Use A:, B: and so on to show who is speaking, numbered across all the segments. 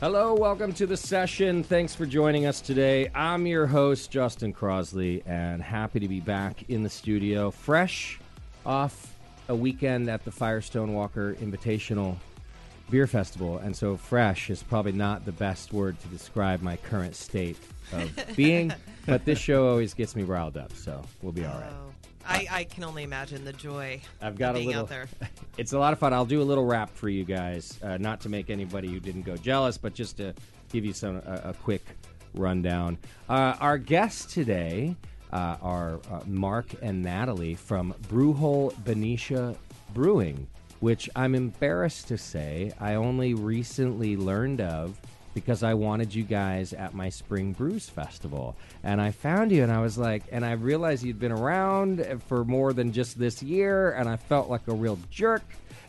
A: Hello, welcome to the session. Thanks for joining us today. I'm your host, Justin Crosley, and happy to be back in the studio, fresh off a weekend at the Firestone Walker Invitational Beer Festival. And so, fresh is probably not the best word to describe my current state of being, but this show always gets me riled up, so we'll be all right.
B: Oh, I, I can only imagine the joy
A: I've got
B: of being
A: a little.
B: out there.
A: It's a lot of fun. I'll do a little rap for you guys, uh, not to make anybody who didn't go jealous, but just to give you some a, a quick rundown. Uh, our guests today uh, are uh, Mark and Natalie from Brewhole Benicia Brewing, which I'm embarrassed to say I only recently learned of because I wanted you guys at my Spring Brews Festival. And I found you and I was like, and I realized you'd been around for more than just this year, and I felt like a real jerk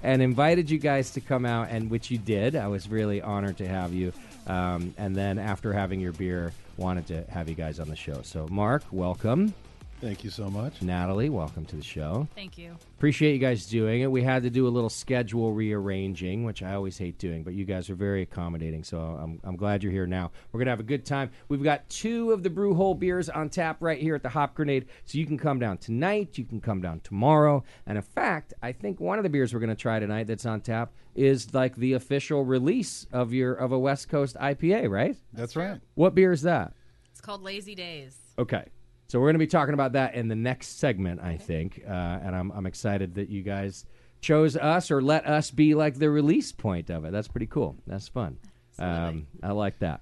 A: and invited you guys to come out, and which you did. I was really honored to have you. Um, and then after having your beer, wanted to have you guys on the show. So, Mark, welcome.
C: Thank you so much.
A: Natalie, welcome to the show.
D: Thank you.
A: Appreciate you guys doing it. We had to do a little schedule rearranging, which I always hate doing, but you guys are very accommodating, so I'm, I'm glad you're here now. We're going to have a good time. We've got two of the Brew Hole beers on tap right here at the Hop Grenade, so you can come down tonight, you can come down tomorrow. And in fact, I think one of the beers we're going to try tonight that's on tap is like the official release of your of a West Coast IPA, right?
C: That's right.
A: What beer is that?
D: It's called Lazy Days.
A: Okay. So we're going to be talking about that in the next segment, I think. Uh, and I'm, I'm excited that you guys chose us or let us be like the release point of it. That's pretty cool. That's fun. Um, I like that.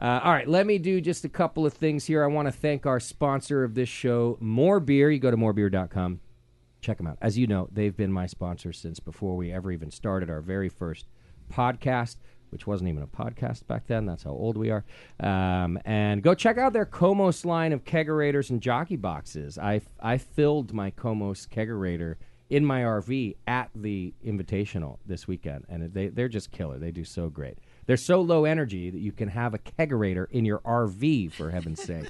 A: Uh, all right, let me do just a couple of things here. I want to thank our sponsor of this show, More Beer. You go to morebeer.com check them out. As you know, they've been my sponsor since before we ever even started our very first podcast, which wasn't even a podcast back then. That's how old we are. Um, and go check out their Comos line of kegerators and jockey boxes. I, I filled my Comos kegerator in my RV at the Invitational this weekend, and they, they're just killer. They do so great. They're so low energy that you can have a kegerator in your RV, for heaven's sake,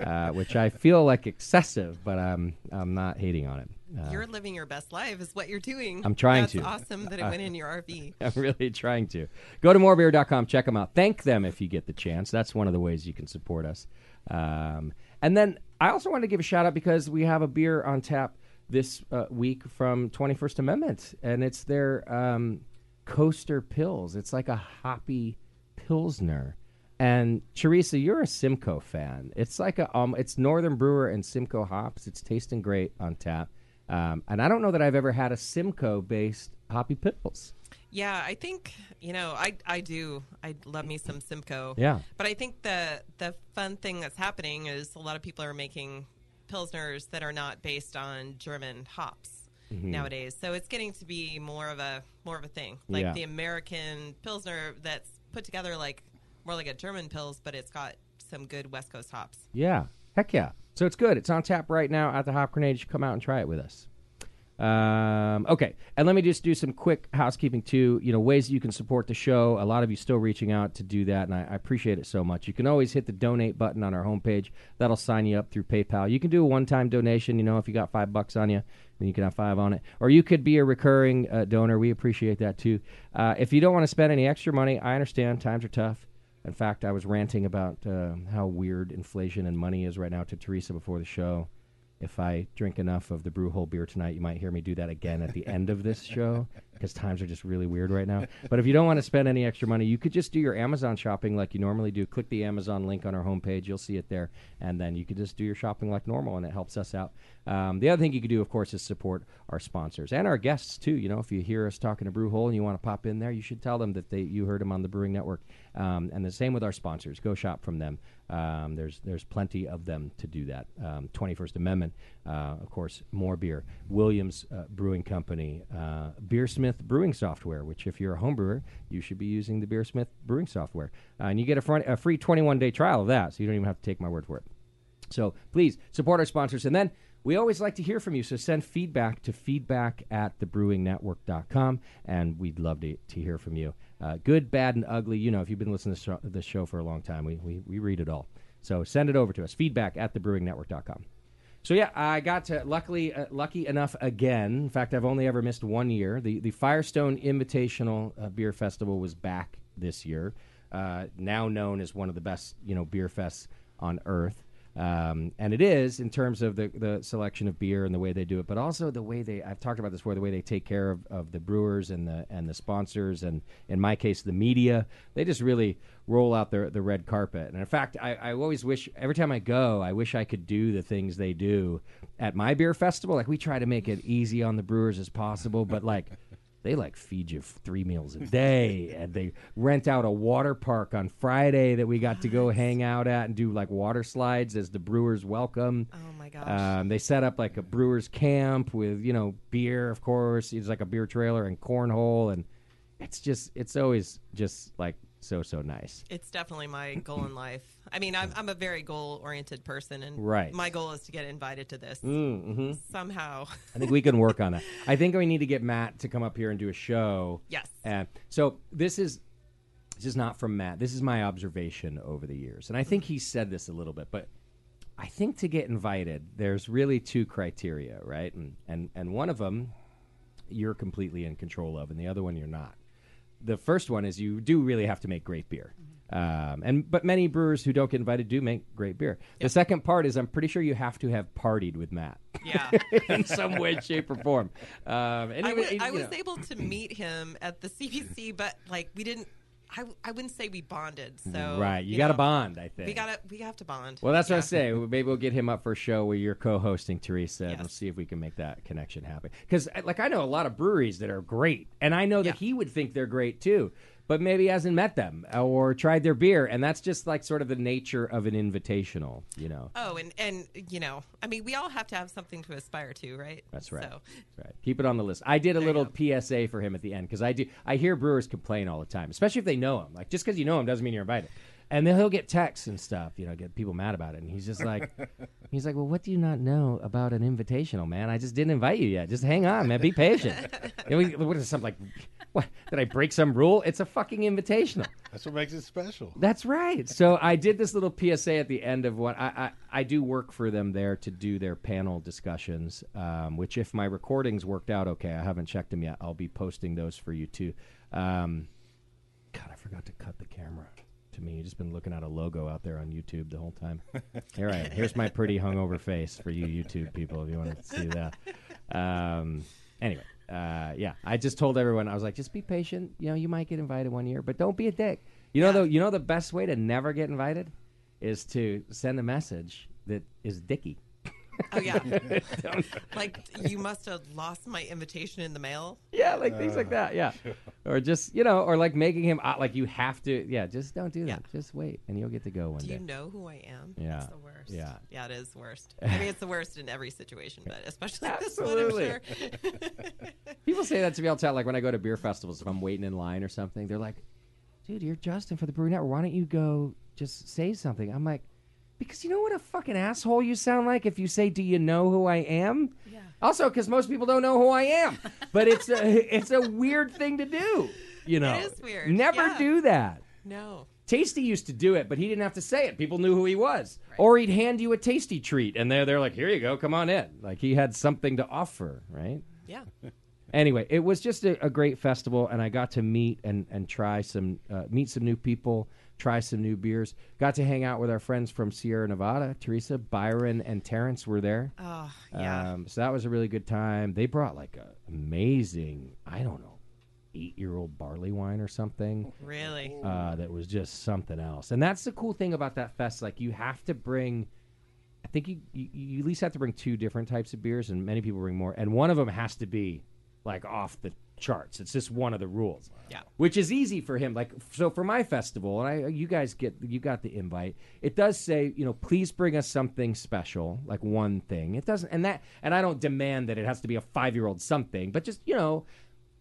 A: uh, which I feel like excessive, but I'm, I'm not hating on it. Uh,
B: you're living your best life, is what you're doing.
A: I'm trying
B: That's
A: to.
B: awesome that it went in your RV.
A: I'm really trying to. Go to morebeer.com, check them out. Thank them if you get the chance. That's one of the ways you can support us. Um, and then I also want to give a shout out because we have a beer on tap this uh, week from 21st Amendment, and it's their um, Coaster Pills. It's like a hoppy Pilsner. And Teresa, you're a Simcoe fan. It's like a um, it's Northern Brewer and Simcoe hops. It's tasting great on tap. Um, and I don't know that I've ever had a Simcoe based hoppy pills.
B: Yeah, I think you know, I I do. I love me some Simcoe.
A: Yeah.
B: But I think the the fun thing that's happening is a lot of people are making pilsners that are not based on German hops
A: Mm-hmm.
B: nowadays. So it's getting to be more of a more of a thing. Like
A: Yeah.
B: the American pilsner that's put together like more like a German pils, but it's got some good West Coast hops.
A: Yeah. Heck yeah. So it's good. It's on tap right now at the Hop Grenade. You should come out and try it with us. Um, okay, and let me just do some quick housekeeping too. You know, ways you can support the show. A lot of you still reaching out to do that, and I, I appreciate it so much. You can always hit the donate button on our homepage. That'll sign you up through PayPal. You can do a one-time donation. You know, if you got five bucks on you, then you can have five on it, or you could be a recurring uh, donor. We appreciate that too. Uh, if you don't want to spend any extra money, I understand times are tough. In fact, I was ranting about uh, how weird inflation and money is right now to Teresa before the show. If I drink enough of the brew hole beer tonight, you might hear me do that again at the end of this show because times are just really weird right now. But if you don't want to spend any extra money, you could just do your Amazon shopping like you normally do. Click the Amazon link on our homepage, you'll see it there, and then you could just do your shopping like normal, and it helps us out. Um, the other thing you could do, of course, is support our sponsors and our guests too. You know, if you hear us talking to Brew Hole and you want to pop in there, you should tell them that they you heard them on the Brewing Network. Um, and the same with our sponsors. Go shop from them. Um, there's there's plenty of them to do that. Um, 21st Amendment, uh, of course, more beer. Williams uh, Brewing Company, uh, Beersmith Brewing Software, which if you're a home brewer, you should be using the Beersmith Brewing Software, Uh, and you get a, front, a free 21 day trial of that, so you don't even have to take my word for it. So please support our sponsors. And then we always like to hear from you. So send feedback to feedback at thebrewingnetwork.com. And we'd love to, to hear from you. Uh, good, bad, and ugly. You know, if you've been listening to this show, this show for a long time, we, we, we read it all. So send it over to us feedback at thebrewingnetwork.com. So yeah, I got to luckily uh, lucky enough again. In fact, I've only ever missed one year. The the Firestone Invitational uh, Beer Festival was back this year, uh, now known as one of the best you know beer fests on earth, um, and it is in terms of the the selection of beer and the way they do it, but also the way they I've talked about this before the way they take care of, of the brewers and the and the sponsors and in my case the media. They just really roll out the the red carpet. And in fact, I, I always wish every time I go, I wish I could do the things they do at my beer festival. Like we try to make it easy on the brewers as possible, but like they like feed you three meals a day and they rent out a water park on Friday that we got to go hang out at and do like water slides as the brewers welcome.
B: Oh my gosh.
A: Um, they set up like a brewers camp with you know beer, of course. It's like a beer trailer and cornhole, and it's just it's always just like so so nice.
B: It's definitely my goal in life. I mean, I'm, I'm a very goal oriented person, and
A: Right. Mm, mm-hmm.
B: my goal is to get invited to this somehow.
A: I think we can work on that. I think we need to get Matt to come up here and do a show.
B: Yes.
A: And so this is this is not from Matt. This is my observation over the years, and I think he said this a little bit, but I think to get invited, there's really two criteria, right? And and and one of them you're completely in control of, and the other one you're not. The first one is you do really have to make great beer, um, and but many brewers who don't get invited do make great beer. The second part is I'm pretty sure you have to have partied with Matt
B: Yeah.
A: in some way, shape, or form. Um, and
B: I
A: even-
B: was,
A: you
B: I was
A: know.
B: able to meet him at the CBC, but like we didn't. I, w- I wouldn't say we bonded. So
A: right. You, got to
B: know,
A: bond, I think.
B: We gotta we have to bond.
A: Well, that's what I
B: Yeah.
A: say. Well, Maybe we'll get him up for a show where you're co-hosting Teresa, and we'll
B: Yes.
A: see if we can make that connection happen. Because, like, I know a lot of breweries that are great, and I know that he would think they're great too, but maybe hasn't met them uh, or tried their beer, and that's just like sort of the nature of an invitational, you know.
B: Oh, and and you know, I mean, we all have to have something to aspire to, right?
A: That's right.
B: So,
A: That's right. Keep it on the list. I did a
B: you
A: little PSA for him at the end because I do. I hear brewers complain all the time, especially if they know him. Like just because you know him doesn't mean you're invited. And then he'll get texts and stuff, you know, get people mad about it. And he's just like, he's like, well, what do you not know about an invitational, man? I just didn't invite you yet. Just hang on, man. Be patient. You know, what is some like, what did I break some rule? It's a fucking invitational.
C: That's what makes it special.
A: That's right. So I did this little PSA at the end of what I, I, I do work for them there to do their panel discussions, um, which if my recordings worked out okay, I haven't checked them yet. I'll be posting those for you too. Um, God, I forgot to cut the camera. To me, you've just been looking at a logo out there on YouTube the whole time. Here I am. Here's my pretty hungover face for you YouTube people if you want to see that. Um, anyway, uh, yeah, I just told everyone I was like, just be patient. You know, you might get invited one year, but don't be a dick. You know, though, you know the best way to never get invited is to send a message that is dicky.
B: oh yeah, like you must have lost my invitation in the mail.
A: Yeah, like things like that. Yeah, or just you know, or like making him uh, like you have to. Yeah, just don't do that. Just wait, and you'll get to go one
B: Do
A: day.
B: you know who I am?
A: yeah,
D: It's the worst.
A: yeah.
B: Yeah, it is the worst. I mean, it's the worst in every situation, but especially
A: Absolutely.
B: this one. I'm sure.
A: People say that to me all the time. Like when I go to beer festivals, if I'm waiting in line or something, they're like, "Dude, you're Justin for the Brew Network. Why don't you go just say something?" I'm like, Because you know what a fucking asshole you sound like if you say, "Do you know who I am?" Yeah. Also, because most people don't know who I am, but it's a it's a weird thing to do. You know,
B: is weird,
A: Never
B: yeah.
A: do that.
B: No.
A: Tasty used to do it, but he didn't have to say it. People knew who he was. Or he'd hand you a tasty treat, and they're they're like, "Here you go, come on in." Like he had something to offer, right?
B: Yeah.
A: anyway, it was just a, a great festival, and I got to meet and and try some uh, meet some new people, try some new beers. Got to hang out with our friends from Sierra Nevada. Teresa, Byron, and Terrence were there.
B: Oh, yeah.
A: Um, so that was a really good time. They brought like a amazing, I don't know, eight year old barley wine or something
B: really.
A: uh, that was just something else. And that's the cool thing about that fest. Like you have to bring, I think you, you you at least have to bring two different types of beers, and many people bring more. And one of them has to be like off the charts. It's just one of the rules.
B: Yeah.
A: Which is easy for him. Like so for my festival, and I you guys get you got the invite. It does say, you know, please bring us something special, like one thing. It doesn't and that and I don't demand that it has to be a 5-year-old something, but just, you know,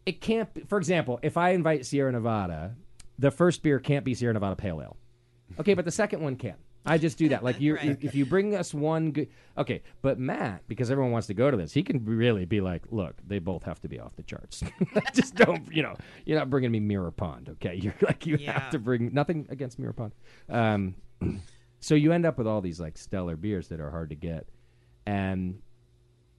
A: it can't be, for example, if I invite Sierra Nevada, the first beer can't be Sierra Nevada Pale Ale. Okay, but the second one can. I just do that. Like you,
B: Right.
A: if you bring us one good, okay. But Matt, because everyone wants to go to this, he can really be like, "Look, they both have to be off the charts. just don't, you know, you're not bringing me Mirror Pond, okay? You're like, you
B: Yeah.
A: have to bring nothing against Mirror Pond. Um, so you end up with all these like stellar beers that are hard to get, and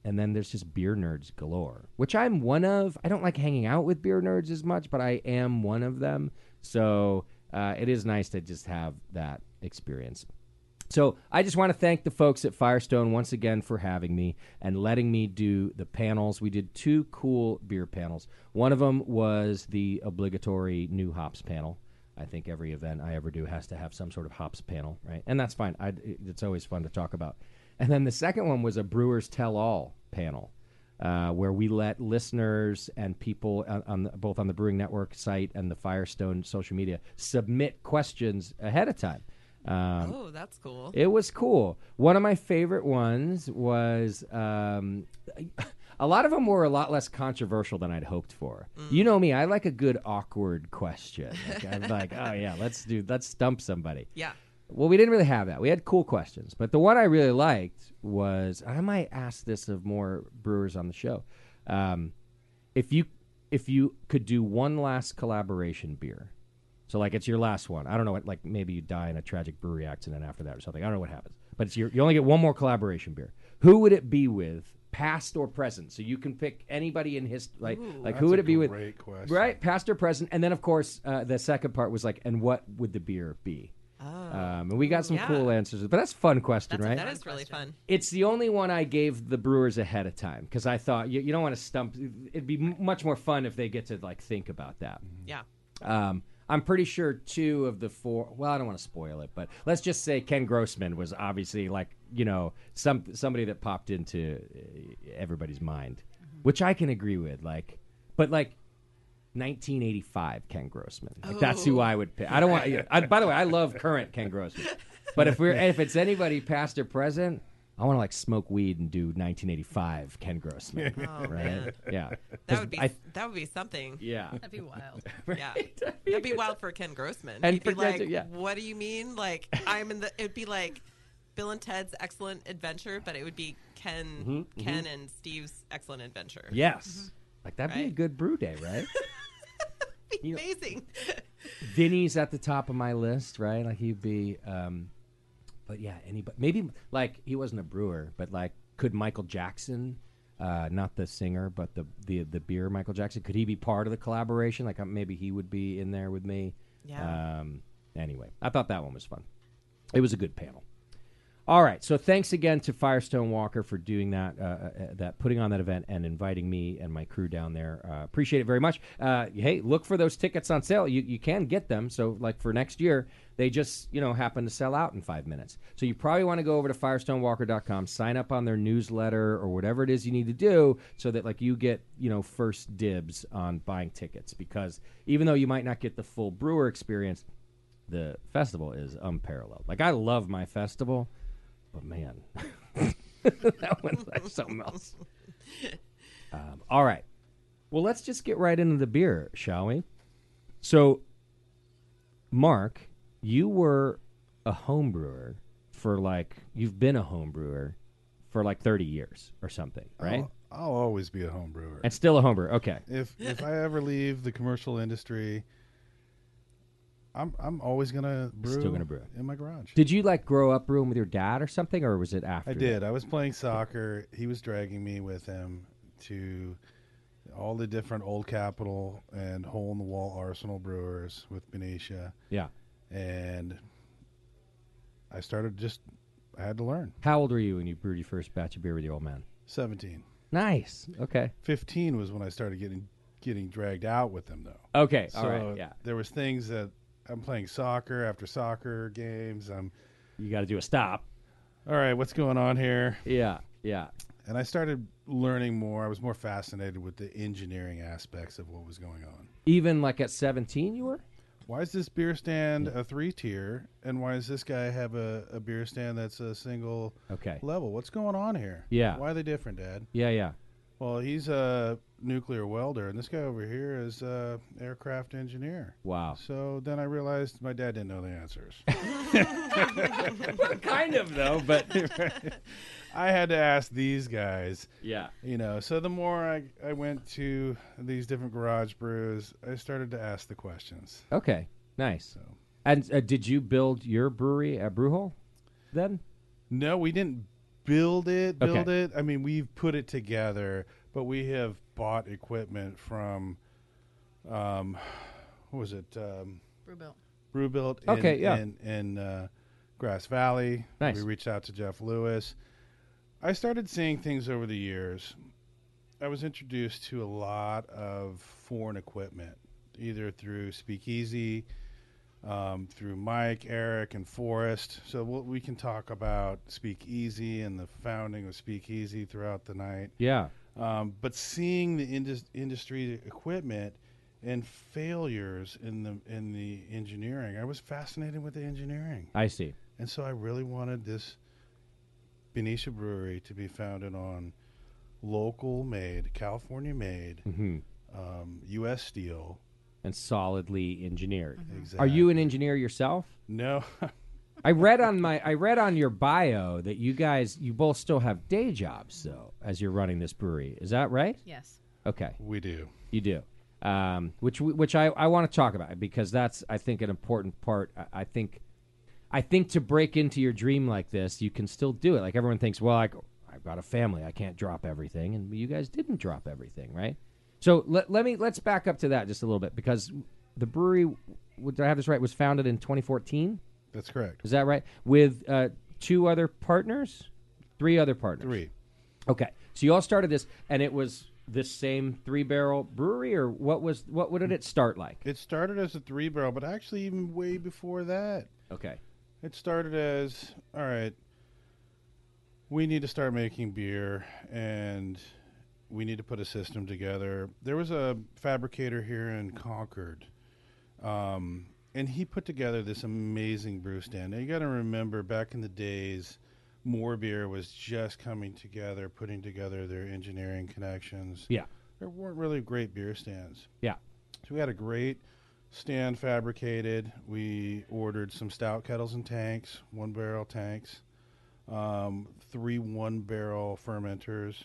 A: and then there's just beer nerds galore, which I'm one of. I don't like hanging out with beer nerds as much, but I am one of them. So uh, it is nice to just have that experience. So I just want to thank the folks at Firestone once again for having me and letting me do the panels. We did two cool beer panels. One of them was the obligatory new hops panel. I think every event I ever do has to have some sort of hops panel, right? And that's fine. I, it's always fun to talk about. And then the second one was a Brewers Tell All panel, uh, where we let listeners and people on, on the, both on the Brewing Network site and the Firestone social media submit questions ahead of time. Um,
B: oh, that's cool.
A: it was cool. One of my favorite ones was um, a lot of them were a lot less controversial than I'd hoped for. You
B: Mm.
A: know me; I like a good awkward question. Like, I'm like, oh yeah, let's do let's stump somebody.
B: yeah.
A: Well, we didn't really have that. We had cool questions, but the one I really liked was I might ask this of more brewers on the show. Um, if you if you could do one last collaboration beer, so like it's your last one. I don't know what like maybe you die in a tragic brewery accident after that or something. I don't know what happens, but it's your you only get one more collaboration beer. Who would it be with, past or present? So you can pick anybody in history. Like like who
C: That's
A: would
C: a
A: it be with?
C: Great question.
A: Right, past or present, and then of course uh, the second part was like, and what would the beer be?
B: Oh,
A: Um, and we got some
B: Yeah.
A: cool answers, but that's a fun question,
D: That's a-
A: right?
B: that is really fun.
A: it's the only one I gave the Brewers ahead of time because I thought you, you don't want to stump. It'd be m- much more fun if they get to like think about that.
B: Yeah.
A: Um, I'm pretty sure two of the four. Well, I don't want to spoil it, but let's just say Ken Grossman was obviously like you know some somebody that popped into uh, everybody's mind, which I can agree with. Like, but like 1985 Ken Grossman. Like, That's who I would pick. I don't want. I, by the way, I love current Ken Grossman, but if we're if it's anybody past or present. I want to like smoke weed and do 1985 Ken Grossman, right?
B: Oh, man.
A: Yeah,
B: That would be
A: I-
B: that would be something.
A: yeah.
D: That'd be wild.
B: Yeah. That'd be wild for Ken Grossman.
A: And
B: He'd be
A: for Ken-
B: like,
A: yeah.
B: what do you mean? Like, I'm in the, it'd be like Bill and Ted's Excellent Adventure, but it would be Ken,
A: Mm-hmm,
B: Ken and Steve's Excellent Adventure.
A: Yes. Like that'd be a
B: Right?
A: good brew day, right?
B: It'd be
A: You know-
B: amazing.
A: Vinny's at the top of my list, right? Like he'd be um but yeah, anybody maybe like he wasn't a brewer, but like could Michael Jackson uh, not the singer, but the, the the beer Michael Jackson. Could he be part of the collaboration? Like uh, maybe he would be in there with me.
B: Yeah.
A: Um, anyway, I thought that one was fun. It was a good panel. All right. So thanks again to Firestone Walker for doing that, uh, uh, that putting on that event and inviting me and my crew down there. Uh, appreciate it very much. Uh, hey, look for those tickets on sale. You you can get them. So like for next year, they just you know happen to sell out in five minutes. So you probably want to go over to FirestoneWalker.com, sign up on their newsletter or whatever it is you need to do, so that like you get you know first dibs on buying tickets. Because even though you might not get the full brewer experience, the festival is unparalleled. Like I love my festival, but man, that one's like something else. Um, all right, well let's just get right into the beer, shall we? So, Mark, you were a home brewer for like you've been a home brewer for like 30 years or something, right?
C: I'll, I'll always be a home brewer.
A: And still a home brewer. Okay.
C: If if I ever leave the commercial industry, I'm I'm always gonna brew.
A: Still gonna brew.
C: in my garage.
A: Did you like grow up brewing with your dad or something, or was it after?
C: I did. I was playing soccer. He was dragging me with him to all the different Old Capitol and hole in the wall Arsenal brewers with Benicia,
A: Yeah.
C: and I started just. I had to learn.
A: How old were you when you brewed your first batch of beer with your old man?
C: 17.
A: Nice. Okay.
C: 15 was when I started getting getting dragged out with him though.
A: Okay.
C: So
A: all right. Yeah.
C: there was things that I'm playing soccer after soccer games. I'm
A: You got to do a stop.
C: all right, what's going on here?
A: Yeah. Yeah.
C: And I started learning more. I was more fascinated with the engineering aspects of what was going on.
A: Even like at 17, you were?
C: Why is this beer stand a three tier, and why does this guy have a, a beer stand that's a single
A: Okay.
C: level? What's going on here?
A: Yeah.
C: why are they different, Dad?
A: Yeah. Yeah.
C: Well, he's a nuclear welder, and this guy over here is a aircraft engineer.
A: Wow.
C: So then I realized my dad didn't know the answers.
A: kind of, though, but.
C: I had to ask these guys,
A: yeah.
C: you know. So the more I, I went to these different garage brews, I started to ask the questions.
A: Okay. Nice.
C: So.
A: And uh, did you build your brewery at Brewhole then?
C: No, we didn't build it, build
A: Okay.
C: it. I mean, we've put it together, but we have bought equipment from, um, what was it? Um,
D: Brewbill.
C: Brewbuilt in,
A: Okay, yeah.
C: in, in uh, Grass Valley.
A: Nice.
C: We reached out to Jeff Lewis. I started seeing things over the years. I was introduced to a lot of foreign equipment, either through Speakeasy, um, through Mike, Eric, and Forrest. So we'll, we can talk about Speakeasy and the founding of Speakeasy throughout the night
A: Yeah.
C: um, but seeing the indus- industry equipment and failures in the in the engineering, I was fascinated with the engineering,
A: I see.
C: and so I really wanted this Benicia Brewery to be founded on local made, California made,
A: hmm
C: um, U.S. steel.
A: And solidly engineered.
C: Exactly.
A: Are you an engineer yourself?
C: No,
A: I read on my I read on your bio that you guys you both still have day jobs though as you're running this brewery. Is that right?
D: Yes.
A: Okay,
C: we do.
A: you do. Um, which we- which I, I want to talk about because that's I think an important part. I, I think I think to break into your dream like this, you can still do it. Like everyone thinks, well, I, I've got a family, I can't drop everything, and you guys didn't drop everything, right? So let, let me let's back up to that just a little bit because the brewery, would I have this right? Was founded in 2014.
C: That's correct.
A: Is that right? With uh, two other partners, three other partners.
C: Three.
A: Okay, so you all started this, and it was this same three barrel brewery, or what was what? What did it start like?
C: It started as a three barrel, but actually even way before that,
A: Okay,
C: It started as all right. We need to start making beer, and we need to put a system together. There was a fabricator here in Concord, um, and he put together this amazing brew stand. Now you got to remember, back in the days, more beer was just coming together, putting together their engineering connections.
A: Yeah.
C: there weren't really great beer stands.
A: yeah,
C: So we had a great stand fabricated. We ordered some stout kettles and tanks, one barrel tanks, um, three one barrel fermenters,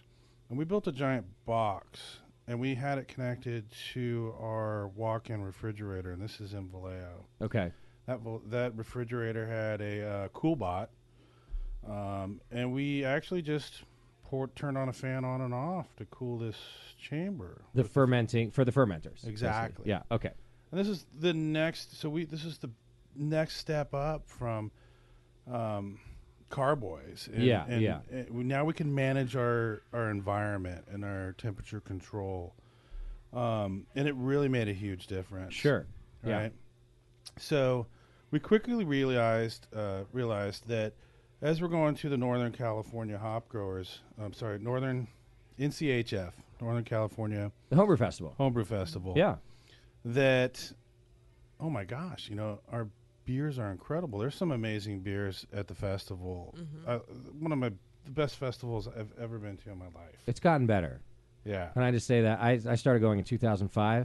C: and we built a giant box. And we had it connected to our walk-in refrigerator, and this is in Vallejo.
A: okay,
C: That vo- that refrigerator had a uh, cool bot, um, and we actually just poured, turned on a fan on and off to cool this chamber.
A: the fermenting for the fermenters.
C: Exactly.
A: Yeah. Okay.
C: And this is the next. So we this is the next step up from um, carboys. And,
A: Yeah,
C: and,
A: yeah.
C: and we- now we can manage our our environment and our temperature control, um, and it really made a huge difference.
A: Sure. Yeah.
C: Right. So we quickly realized uh, realized that as we're going to the Northern California hop growers, I'm sorry, Northern NCHF, Northern California
A: The Homebrew Festival.
C: Homebrew Festival
A: Yeah.
C: that oh my gosh you know our beers are incredible there's some amazing beers at the festival uh, one of my the best festivals i've ever been to in my life
A: It's gotten better.
C: yeah
A: Can I just say that I I started going in 2005.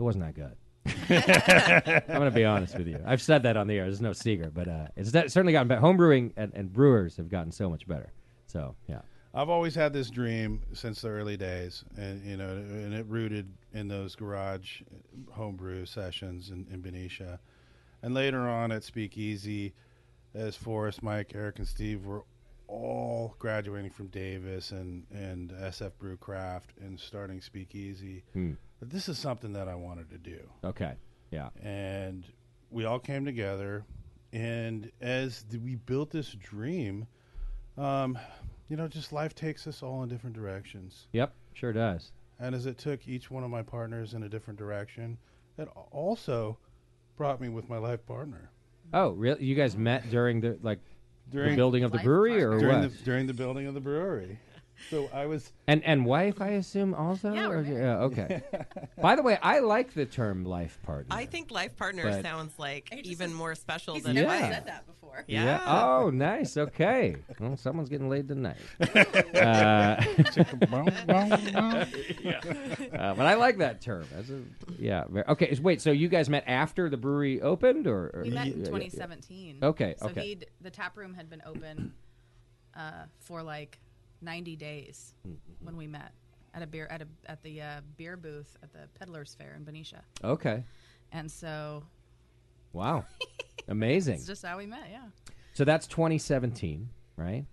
A: It wasn't that good. I'm going to be honest with you. I've said that on the air. There's no secret, but uh, it's de- certainly gotten better. Home brewing and, and brewers have gotten so much better. So yeah,
C: I've always had this dream since the early days, and you know, and it rooted in those garage homebrew sessions in, in Benicia, and later on at Speakeasy, as Forrest, Mike, Eric, and Steve were all graduating from Davis and and SF Brew Craft and starting Speakeasy. But this is something that I wanted to do
A: okay, yeah,
C: and we all came together and as th- we built this dream um, you know just life takes us all in different directions
A: yep, sure does.
C: and as it took each one of my partners in a different direction it al- also brought me with my life partner
A: Oh, really? You guys met during the like the
C: During-
A: building of the
D: Life
A: brewery
D: partner.
A: or
C: during the,
A: what?
C: during the building of the brewery so i was
A: And and wife, I assume also.
D: Yeah,
A: Or-
D: we're
A: uh,
D: married.
A: okay. By the way, I like the term life partner.
B: I think life partner
A: But-
B: sounds like
D: I just-
B: even more special
D: He's
B: than
D: never
A: Yeah.
D: said that before.
B: Yeah.
A: Oh, nice. Okay. Well, someone's getting laid tonight. uh, uh, but I like that term. That's a, yeah. ver- Okay. is- Wait. So you guys met after the brewery opened, or, or
D: We met
A: Yeah,
D: in
A: yeah, yeah.
D: 2017.
A: Okay,
D: So
A: okay.
D: he'd the tap room had been open uh, for like 90 days
A: Mm-hmm.
D: when we met at a beer at a at the uh, beer booth at the Peddlers Fair in Benicia,
A: Okay.
D: and so
A: Wow. Amazing.
D: it's just how we met. Yeah.
A: So that's 2017, right?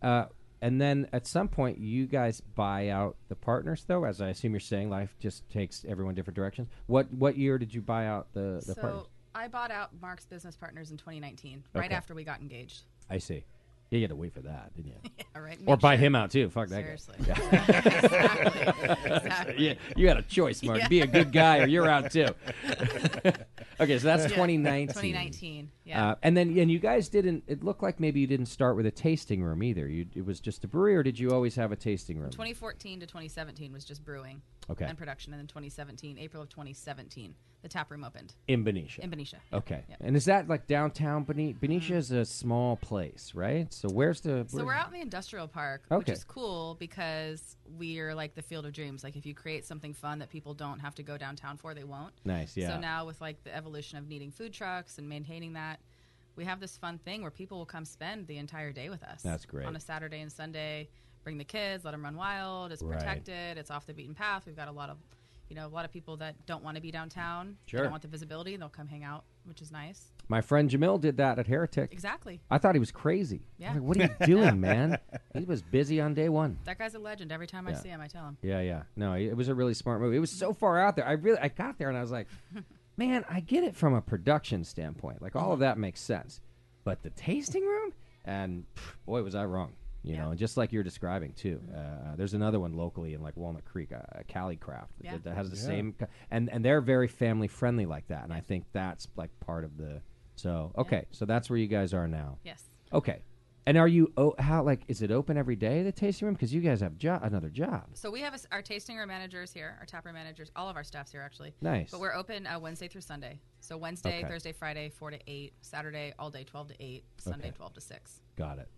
A: Uh, and then at some point, you guys buy out the partners, though, as I assume you're saying, life just takes everyone different directions. What what year did you buy out the, the
D: so
A: partners?
D: I bought out Mark's business partners in 2019, right
A: Okay.
D: after we got engaged.
A: I see. You had to wait for that, didn't you?
D: All right.
A: or
D: make
A: buy
D: sure-
A: him out too. Fuck that guy.
D: Seriously. exactly. exactly.
A: Yeah, you had a choice, Mark. Be a good guy, or you're out too. okay, so that's 2019.
D: 2019. Yeah.
A: Uh, and then, and you guys didn't. It looked like maybe you didn't start with a tasting room either. You, it was just a brewery, or did you always have a tasting room?
D: 2014 to 2017 was just brewing
A: Okay.
D: and production, and then 2017, April of 2017, the tap room opened
A: in Benicia.
D: in Benicia. Yeah.
A: okay,
D: Yeah. Mm-hmm.
A: and is that like downtown Benicia? Benicia is a small place, right? So where's the?
D: So
A: where-
D: we're out in the industrial park, which
A: Okay.
D: is cool because we're like the field of dreams. Like if you create something fun that people don't have to go downtown for, they won't.
A: Nice, yeah.
D: So now with like the evolution of needing food trucks and maintaining that, we have this fun thing where people will come spend the entire day with us.
A: That's great.
D: On a Saturday and Sunday, bring the kids, let them run wild. It's
A: Right.
D: protected. It's off the beaten path. We've got a lot of, you know, a lot of people that don't want to be downtown. They
A: Sure.
D: don't want the visibility. and They'll come hang out, which is nice.
A: My friend Jamil did that at Heretic.
D: Exactly.
A: I thought he was crazy. I was
D: Yeah.
A: like, what are you doing, man? He was busy on day one.
D: That guy's a legend. Every time I
A: Yeah.
D: see him, I tell him.
A: Yeah, yeah. No, it was a really smart movie. It was so far out there. I really I got there and I was like, man, I get it from a production standpoint. Like all of that makes sense. But the tasting room and pff, boy was I wrong. You
D: Yeah.
A: know, and just like you're describing too. Uh, there's another one locally in like Walnut Creek, uh, Cali Craft
D: Yeah.
A: that, that has the
C: Yeah.
A: same co- and and they're very family friendly like that and I think that's like part of the so okay, so that's where you guys are now.
D: Yes.
A: Okay. And are you oh, how like is it open every day the tasting room because you guys have jo- another job?
D: So we have a s our tasting room managers here, our tap room managers, all of our staffs here actually.
A: Nice.
D: But we're open uh, Wednesday through Sunday. So Wednesday,
A: Okay.
D: Thursday, Friday, four to eight. Saturday, all day, twelve to eight. Sunday,
A: Okay.
D: twelve to six.
A: Got it.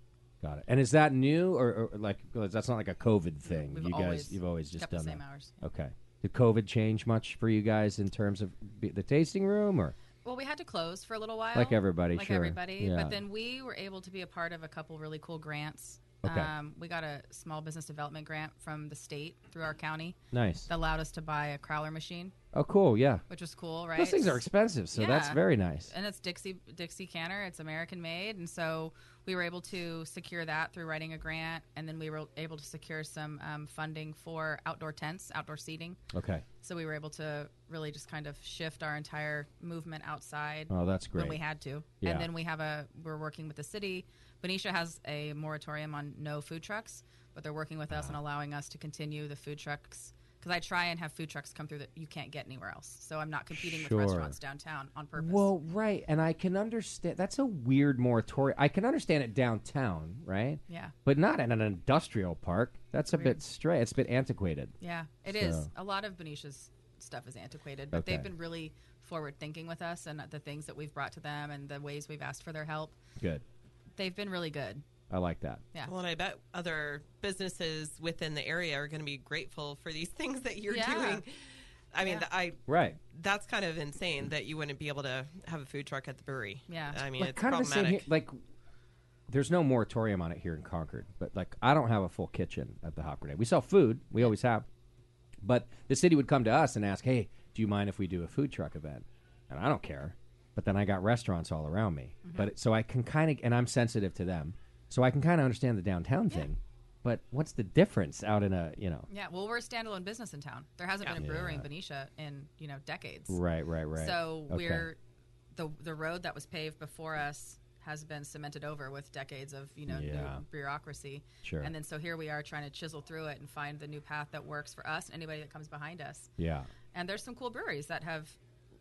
A: Got it. And is that new or, or like 'cause that's not like a COVID thing?
D: We've
A: you guys,
D: always
A: you've always just
D: kept the
A: done
D: same
A: that.
D: hours,
A: Okay. Did COVID change much for you guys in terms of be- the tasting room or?
D: Well, we had to close for a little while,
A: Like everybody,
D: like
A: sure.
D: everybody.
A: Yeah.
D: But then we were able to be a part of a couple really cool grants.
A: Okay.
D: Um, we got a small business development grant from the state through our county
A: Nice.
D: that allowed us to buy a crowler machine,
A: Oh, cool. Yeah.
D: which was cool, right?
A: Those things are expensive, so that's
D: Yeah.
A: very nice.
D: and it's Dixie Dixie Canner. It's American made, and so we were able to secure that through writing a grant, and then we were able to secure some um, funding for outdoor tents, outdoor seating.
A: Okay.
D: So we were able to really just kind of shift our entire movement outside
A: Oh, that's great.
D: when we had to.
A: Yeah.
D: And then we have a we're working with the city. Benicia has a moratorium on no food trucks, but they're working with us and allowing us to continue the food trucks because I try and have food trucks come through that you can't get anywhere else. So I'm not competing
A: Sure.
D: with restaurants downtown on purpose.
A: Well, right, and I can understand. That's a weird moratorium. I can understand it downtown, right?
D: Yeah.
A: But not in an industrial park. That's a bit stray. It's a bit antiquated.
D: Yeah, it is.
A: So-
D: A lot of Benicia's stuff is antiquated, but
A: Okay.
D: they've been really forward thinking with us and the things that we've brought to them and the ways we've asked for their help.
A: Good.
D: They've been really good.
A: I like that.
D: Yeah.
B: Well, and I bet other businesses within the area are going to be grateful for these things that you're
D: Yeah.
B: doing. I mean, th- I
A: Right.
B: that's kind of insane that you wouldn't be able to have a food truck at the brewery.
D: Yeah.
B: I mean,
A: Like,
B: it's
A: kind of the same
B: problematic.
A: here. Like, there's no moratorium on it here in Concord, but like, I don't have a full kitchen at the Hop Grenade. We sell food, we always have, but the city would come to us and ask, "Hey, do you mind if we do a food truck event?" And I don't care. But then I got restaurants all around me,
D: Mm-hmm.
A: but it- so I can kind of, and I'm sensitive to them, so I can kind of understand the downtown thing. But what's the difference out in a, you know?
D: Yeah, well, we're a standalone business in town. There hasn't been a brewery in Benicia in you know decades.
A: Right, right, right.
D: So
A: Okay.
D: we're the the road that was paved before us has been cemented over with decades of you know
A: Yeah.
D: new bureaucracy.
A: Sure.
D: And then so here we are trying to chisel through it and find the new path that works for us and anybody that comes behind us.
A: yeah.
D: And there's some cool breweries that have.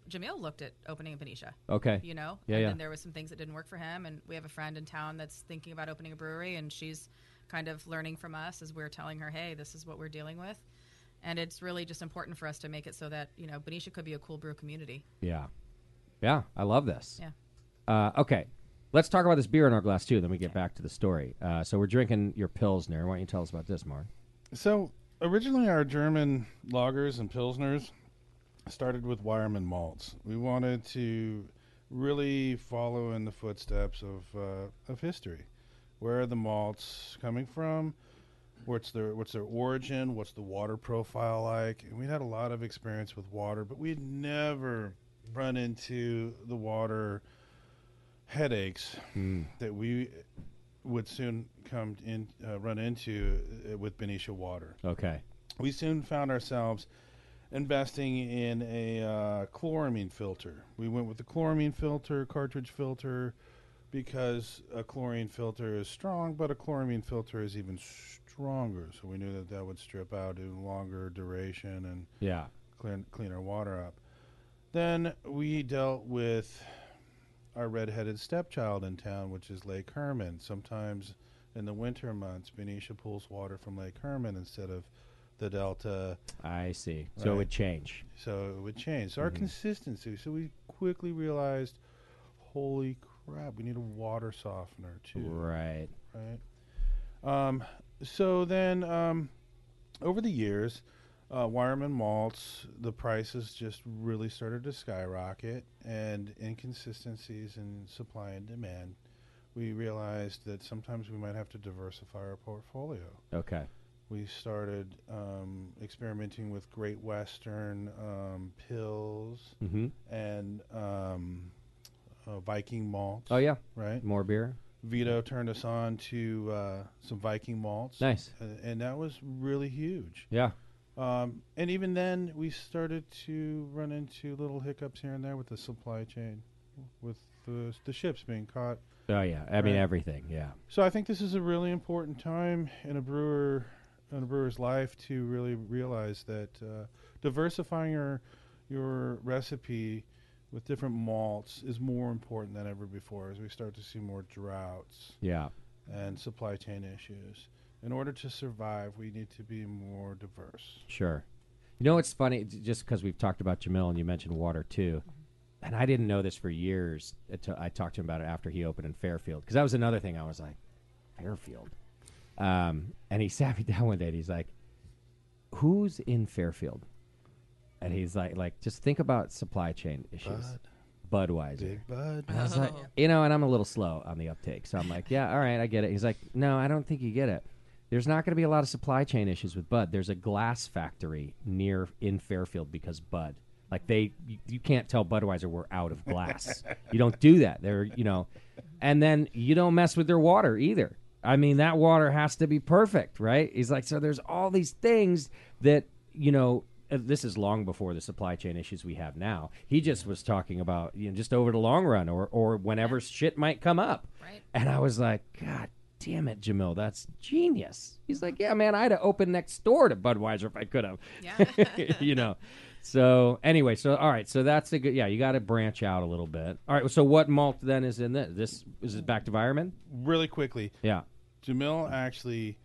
D: Jamil looked at opening in Benicia.
A: Okay.
D: You know,
A: Yeah,
D: and
A: yeah.
D: then there was some things that didn't work for him. And we have a friend in town that's thinking about opening a brewery, and she's kind of learning from us as we're telling her, "Hey, this is what we're dealing with." And it's really just important for us to make it so that you know Benicia could be a cool brew community.
A: Yeah. Yeah, I love this.
D: Yeah.
A: Uh, okay. Let's talk about this beer in our glass, too. Then we get back to the story. Uh, so we're drinking your Pilsner. Why don't you tell us about this, Mark?
C: So originally, our German lagers and pilsners started with Wireman malts. We wanted to really follow in the footsteps of uh, of history. Where are the malts coming from? What's their what's their origin? What's the water profile like? And we'd had a lot of experience with water, but we'd never run into the water headaches that we would soon come in uh, run into uh, with Benicia water.
A: Okay.
C: We soon found ourselves investing in a uh, chloramine filter. We went with the chloramine filter, cartridge filter, because a chlorine filter is strong, but a chloramine filter is even stronger. So we knew that that would strip out in longer duration and
A: Yeah.
C: clean clean our water up. Then we dealt with our redheaded stepchild in town, which is Lake Herman. Sometimes in the winter months, Benicia pulls water from Lake Herman instead of the Delta,
A: I see. So it
C: Right.
A: would change.
C: so it would change. So our consistency. So we quickly realized, holy crap, we need a water softener too
A: Right.
C: right? Um, so then, um, over the years, uh, Wireman malts, the prices just really started to skyrocket, and inconsistencies in supply and demand. We realized that sometimes we might have to diversify our portfolio.
A: Okay.
C: We started um, experimenting with Great Western um, pills
A: Mm-hmm.
C: and um, uh, Viking malts.
A: Oh, yeah.
C: right.
A: More beer.
C: Vito turned us on to uh, some Viking malts.
A: Nice.
C: Uh, and that was really huge.
A: Yeah.
C: Um, and even then, we started to run into little hiccups here and there with the supply chain, with the, the ships being caught.
A: Oh, yeah. I mean,
C: Right.
A: everything. Yeah.
C: So I think this is a really important time in a brewer in a brewer's life to really realize that uh, diversifying your your recipe with different malts is more important than ever before as we start to see more droughts
A: Yeah.
C: and supply chain issues. In order to survive, we need to be more diverse.
A: Sure. You know, it's funny j- just because we've talked about Jamil and you mentioned water too, and I didn't know this for years. Until I talked to him about it after he opened in Fairfield because that was another thing I was like, Fairfield, um, and he sat me down one day and he's like, "Who's in Fairfield?" And he's like, "Like just think about supply chain issues, Budweiser."
C: Big Bud.
A: And I was like, you know, and I'm a little slow on the uptake. So I'm like, yeah, all right, I get it. He's like, no, I don't think you get it. There's not going to be a lot of supply chain issues with Bud. There's a glass factory near in Fairfield because Bud. Like they, you, you can't tell Budweiser we're out of glass. you don't do that. They're, you know, and then you don't mess with their water either. I mean, that water has to be perfect, right? He's like, so there's all these things that you know, uh, this is long before the supply chain issues we have now. He just was talking about you know, just over the long run or or whenever shit might come up.
D: Right.
A: And I was like, God damn it, Jamil, that's genius. He's like, Yeah, man, I'd have opened next door to Budweiser if I could have. Yeah. you know. So anyway, so all right, so that's a good yeah, you gotta branch out a little bit. All right, so what malt then is in this? This is it back to Vireman?
C: Really quickly,
A: Yeah.
C: Jamil actually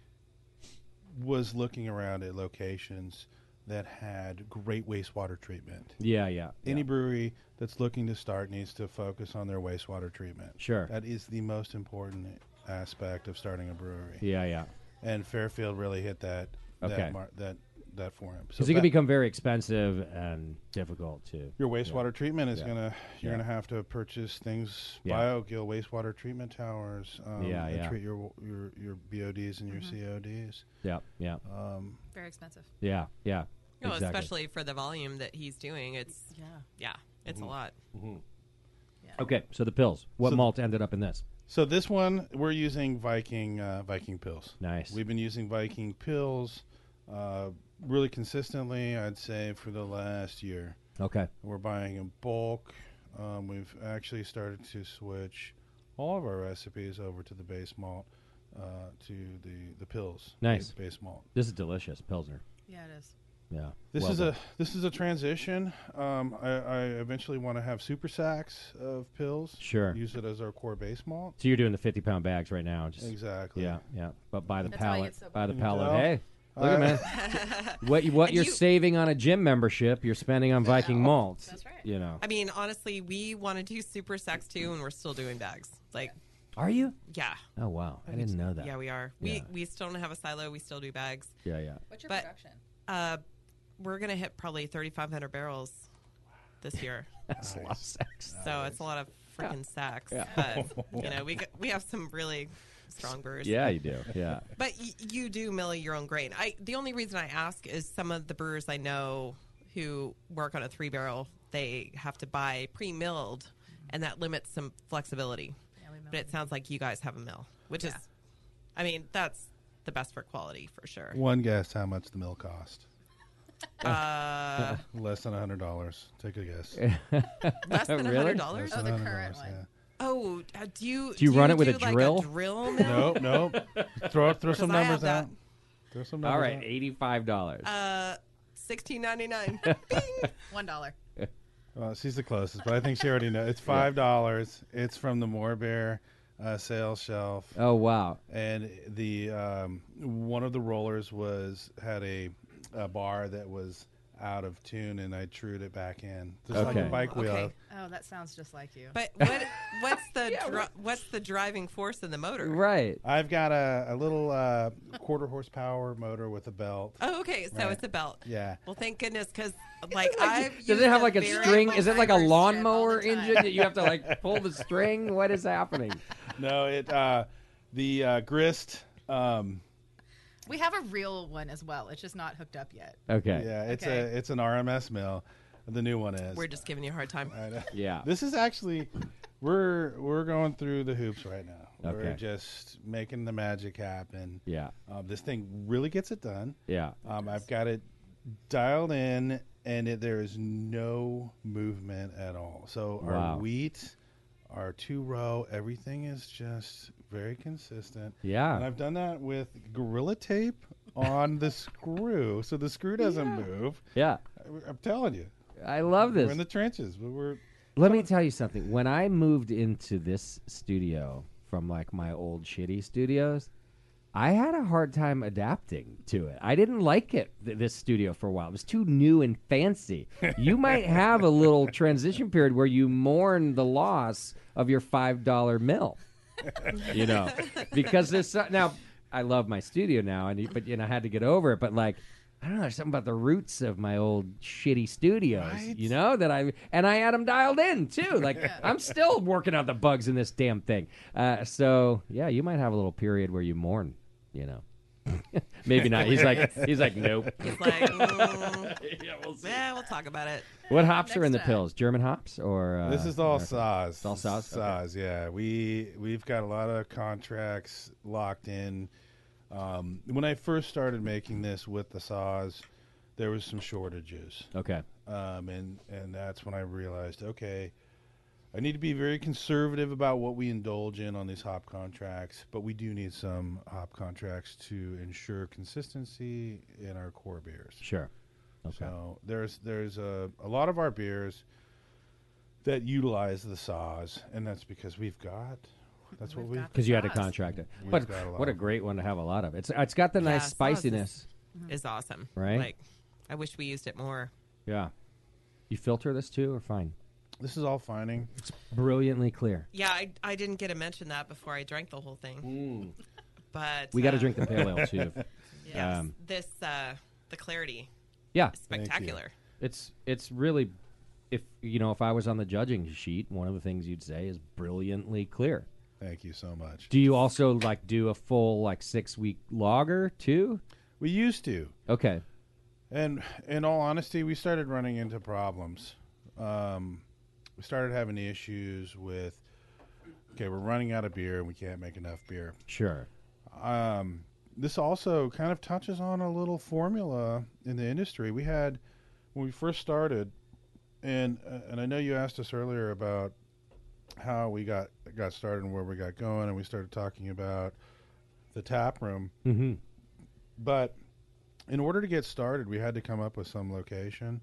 C: was looking around at locations that had great wastewater treatment.
A: Yeah, yeah.
C: Any brewery that's looking to start needs to focus on their wastewater treatment.
A: Sure.
C: That is the most important aspect of starting a brewery.
A: Yeah, yeah.
C: And Fairfield really hit that
A: Okay.
C: that, mar- that that for him. So
A: Because it can
C: that-
A: become very expensive and difficult to.
C: your wastewater treatment is
A: Yeah.
C: gonna you're
A: Yeah.
C: gonna have to purchase things
A: Yeah.
C: biogill wastewater treatment towers. Um,
A: Yeah,
C: and
A: yeah.
C: Treat your wa- your your BODs and your CODs.
A: Yeah, yeah,
C: Um,
D: Very expensive.
A: yeah, yeah.
B: No,
A: exactly.
B: especially for the volume that he's doing. It's
D: Yeah.
B: yeah, it's
A: Mm-hmm.
B: a lot.
A: Okay, so the pills. What
C: So-
A: malt ended up in this?
C: so this one we're using Viking uh, Viking pills.
A: Nice.
C: We've been using Viking pills uh, really consistently. I'd say for the last year.
A: Okay.
C: We're buying in bulk. Um, we've actually started to switch all of our recipes over to the base malt, uh, to the the pills.
A: Nice.
C: base malt.
A: This is delicious, Pilsner.
D: Yeah, it is.
A: Yeah.
C: This
A: well
C: is
A: done.
C: a this is a transition. Um, I, I eventually want to have super sacks of pills.
A: Sure.
C: Use it as our core base malt.
A: So you're doing the 50 pound bags right now. Just,
C: Exactly.
A: Yeah, yeah. But by the
D: That's how I
A: pallet,
D: get so
A: by the
C: big.
A: pallet.
C: No.
A: Hey, look at man. What you, what
B: And
A: you're
B: you-
A: saving on a gym membership, you're spending on Viking malts.
D: oh, That's right.
A: You know.
B: I mean, honestly, we want to do super sex too, and we're still doing bags. Like,
A: Are you?
B: yeah,
A: Oh wow, I didn't know that.
B: yeah,
A: Yeah,
B: we are.
A: Yeah.
B: We we still don't have a silo. We still do bags.
A: yeah.
D: What's your
B: But-
D: production?
B: Uh, we're gonna hit probably 3,500 barrels this year,
A: That's a lot of sex.
B: so it's a lot of freaking sacks. But you know, we g- we have some really strong brewers.
A: Yeah, you do. Yeah.
B: But y- you do mill your own grain. I the only reason I ask is some of the brewers I know who work on a three barrel, they have to buy pre milled, and that limits some flexibility.
D: Yeah, we mill
B: but it sounds like you guys have a mill, which is, I mean, that's the best for quality for sure.
C: One guess how much the mill cost?
B: Uh,
C: Less than hundred dollars. Take a guess.
B: less than
A: Really?
B: hundred dollars.
C: Less
D: Oh,
C: than $100,
D: the current one.
B: Oh, uh, do you
A: Do you run it with a
B: like,
A: drill?
B: drill
C: Yeah.
B: mill?
C: nope. Nope. Throw throw some
B: I have
C: numbers
B: that.
C: out. Throw some numbers
A: All right,
C: out.
A: eighty-five dollars.
B: Uh, sixteen ninety nine.
D: One dollar.
C: Well, she's the closest, but I think she already knows. It's five dollars. It's from the Moorbear uh, sales shelf,
A: oh wow.
C: and the um, one of the rollers was had a, a bar that was out of tune, and I trued it back in, just like
A: Okay.
C: a bike wheel.
B: Okay.
D: Oh, that sounds just like you.
B: But what, what's the dri- what's the driving force in the motor?
A: Right.
C: I've got a, a little uh, quarter horsepower motor with a belt.
B: Oh, okay. So
C: Right.
B: it's a belt.
C: Yeah.
B: Well, thank goodness, because like I've
A: Does
B: used
A: it have like a
B: very-
A: string? Is it like a
D: Viber's shit all the
A: lawnmower
D: time.
A: engine that you have to like pull the string? What is happening?
C: No, it uh, the uh, grist. Um,
D: we have a real one as well. It's just not hooked up yet.
A: Okay.
C: yeah, it's
D: Okay.
C: a it's an RMS mill. The new one is.
B: We're just giving you a hard time.
C: I know.
A: Yeah.
C: This is actually we're we're going through the hoops right now. We're
A: Okay.
C: just making the magic happen.
A: Yeah.
C: Um, this thing really gets it done.
A: Yeah.
C: Um, I've got it dialed in, and it, there is no movement at all. So
A: Wow.
C: our wheat, our two row, everything is just very consistent.
A: Yeah.
C: and I've done that with gorilla tape on the screw, so the screw doesn't move.
A: Yeah.
C: I- I'm telling you,
A: I love
C: we're
A: this.
C: in the trenches. but We're
A: Let me tell you something. When I moved into this studio from like my old shitty studios, I had a hard time adapting to it. I didn't like it th- this studio for a while. It was too new and fancy. You might have a little transition period where you mourn the loss of your five dollar mill. You know, because there's so, now I love my studio now, and you- but you know I had to get over it. But like. I don't know. There's something about the roots of my old shitty studios,
C: Right?
A: you know, that I and I had them dialed in too. Like I'm still working out the bugs in this damn thing. Uh, so yeah, you might have a little period where you mourn, you know. Maybe not. He's like, he's like, nope.
B: It's like, mm, yeah, we'll talk about it.
A: What hops are in the
D: Next time.
A: pills? German hops or uh,
C: This is all
A: American?
C: saws.
A: all saws? Okay.
C: Saws. Yeah, we we've got a lot of contracts locked in. Um, when I first started making this with the saws, there was some shortages,
A: Okay.
C: um, and and that's when I realized, okay, I need to be very conservative about what we indulge in on these hop contracts, but we do need some hop contracts to ensure consistency in our core beers.
A: Sure. Okay.
C: So there's there's a, a lot of our beers that utilize the saws, and that's because we've got that's what
D: We've
C: we
D: got
A: Because you had a
D: Saws.
A: contract. it.
C: We've
A: But
C: got a lot
A: what a
C: of-
A: great one to have a lot of. It's it's got the
B: Yeah,
A: nice
B: saws is-
A: spiciness.
B: Is awesome.
A: Mm-hmm. Right?
B: Like, I wish we used it more.
A: Yeah. You filter this too, or fine?
C: this is all fining.
A: Brilliantly clear.
B: Yeah, I, I didn't get to mention that before I drank the whole thing. But
A: Mm. We got to
B: uh,
A: drink the pale ale too.
B: Yes,
A: um,
B: this uh, the clarity.
A: Yeah,
B: is
C: you.
B: Spectacular.
A: it's it's really if you know if I was on the judging sheet, one of the things you'd say is brilliantly clear.
C: Thank you so much.
A: Do you also like do a full like six week logger too?
C: We used to,
A: Okay,
C: and in all honesty, we started running into problems. Um, we started having issues with. Okay, we're running out of beer, and we can't make enough beer.
A: sure.
C: um, this also kind of touches on a little formula in the industry. We had when we first started, and uh, and I know you asked us earlier about how we got got started and where we got going, and we started talking about the tap room.
A: Mm-hmm.
C: But in order to get started, we had to come up with some location,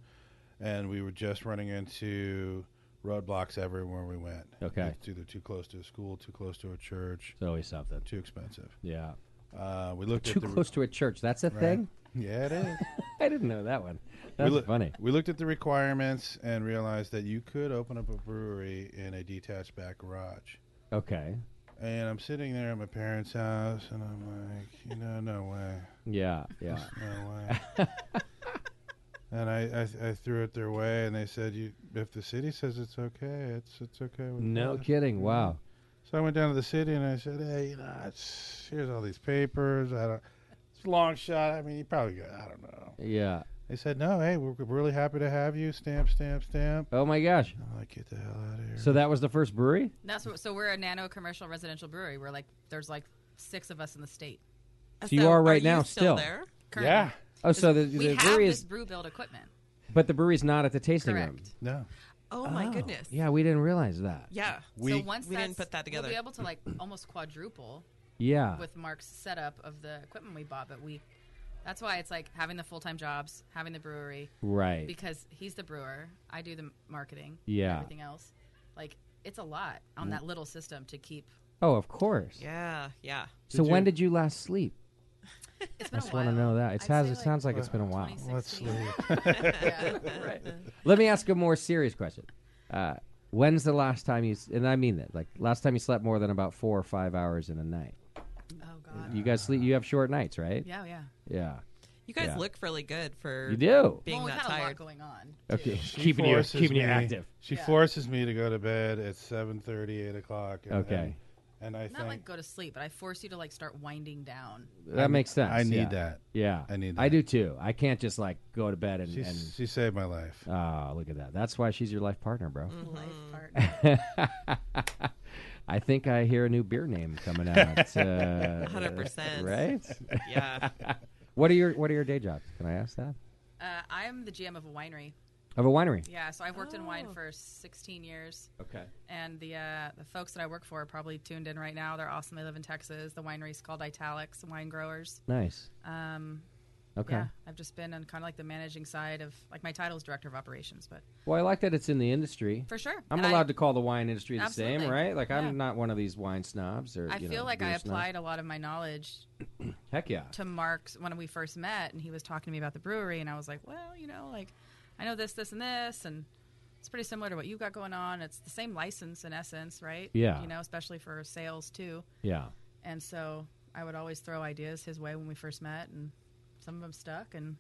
C: and we were just running into roadblocks everywhere we went.
A: Okay.
C: it's either too close to a school, too close to a church,
A: It's always something.
C: too expensive.
A: Yeah,
C: Uh, we looked
A: too
C: at the
A: close to a church. That's a thing.
C: Yeah, it is.
A: I didn't know that one. That's
C: loo-
A: funny.
C: we looked at the requirements and realized that you could open up a brewery in a detached back garage.
A: Okay.
C: And I'm sitting there at my parents' house, and I'm like, you know, no way,
A: Yeah. Yeah.
C: no way. and I, I, I threw it their way, and they said, you, if the city says it's okay, it's it's okay. With
A: No
C: us.
A: kidding. Wow.
C: So I went down to the city and I said, "Hey, you know, it's, here's all these papers. I don't, it's a long shot. I mean, you probably got, I don't know."
A: Yeah.
C: They said, "No, hey, we're we're really happy to have you. Stamp, stamp, stamp."
A: Oh my gosh.
C: I'm like, "Get the hell out of here!"
A: So that was the first brewery.
D: And That's what, so we're a nano commercial residential brewery. We're like there's like six of us in the state.
A: So you are right now still.
B: still there.
D: Currently.
C: yeah,
A: Oh, so the,
D: We
A: the
D: have
A: brewery
D: this
A: is,
D: brew build equipment.
A: but the brewery's not at the tasting room.
D: Correct.
C: no,
B: Oh my goodness.
A: Yeah, we didn't realize that.
B: Yeah.
D: so
C: We-
D: once
B: We didn't
D: that's-
B: put that together.
D: We'll be able to like almost quadruple
A: Yeah.
D: with Mark's setup of the equipment we bought, but we that's why it's like having the full time jobs, having the brewery,
A: right.
D: because he's the brewer. I do the m- marketing. and
A: Yeah.
D: everything else. Like it's a lot on that little system to keep.
A: oh, of course.
B: Yeah. Yeah.
A: so
C: Did
A: when
C: you-
A: did you last sleep? I
D: It's been
A: just
D: a while.
A: want to know that. It
D: I'd
A: has.
D: say,
A: It
D: like,
A: sounds like it's been a while.
D: 26.
C: let's sleep.
D: 16.
A: Right. Let me ask a more serious question. Uh, when's the last time you? s- And I mean that. Like last time you slept more than about four or five hours in a night.
D: Oh god.
A: You guys sleep. You have short nights, right?
D: Yeah, yeah.
A: Yeah.
B: You guys
A: Yeah.
B: look really good for
A: You do.
B: being
D: well, we
B: that
D: had a lot
B: tired.
D: going on. too.
A: Okay.
C: She
A: keeping you
C: forces
A: keeping you
C: me-
A: active.
C: She
D: Yeah.
C: forces me to go to bed at 7:30, 8 o'clock. And,
A: Okay.
C: and, and I
D: Not like
C: think
D: go to sleep, but I force you to like start winding down.
A: That makes sense.
C: I need
A: yeah.
C: that.
A: Yeah,
C: I need
A: I
C: that.
A: do too. I can't just like go to bed and
C: She
A: and
C: she saved my life.
A: ah, look at that. That's why she's your life partner, bro.
B: Mm-hmm.
D: Life partner.
A: I think I hear a new beer name coming out. uh,
B: 100%.
A: Right?
B: Yeah.
A: What are your What are your day jobs? Can I ask that?
D: Uh, I'm the GM of a winery.
A: Of a winery.
D: Yeah, so I've worked in wine
B: Oh.
D: for 16 years.
A: Okay.
D: And the uh, the folks that I work for are probably tuned in right now. They're awesome. They live in Texas. The winery's called Italics Wine Growers.
A: Nice.
D: Um,
A: Okay.
D: Yeah, I've just been on kind of like the managing side of like my title is director of operations, but
A: Well, I like that it's in the industry.
D: for sure,
A: I'm
D: And I-
A: allowed to call the wine industry the same,
D: Absolutely.
A: right? Like
D: Yeah.
A: I'm not one of these wine snobs or.
D: I
A: you know,
D: feel like
A: beer
D: I
A: snobs.
D: applied a lot of my knowledge
A: Heck yeah.
D: to Mark's when we first met, and he was talking to me about the brewery, and I was like, well, you know, like I know this, this, and this, and it's pretty similar to what you got going on. It's the same license in essence, right?
A: Yeah.
D: you know, especially for sales too.
A: Yeah.
D: And so I would always throw ideas his way when we first met, and some of them stuck, and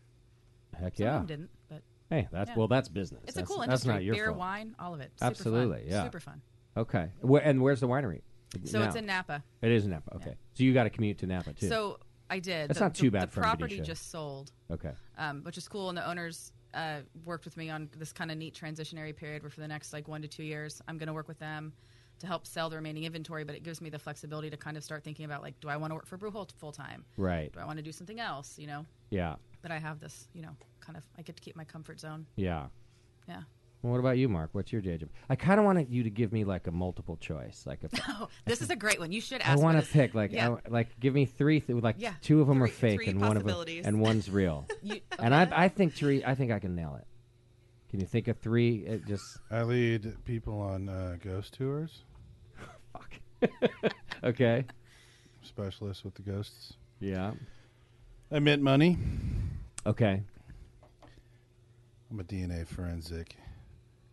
A: Heck
D: some
A: yeah.
D: of them didn't. But
A: Hey, that's
D: Yeah.
A: well, that's business.
D: it's
A: that's,
D: a cool
A: that's
D: industry.
A: not your
D: Beer,
A: fault.
D: wine, all of it. Super fun.
A: Absolutely, yeah.
D: super fun.
A: Okay. Where, and where's the winery?
D: So
A: Now.
D: it's in Napa.
A: It is in Napa. Okay. So you got to commute to Napa too.
D: So I did.
A: That's
D: The-
A: not too
D: the-
A: bad
D: The
A: for a video
D: property
A: show.
D: just sold,
A: okay.
D: um, which is cool, and the owners uh, worked with me on this kind of neat transitionary period where for the next like one to two years, I'm going to work with them to help sell the remaining inventory. But it gives me the flexibility to kind of start thinking about like, do I want to work for Brewhold full time?
A: Right.
D: Do I want to do something else? You know.
A: Yeah.
D: But I have this, you know, kind of I get to keep my comfort zone.
A: Yeah.
D: Yeah.
A: Well, what about you, Mark? What's your day job? I kind of wanted you to give me like a multiple choice. Like if
D: Oh, this is a great one. You should
A: I
D: ask.
A: want
D: for
A: to
D: this.
A: pick, like,
D: Yeah.
A: I, like give me three. Th- like
D: Yeah.
A: two of them are
B: Three-
A: fake
B: three
A: and one of them
B: possibilities.
A: and one's real.
D: You-
A: and I, I think three. I think I can nail it. Can you think of three? It just
C: I lead people on uh, ghost tours.
A: fuck. okay.
C: Specialists with the ghosts.
A: Yeah.
C: I mint money.
A: Okay.
C: I'm a DNA forensic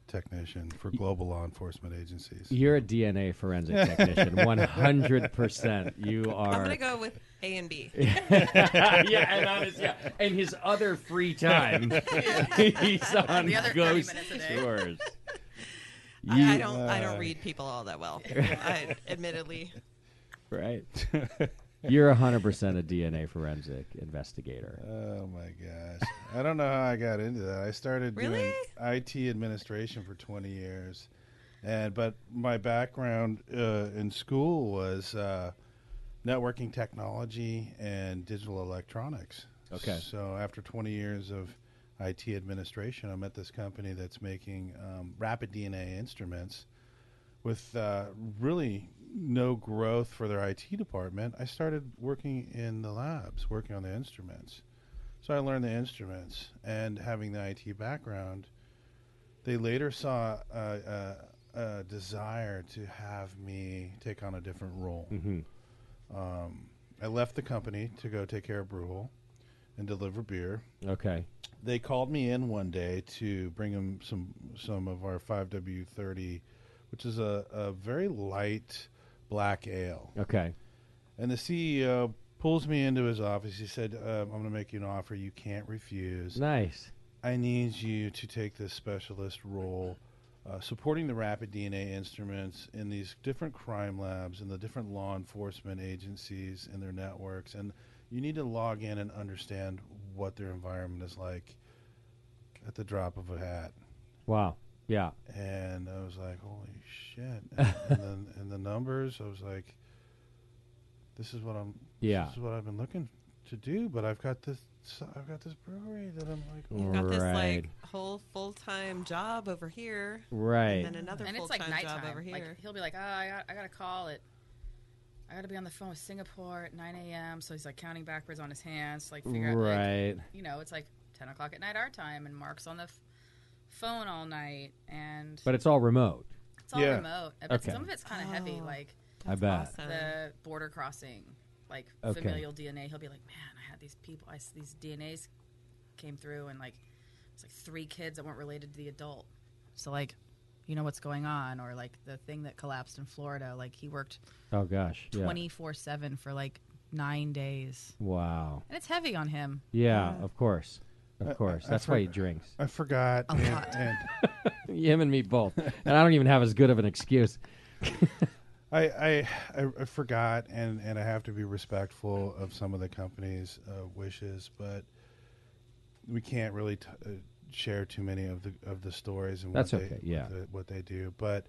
C: technician for global law enforcement agencies.
A: You're a DNA forensic technician, 100%. You
B: I'm
A: are.
B: gonna go with A and B.
A: yeah, and on his, yeah, and his other free time, he's on
D: The other 30
A: ghost
D: minutes a day.
A: tours.
B: I, I don't I
A: uh,
B: don't read people all that well. I, admittedly,
A: Right. You're 100% a DNA forensic investigator.
C: Oh my gosh! I don't know how I got into that. I started doing
B: Really?
C: IT administration for twenty years, and but my background uh, in school was uh, networking technology and digital electronics.
A: Okay.
C: So after twenty years of IT administration, I'm at this company that's making um, rapid DNA instruments with uh, really no growth for their IT department, I started working in the labs, working on the instruments. So I learned the instruments, and having the IT background, they later saw a, a, a desire to have me take on a different role. Um, I left the company to go take care of Bruegel and deliver beer
A: Okay.
C: they called me in one day to bring them some some of our 5W30, which is a, a very light black ale.
A: Okay.
C: And the CEO pulls me into his office. He said, um, "I'm going to make you an offer you can't refuse.
A: Nice.
C: I need you to take this specialist role." Uh, supporting the rapid DNA instruments in these different crime labs and the different law enforcement agencies and their networks. And you need to log in and understand what their environment is like at the drop of a hat.
A: Wow. Yeah.
C: And I was like, holy shit. And, and then and the numbers, I was like, this is what I'm
A: Yeah.
C: this is what I've been looking to do, but I've got this I've got this brewery that I'm like
B: I've got this
A: Right.
B: like whole full time job over here, and then
A: Right.
B: another
D: and
B: full
D: it's like
B: time
D: nighttime.
B: job over here.
D: Like he'll be like, oh, I got, I got to call it. I got to be on the phone with Singapore at 9 a.m. So he's like counting backwards on his hands, to, like figure out, like,
A: Right.
D: you know, it's like 10 o'clock at night our time, and Mark's on the f- phone all night, and
A: But it's all remote.
D: it's all
C: Yeah.
D: remote. But
A: Okay.
D: some of it's kind of heavy,
B: Oh.
D: like
A: I bet.
B: awesome.
D: the border crossing, like
A: Okay.
D: familial DNA. He'll be like, man, I had these people, I s these DNAs came through, and like it's like three kids that weren't related to the adult. So like, you know what's going on, or like the thing that collapsed in Florida. Like he worked
A: Oh gosh. Yeah.
D: twenty four seven for like nine days,
A: Wow.
D: and it's heavy on him.
A: Yeah, of course. Of course.
C: I
A: That's why he
C: forgot.
A: drinks.
C: I forgot. and-
D: lot.
C: and
A: Him and me both. And I don't even have as good of an excuse.
C: I, I I I forgot, and and I have to be respectful of some of the company's uh, wishes, but we can't really t- uh, share too many of the of the stories and
A: That's
C: what
A: okay,
C: They,
A: yeah.
C: what, they, what they do, but.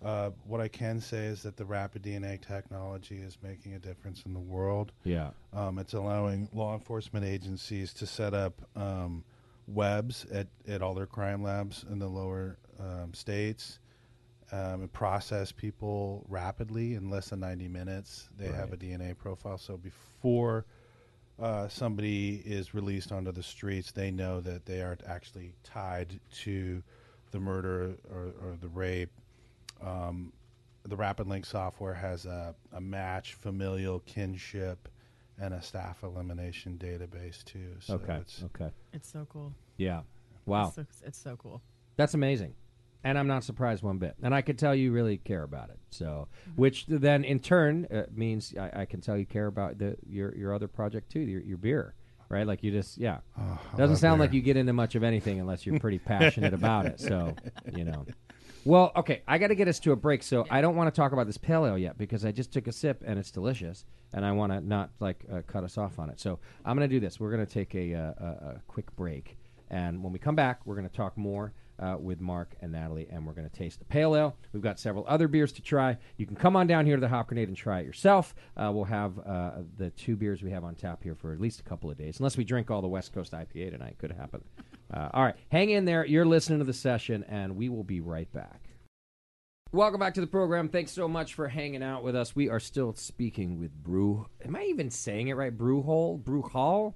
C: Uh, what I can say is that the rapid DNA technology is making a difference in the world.
A: Yeah.
C: Um, it's allowing law enforcement agencies to set up um, webs at, at all their crime labs in the lower um, states um, and process people rapidly in less than 90 minutes. They have a DNA profile. So before uh, somebody is released onto the streets, they know that they are actually tied to the murder or, or the rape Um, the RapidLink software has a, a match, familial kinship, and a staff elimination database too. So
A: Okay.
C: it's,
A: Okay.
D: It's so cool.
A: Yeah. Wow.
D: It's, so, it's so cool.
A: That's amazing. And I'm not surprised one bit. And I could tell you really care about it. So, which then in turn uh, means I, I can tell you care about the your your other project too, your, your beer, right? Like you just yeah. Doesn't
C: Oh, love
A: sound
C: beer.
A: like you get into much of anything unless you're pretty passionate about it. So, you know. Well, okay, I got to get us to a break, so I don't want to talk about this pale ale yet because I just took a sip and it's delicious, and I want to not like uh, cut us off on it. So I'm going to do this. We're going to take a, uh, a, a quick break, and when we come back, we're going to talk more uh, with Mark and Natalie, and we're going to taste the pale ale. We've got several other beers to try. You can come on down here to the Hop Grenade and try it yourself. Uh, we'll have uh, the two beers we have on tap here for at least a couple of days, unless we drink all the West Coast IPA tonight. Could happen. Uh, all right, hang in there. You're listening to the session, and we will be right back. Welcome back to the program. Thanks so much for hanging out with us. We are still speaking with Brew. Am I even saying it right? Brewhole? Brewhall?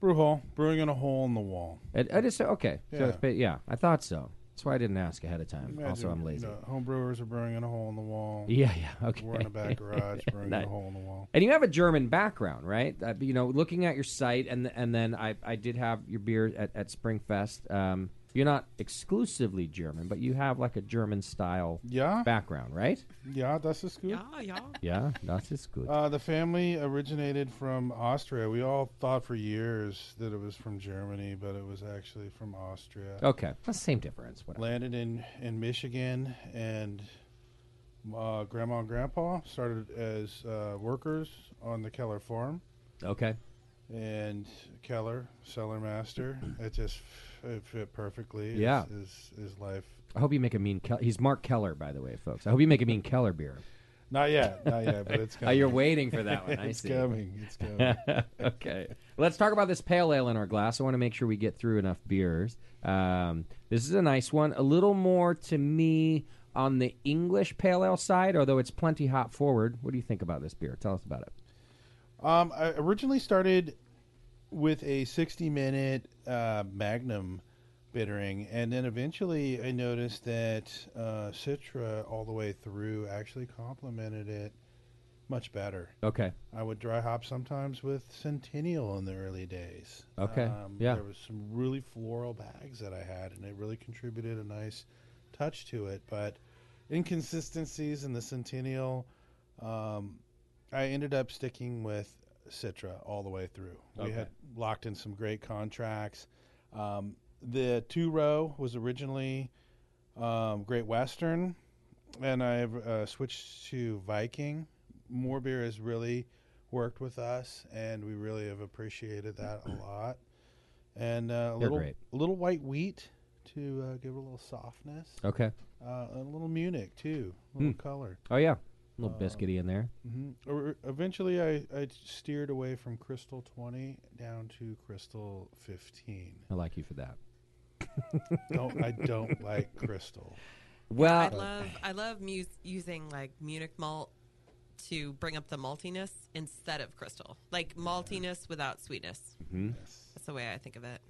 C: brew hole, brewing in a hole in the wall.
A: I, I just okay. So
C: Yeah.
A: it's ba- yeah, I thought so. That's why I didn't ask ahead of time. also,
C: Imagine,
A: I'm lazy.
C: You know, home brewers are brewing in a hole in the wall.
A: Yeah, yeah. Okay.
C: We're in a back garage brewing in
A: Nice.
C: a hole in the wall.
A: And you have a German background, right? Uh, you know, looking at your site, and and then I, I did have your beer at, at Springfest. Um, You're not exclusively German, but you have like a German style
C: Yeah,
A: background, right?
C: yeah, das ist gut.
B: Yeah, yeah.
A: Yeah, that is good.
C: Uh, the family originated from Austria. We all thought for years that it was from Germany, but it was actually from Austria.
A: okay, that's the same difference. Whatever.
C: Landed in in Michigan, and uh, grandma and grandpa started as uh, workers on the Keller farm,
A: Okay.
C: and Keller cellar master. It just f- it fit perfectly. Is-
A: Yeah.
C: is is life.
A: I hope you make a mean. Kel- He's Mark Keller, by the way, folks. I hope you make a mean Keller beer.
C: Not yet, not yet, but it's
A: Oh,
C: coming.
A: you're waiting for that one. I
C: it's
A: see.
C: coming. It's coming.
A: okay. Let's talk about this pale ale in our glass. I want to make sure we get through enough beers. Um, this is a nice one. A little more to me on the English pale ale side, although it's plenty hop forward. What do you think about this beer? Tell us about it.
C: Um, I originally started with a 60 minute uh, Magnum bittering, and then eventually I noticed that uh, Citra all the way through actually complemented it much better.
A: Okay.
C: I would dry hop sometimes with Centennial in the early days. Um,
A: Okay, yeah.
C: There was some really floral bags that I had, and it really contributed a nice touch to it. But inconsistencies in the Centennial, um, I ended up sticking with Citra all the way through. We
A: Okay.
C: had locked in some great contracts. Um, the two row was originally um, Great Western, and I've uh, switched to Viking. More beer has really worked with us, and we really have appreciated that a lot. And uh, a
A: They're
C: little
A: great.
C: a little white wheat to uh, give it a little softness,
A: Okay.
C: uh, and a little Munich too, a little color.
A: Oh, yeah. A little biscuity in there.
C: hmm Or, eventually, I, I steered away from Crystal twenty down to Crystal fifteen.
A: I like you for that.
C: don't I don't like Crystal.
B: I
A: Well,
B: love I love mu- using like Munich malt to bring up the maltiness instead of crystal, like maltiness without sweetness.
A: Mm-hmm.
C: Yes.
B: That's the way I think of it.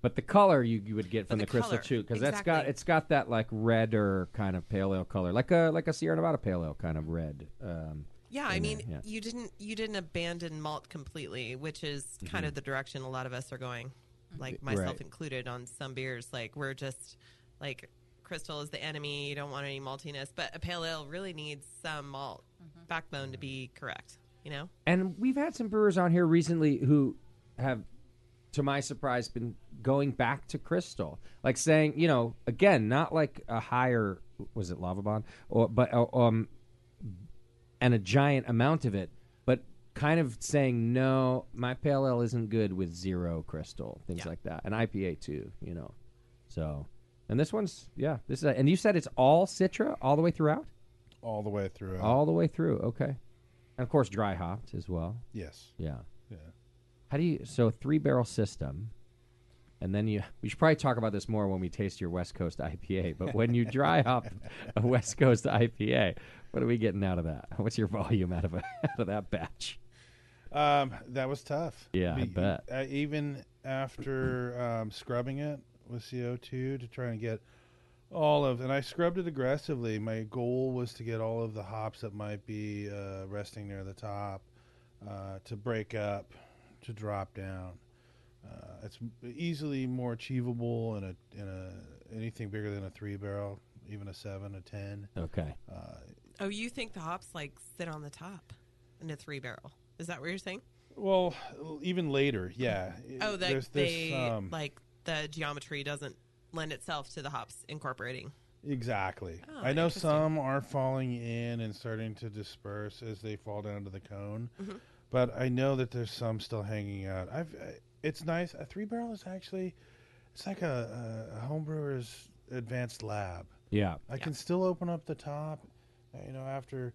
A: but the color you, you would get from
B: the
A: the, crystal
B: color,
A: too, because that's got
B: exactly.
A: it's got that like redder kind of pale ale color, like a like a Sierra Nevada pale ale kind of red. Um,
B: Yeah, I
A: in there,
B: mean,
A: yeah.
B: you didn't you didn't abandon malt completely, which is kind of the direction a lot of us are going, like myself
A: Mm-hmm. Right.
B: included. On some beers, like we're just like crystal is the enemy. You don't want any maltiness, but a pale ale really needs some malt backbone to be correct. You know,
A: And we've had some brewers on here recently who have, to my surprise, been going back to Crystal, like saying, you know, again, not like a higher was it Lava Bond, or but uh, um, and a giant amount of it, but kind of saying, no, my pale ale isn't good with zero Crystal, things
B: Yeah.
A: like that, and IPA too, you know, so. And this one's yeah, this is a, and you said it's all Citra all the way throughout,
C: All the way through.
A: all the way through. Okay, and of course dry hopped as well.
C: Yes.
A: Yeah.
C: Yeah.
A: How do you so three barrel system, and then you we should probably talk about this more when we taste your West Coast IPA. But when you dry hop a West Coast IPA, what are we getting out of that? What's your volume out of a, out of that batch?
C: Um, that was tough.
A: Yeah, I bet.
C: I, even after um, scrubbing it with CO2 to try and get all of, and I scrubbed it aggressively. My goal was to get all of the hops that might be uh, resting near the top uh, to break up, to drop down. Uh, it's easily more achievable in a in a anything bigger than a three barrel, even a seven, a ten.
A: Okay.
B: oh, you think the hops like sit on the top in a three barrel? Is that what you're saying?
C: Well, even later, yeah.
B: Oh, that
C: There's this,
B: they
C: um,
B: like the geometry doesn't lend itself to the hops incorporating.
C: Exactly.
B: Oh,
C: I know
B: interesting.
C: some are falling in and starting to disperse as they fall down to the cone,
B: Mm-hmm.
C: but I know that there's some still hanging out. I've. I- It's nice. A three barrel is actually, it's like a, a homebrewer's advanced lab.
A: Yeah.
C: I can still open up the top, uh, you know, after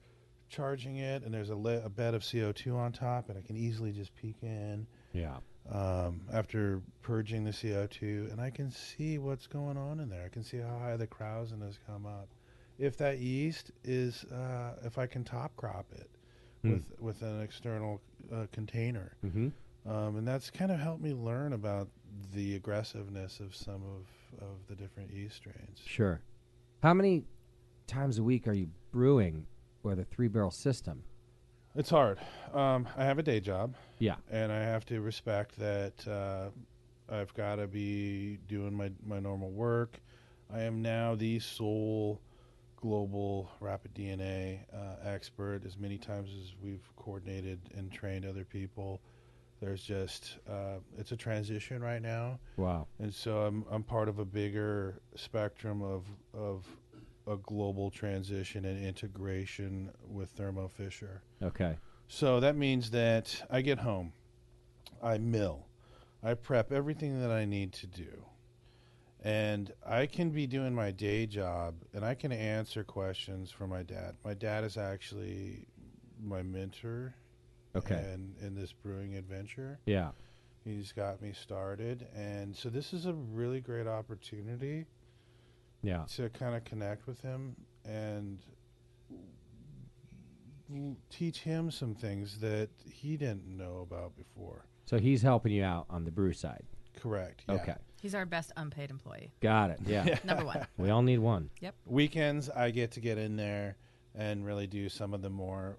C: charging it, and there's a, le- a bed of CO2 on top, and I can easily just peek in
A: Yeah.
C: um, after purging the CO2, and I can see what's going on in there. I can see how high the krausen has come up. If that yeast is, uh, if I can top crop it with with an external uh, container,
A: Mhm.
C: um, and that's kind of helped me learn about the aggressiveness of some of of the different yeast strains.
A: Sure. How many times a week are you brewing with a three barrel system?
C: It's hard. Um, I have a day job.
A: Yeah.
C: and I have to respect that uh, I've got to be doing my, my normal work. I am now the sole global rapid DNA uh, expert. As many times as we've coordinated and trained other people, there's just uh, it's a transition right now
A: Wow.
C: and so I'm I'm part of a bigger spectrum of of a global transition and integration with Thermo Fisher.
A: Okay.
C: So that means that I get home, I mill, I prep everything that I need to do, and I can be doing my day job and I can answer questions for my dad. My dad is actually my mentor.
A: Okay.
C: in- in this brewing adventure.
A: Yeah.
C: He's got me started. And so this is a really great opportunity
A: Yeah.
C: to kind of connect with him and l- teach him some things that he didn't know about before.
A: So he's helping you out on the brew side.
C: Correct. yeah.
A: Okay.
D: He's our best unpaid employee.
A: Got it. Yeah.
D: Number one.
A: We all need one.
C: Weekends, I get to get in there and really do some of the more.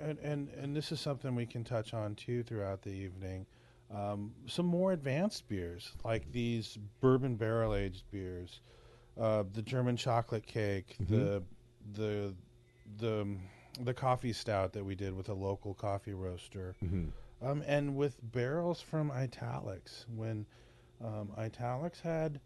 C: And, and, and this is something we can touch on too throughout the evening. Um, some more advanced beers, like these bourbon barrel aged beers, uh, the German chocolate cake, the the the um, the coffee stout that we did with a local coffee roaster, um, and with barrels from Italics. When um, Italics had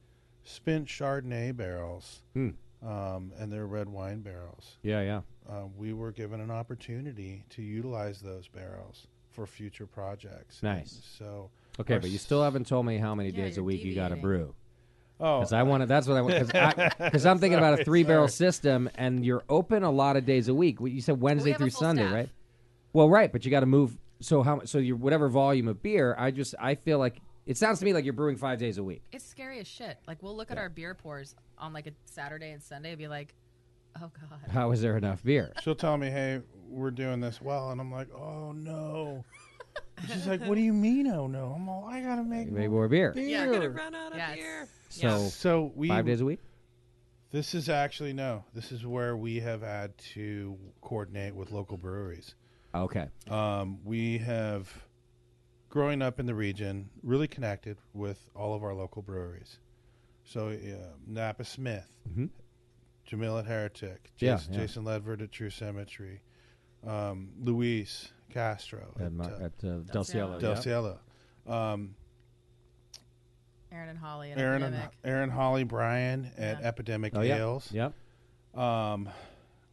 C: spent Chardonnay barrels
A: Hmm.
C: um, and their red wine barrels,
A: Yeah. Yeah.
C: uh, we were given an opportunity to utilize those barrels for future projects.
A: Nice.
C: And so,
A: Okay,
C: Or
A: but you
C: s-
A: still haven't told me how many
D: Yeah,
A: days a
D: you're
A: week you got to
D: deviating.
A: brew.
C: oh,
A: Because I want to. That's what I want. Because I'm thinking about a three barrel system, and you're open a lot of days a week. You said Wednesday
D: have a
A: through
D: full
A: Sunday,
D: staff.
A: right? Well, right, but you got to move. So how? So your whatever volume of beer. I just I feel like it sounds to me like you're brewing five days a week.
D: It's scary as shit. Like we'll look at our beer pours on like a Saturday and Sunday and be like, oh god.
A: How is there enough beer?
C: she'll tell me, "Hey, we're doing this well," and I'm like, "Oh no." And She's like, "What do you mean? Oh no!" I'm all, "I gotta make
A: Maybe
C: more
A: more beer.
B: Yeah, I'm gonna
C: beer."
B: run out of
D: Yes.
B: beer.
A: So
C: So we
A: five days a week.
C: This is actually no. This is where we have had to coordinate with local breweries.
A: Okay.
C: Um, we have, growing up in the region, really connected with all of our local breweries. So uh, Napa Smith,
A: Mhm.
C: Jamil at Heretic,
A: Yeah,
C: Jason,
A: yeah.
C: Jason Ledford at True Cemetery, um, Luis Castro at,
A: At, my,
C: uh,
A: at uh, Del Cielo.
C: Del
A: yeah.
C: Cielo, um,
D: Aaron and Holly and
C: Aaron, and,
D: Epidemic.
C: Aaron Holly Bryan at
D: Yeah.
C: Epidemic
A: Oh yeah.
C: Ales.
A: Yep.
C: Um,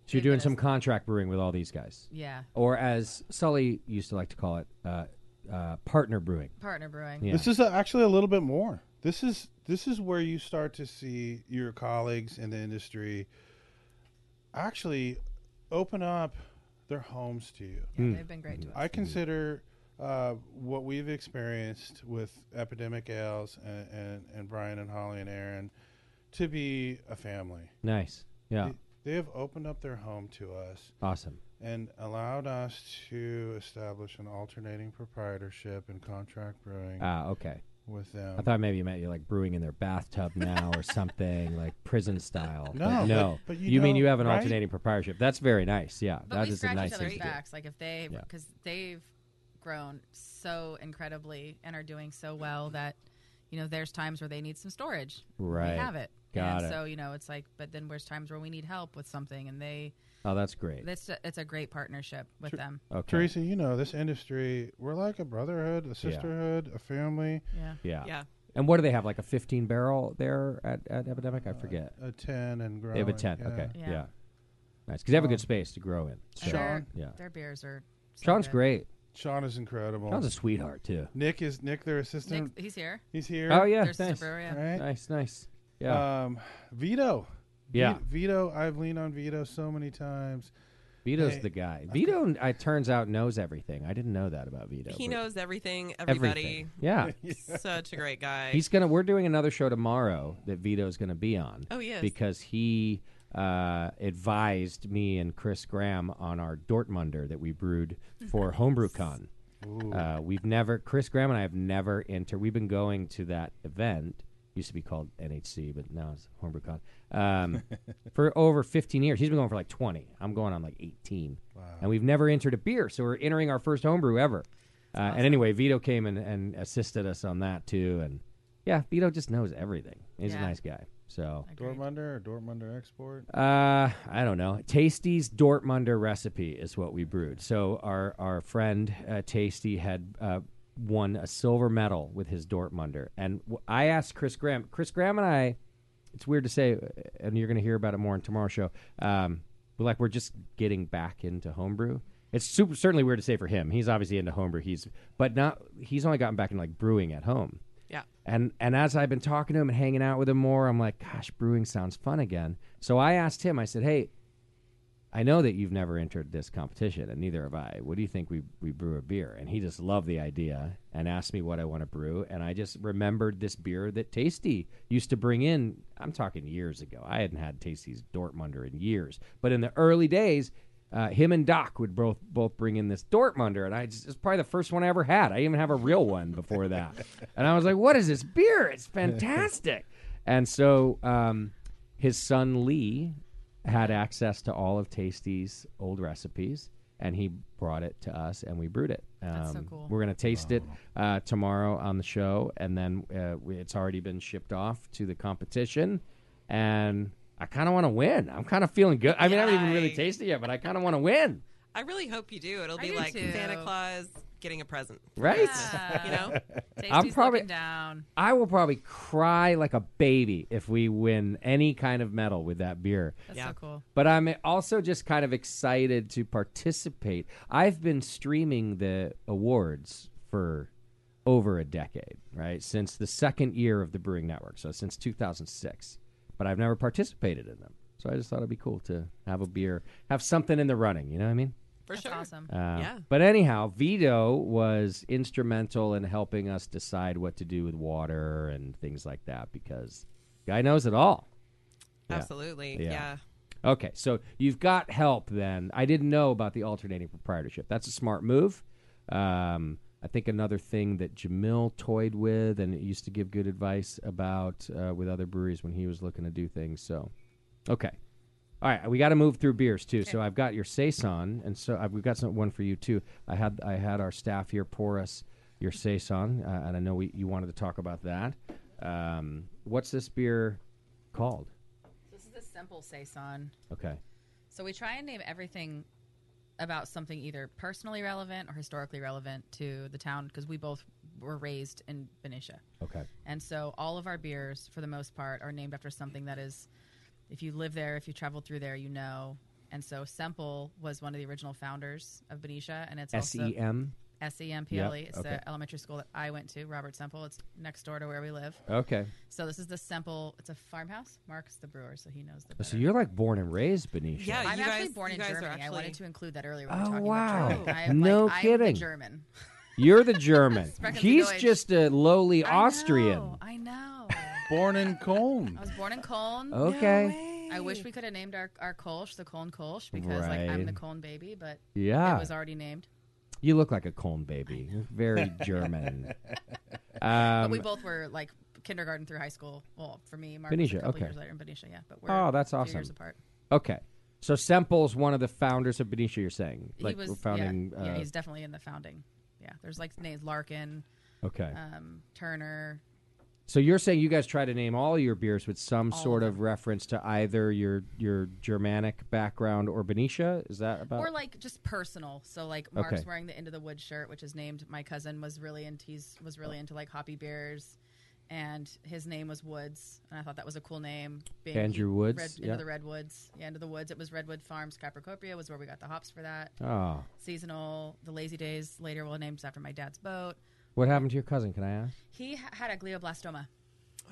A: So you're
D: They've
A: doing
D: been
A: some
D: as-
A: contract brewing with all these guys,
D: yeah.
A: or as Sully used to like to call it, uh, uh, partner brewing.
D: Partner brewing.
A: Yeah.
C: This is a, actually a little bit more. This is this is where you start to see your colleagues in the industry actually open up their homes to you.
D: Yeah,
A: Mm.
D: They've been great to us.
C: I consider uh, what we've experienced with Epidemic Ales and, and, and Brian and Holly and Aaron to be a family.
A: Nice. Yeah.
C: They, they have opened up their home to us
A: Awesome.
C: and allowed us to establish an alternating proprietorship and contract brewing
A: Ah, okay.
C: with them.
A: I thought maybe you meant you're like brewing in their bathtub now or something, like prison style.
C: No,
A: but
C: but-
A: no.
C: but
A: you
C: you
A: mean
C: know,
A: you have an
C: right?
A: alternating proprietorship? That's very nice. Yeah,
D: But
A: that
D: we
A: is a
D: scratch
A: nice
D: each
A: thing.
D: other's
A: to do.
D: backs. Like if they,
A: Yeah.
D: because they've grown so incredibly and are doing so well that, you know, there's times where they need some storage.
A: Right.
D: We have it.
A: Got
D: and
A: it.
D: So you know, it's like, but then there's times where we need help with something, and they,
A: Oh, that's great.
D: it's a, it's a great partnership with them.
A: Okay.
C: Teresa, you know this industry. We're like a brotherhood, a sisterhood, a family,
D: Yeah.
A: Yeah.
B: Yeah.
A: And what do they have? Like a 15 barrel there at, at
C: Uh,
A: Epidemic? I forget.
C: a ten and growing.
A: they have a 10.
C: yeah.
A: Okay. Yeah.
D: Yeah.
A: Nice. Because they have a good
C: Um,
A: space to grow in. So,
D: And their,
A: yeah.
D: their beers are. so
A: Sean's
D: good.
A: great.
C: Sean is incredible.
A: Sean's a sweetheart, too.
C: Nick is Nick, their
D: Nick,
C: assistant.
D: he's here.
C: He's here.
A: Oh, Mm. yeah.
D: There's
A: nice.
D: Subaru, yeah.
C: Right.
A: Nice, nice. Yeah.
C: Um, Vito.
A: Yeah.
C: Vi- Vito. I've leaned on Vito so many times.
A: Vito's
C: hey,
A: the guy. Vito, it turns out, knows everything. I didn't know that about Vito.
B: He
A: but-
B: knows everything, everybody.
A: everything. Yeah.
B: Such a great guy.
A: He's gonna. We're doing another show tomorrow that Vito's gonna be on.
B: Oh, he is.
A: because he uh, advised me and Chris Graham on our Dortmunder that we brewed for HomebrewCon. Uh, we've never Chris Graham and I have never entered. We've been going to that event. Used to be called NHC, but now it's HomebrewCon. Um, for over 15 years, he's been going for like 20. I'm going on like 18, and we've never entered a beer, so we're entering our first homebrew ever. Uh, And anyway, Vito came and, and assisted us on that too, and Yeah, Vito just knows everything. He's a
D: Yeah.
A: nice guy. So
D: Agreed.
C: Dortmunder or Dortmunder Export?
A: Uh, I don't know. Tasty's Dortmunder recipe is what we brewed. So our our friend uh, Tasty had uh, won a silver medal with his Dortmunder, and w- I asked Chris Graham. Chris Graham and I, it's weird to say, uh, and you're going to hear about it more in tomorrow's show. Um, but like we're just getting back into homebrew. It's super certainly weird to say for him. He's obviously into homebrew. He's but not. He's only gotten back into like brewing at home.
B: Yeah.
A: And and as I've been talking to him and hanging out with him more, I'm like, gosh, brewing sounds fun again. So I asked him, I said, Hey, I know that you've never entered this competition and neither have I. What do you think we, we brew a beer? And he just loved the idea and asked me what I want to brew. And I just remembered this beer that Tasty used to bring in. I'm talking years ago. I hadn't had Tasty's Dortmunder in years. But in the early days, uh, him and Doc would both both bring in this Dortmunder, and I just, it's probably the first one I ever had. I even have a real one before that, and I was like, "What is this beer? It's fantastic!" and so um, his son Lee had access to all of Tasty's old recipes, and he brought it to us, and we brewed it. Um,
D: That's so cool.
A: We're gonna taste it uh, tomorrow on the show, and then uh, we, it's already been shipped off to the competition, and. I kind of want to win. I'm kind of feeling good. I mean, I haven't even really
B: Yay.
A: tasted yet, but I kind of want to win.
B: I really hope you do. It'll
D: I
B: be
D: do
B: like
D: too.
B: Santa Claus getting a present.
A: Right?
D: Yeah.
B: You know?
D: Tasty's
A: I'm probably-
D: looking down.
A: I will probably cry like a baby if we win any kind of medal with that beer.
D: That's
B: Yeah.
D: so cool.
A: But I'm also just kind of excited to participate. I've been streaming the awards for over a decade, right? Since the second year of the Brewing Network, so since 2006. But I've never participated in them. So I just thought it'd be cool to have a beer, have something in the running, you know what I mean?
B: For
D: That's
B: sure.
D: awesome.
A: Uh,
B: Yeah.
A: But anyhow, Vito was instrumental in helping us decide what to do with water and things like that because guy knows it all. Yeah.
B: Absolutely.
A: Yeah.
B: Yeah.
A: Okay, so you've got help then. I didn't know about the alternating proprietorship. That's a smart move. Um, I think another thing that Jamil toyed with and used to give good advice about uh, with other breweries when he was looking to do things. So, okay. All right, we got to move through beers too. So I've got your saison, and so I've, we've got some, one for you too. I had I had our staff here pour us your saison, uh, and I know we, you wanted to talk about that. Um, what's this beer called?
D: This is a simple saison.
A: Okay.
D: So we try and name everything about something either personally relevant or historically relevant to the town because we both were raised in Benicia.
A: Okay.
D: And so all of our beers, for the most part, are named after something that is, if you live there, if you traveled through there, you know. And so Semple was one of the original founders of Benicia, and it's
A: S
D: also
A: E M.
D: S E M P L E.
A: Yep,
D: It's
A: okay.
D: the elementary school that I went to, Robert Semple. It's next door to where we live.
A: Okay.
D: So this is the Semple. It's a farmhouse. Mark's the brewer, so he knows the.
A: Oh, So
D: better.
A: you're like born and raised Benicia.
B: Yeah.
D: I'm
B: you
D: actually
B: guys-
D: born
B: you
D: in
B: guys are
D: Germany. I
B: actually-
D: wanted to include that earlier when we
A: Oh,
D: were talking
A: wow.
D: about Germany. I am
A: No
D: like, I am the
A: kidding.
D: German.
A: You're the German.
D: Sprechen Sie
A: He's
D: Deutsch.
A: just a lowly
D: I
A: Austrian.
D: know, I know.
C: Born in Cologne.
D: I was born in Cologne.
A: Oh. Okay.
D: I wish we could have named our, our Kolsch the Cologne Kolsch because like
A: Right.
D: I'm the Cologne baby, but
A: Yeah.
D: it was already named.
A: You look like a Cologne baby. You're Very German.
D: But
A: um,
D: we both were like kindergarten through high school. Well, for me, Mark was
A: Benicia,
D: a couple
A: okay.
D: years later in Benicia, yeah. But we're
A: Oh, that's
D: a few
A: awesome.
D: years apart.
A: okay. So Semple's one of the founders of Benicia, you're saying? Like
D: he was
A: we're founding.
D: yeah, yeah,
A: uh,
D: he's definitely in the founding. Yeah. There's like names Larkin,
A: okay.
D: um, Turner,
A: So you're saying you guys try to name all your beers with some
D: All
A: sort
D: of
A: of reference to either your your Germanic background or Benicia? Is that about?
D: or like just personal. So like Mark's
A: Uh, Okay.
D: wearing the Into the Wood shirt, which is named. My cousin was really into he's was really into like hoppy beers, and his name was Woods, and I thought that was a cool name. Being
A: Andrew
D: he-
A: Woods,
D: Red,
A: yeah.
D: Into the redwoods, yeah, Into the woods. It was Redwood Farms, Capricopia was where we got the hops for that.
A: oh,
D: Seasonal, the Lazy Days later were named after my dad's boat.
A: what happened to your cousin? Can I ask?
D: He ha- had a glioblastoma.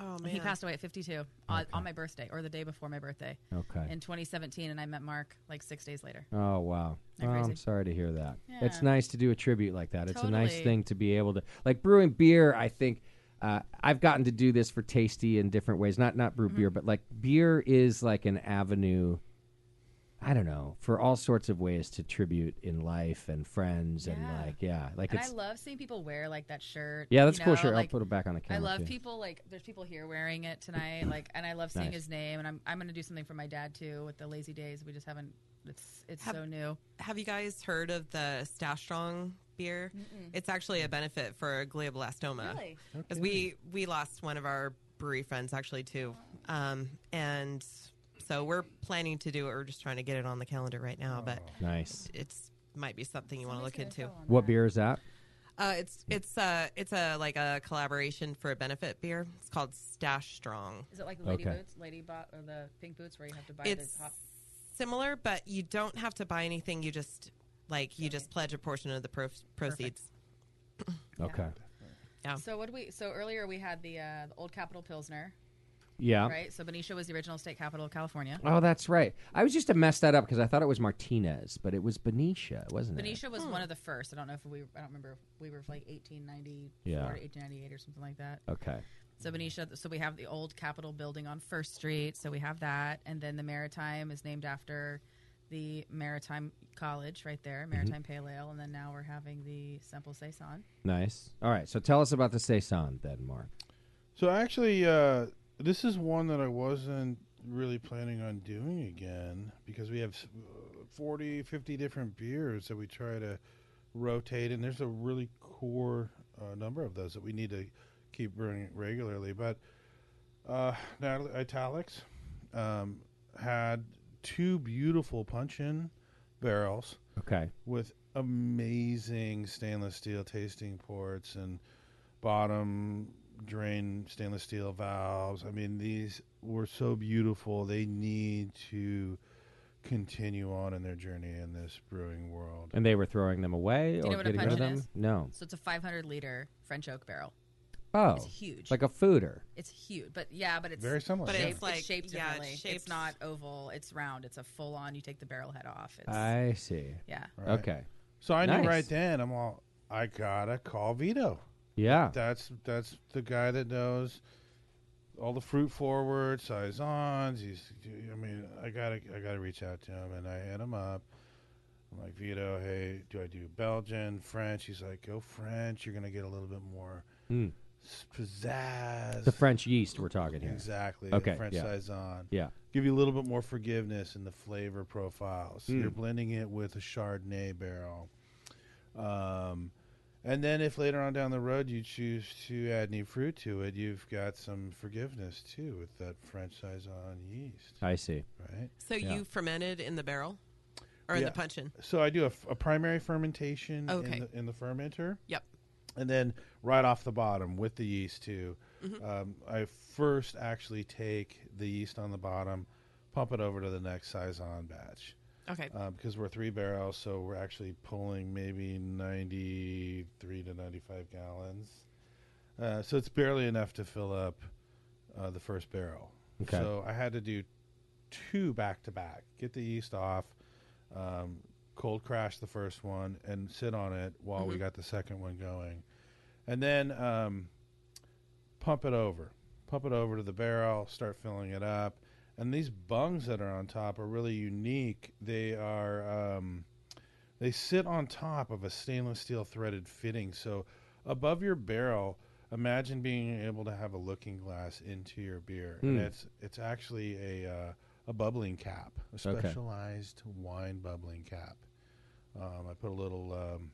B: Oh man.
D: He passed away at 52 on, on my birthday or the day before my birthday
A: Okay.
D: in 2017, and I met Mark like six days later.
A: Oh wow!
D: Isn't that
A: Oh, I'm
D: crazy?
A: sorry to hear that. It's
D: Yeah.
A: nice to do a tribute like that. It's a nice
D: Totally.
A: thing to be able to like brewing beer. I think uh, I've gotten to do this for tasty in different ways. Not not brew
D: Mm-hmm.
A: beer, but like beer is like an avenue. I don't know for all sorts of ways to tribute in life and friends and
D: Yeah.
A: like yeah, like
D: And I
A: it's
D: love seeing people wear like that shirt.
A: yeah, that's
D: you
A: a cool.
D: know,
A: Sure, I'll
D: like,
A: put it back on the
D: I
A: camera.
D: love
A: too.
D: people like there's people here wearing it tonight. Like, and I love seeing
A: Nice.
D: his name. And I'm I'm gonna do something for my dad too with the lazy days. We just haven't. It's it's
B: Have-
D: so new.
B: Have you guys heard of the Stash Strong beer. It's actually a benefit for glioblastoma.
D: Really?
B: Because we we lost one of our brewery friends actually too, um, and so we're planning to do it. We're just trying to get it on the calendar right now, but
A: Oh. Nice.
B: it's might be something you want to look into.
A: What beer is that?
B: Uh, it's it's uh it's a like a collaboration for a benefit beer. It's called Stash Strong.
D: Is it like Lady
A: Okay.
D: Boots, Lady Bot, or the Pink Boots, where you have to buy
B: It's
D: the pop?
B: similar, but you don't have to buy anything. You just like you just pledge a portion of the pro- proceeds.
A: Okay.
B: Yeah.
D: So what do we? So earlier we had the uh, the Old Capitol Pilsner,
A: Yeah.
D: right? So Benicia was the original state capital of California.
A: Oh, that's right. I was just to mess that up because I thought it was Martinez, but it was Benicia, wasn't it?
D: Benicia was one of the first. I don't know if we. I don't remember. If we were like 1894
A: Yeah.
D: to 1898 or something like that.
A: Okay.
D: So Benicia. So we have the old Capitol building on First Street. So we have that, and then the Maritime is named after the Maritime College right
A: Mm-hmm.
D: there, Maritime Pale Ale, and then now we're having the Simple Saison.
A: Nice. All right. So tell us about the Saison then, Mark.
C: So actually, uh, this is one that I wasn't really planning on doing again because we have uh, 40, 50 different beers that we try to rotate, and there's a really core uh, number of those that we need to keep brewing regularly. But uh, Natalie Italics um, had two beautiful punch-in barrels
A: Okay.
C: with amazing stainless steel tasting ports and bottom drain stainless steel valves. I mean, these were so beautiful. They need to continue on in their journey in this brewing world.
A: And they were throwing them away or
D: know what a
A: getting rid of
D: puncheon
A: them?
D: is?
A: No.
D: So it's a 500 liter French oak barrel.
A: Oh.
D: It's huge.
A: Like a fooder.
D: It's huge, but yeah, but it's
C: Very similar.
B: But
C: yeah.
D: shaped,
B: It's like-
D: shaped
B: yeah, it's
D: differently.
B: shaped-
D: It's not oval. It's round. It's a full on. You take the barrel head off. It's,
A: I see.
D: yeah.
C: Right.
A: Okay.
C: So I
A: Nice.
C: knew right then. I'm all I gotta call Vito.
A: Yeah.
C: That's that's the guy that knows all the fruit forward saisons. He's, I mean, I gotta I gotta reach out to him, and I hit him up. I'm like Vito, hey, do I do Belgian, French? He's like, go French. You're gonna get a little bit more
A: Mm.
C: s- pizzazz.
A: The French yeast we're talking here.
C: exactly.
A: Okay,
C: the French
A: yeah.
C: saison.
A: Yeah.
C: Give you a little bit more forgiveness in the flavor profiles. You're blending it with a Chardonnay barrel. Um, and then if later on down the road you choose to add any fruit to it, you've got some forgiveness too with that French saison yeast,
A: I see.
C: right?
B: So
A: Yeah.
B: you fermented in the barrel or in
C: Yeah.
B: the punchin?
C: So I do a, f- a primary fermentation
B: Okay.
C: in, the, in the fermenter,
B: Yep.
C: and then right off the bottom with the yeast too. Um, I first actually take the yeast on the bottom, pump it over to the next saison batch.
B: Okay.
C: uh, because we're three barrels, so we're actually pulling maybe 93 to 95 gallons. Uh, so it's barely enough to fill up uh, the first barrel.
A: Okay.
C: So I had to do two back to back, get the yeast off, um, cold crash the first one, and sit on it while we got the second one going. And then um, pump it over. Pump it over to the barrel, start filling it up. And these bungs that are on top are really unique. They are um, they sit on top of a stainless steel threaded fitting. So above your barrel, imagine being able to have a looking glass into your beer. And it's it's actually a uh, a bubbling cap, a
A: Okay.
C: specialized wine bubbling cap. Um, I put a little um,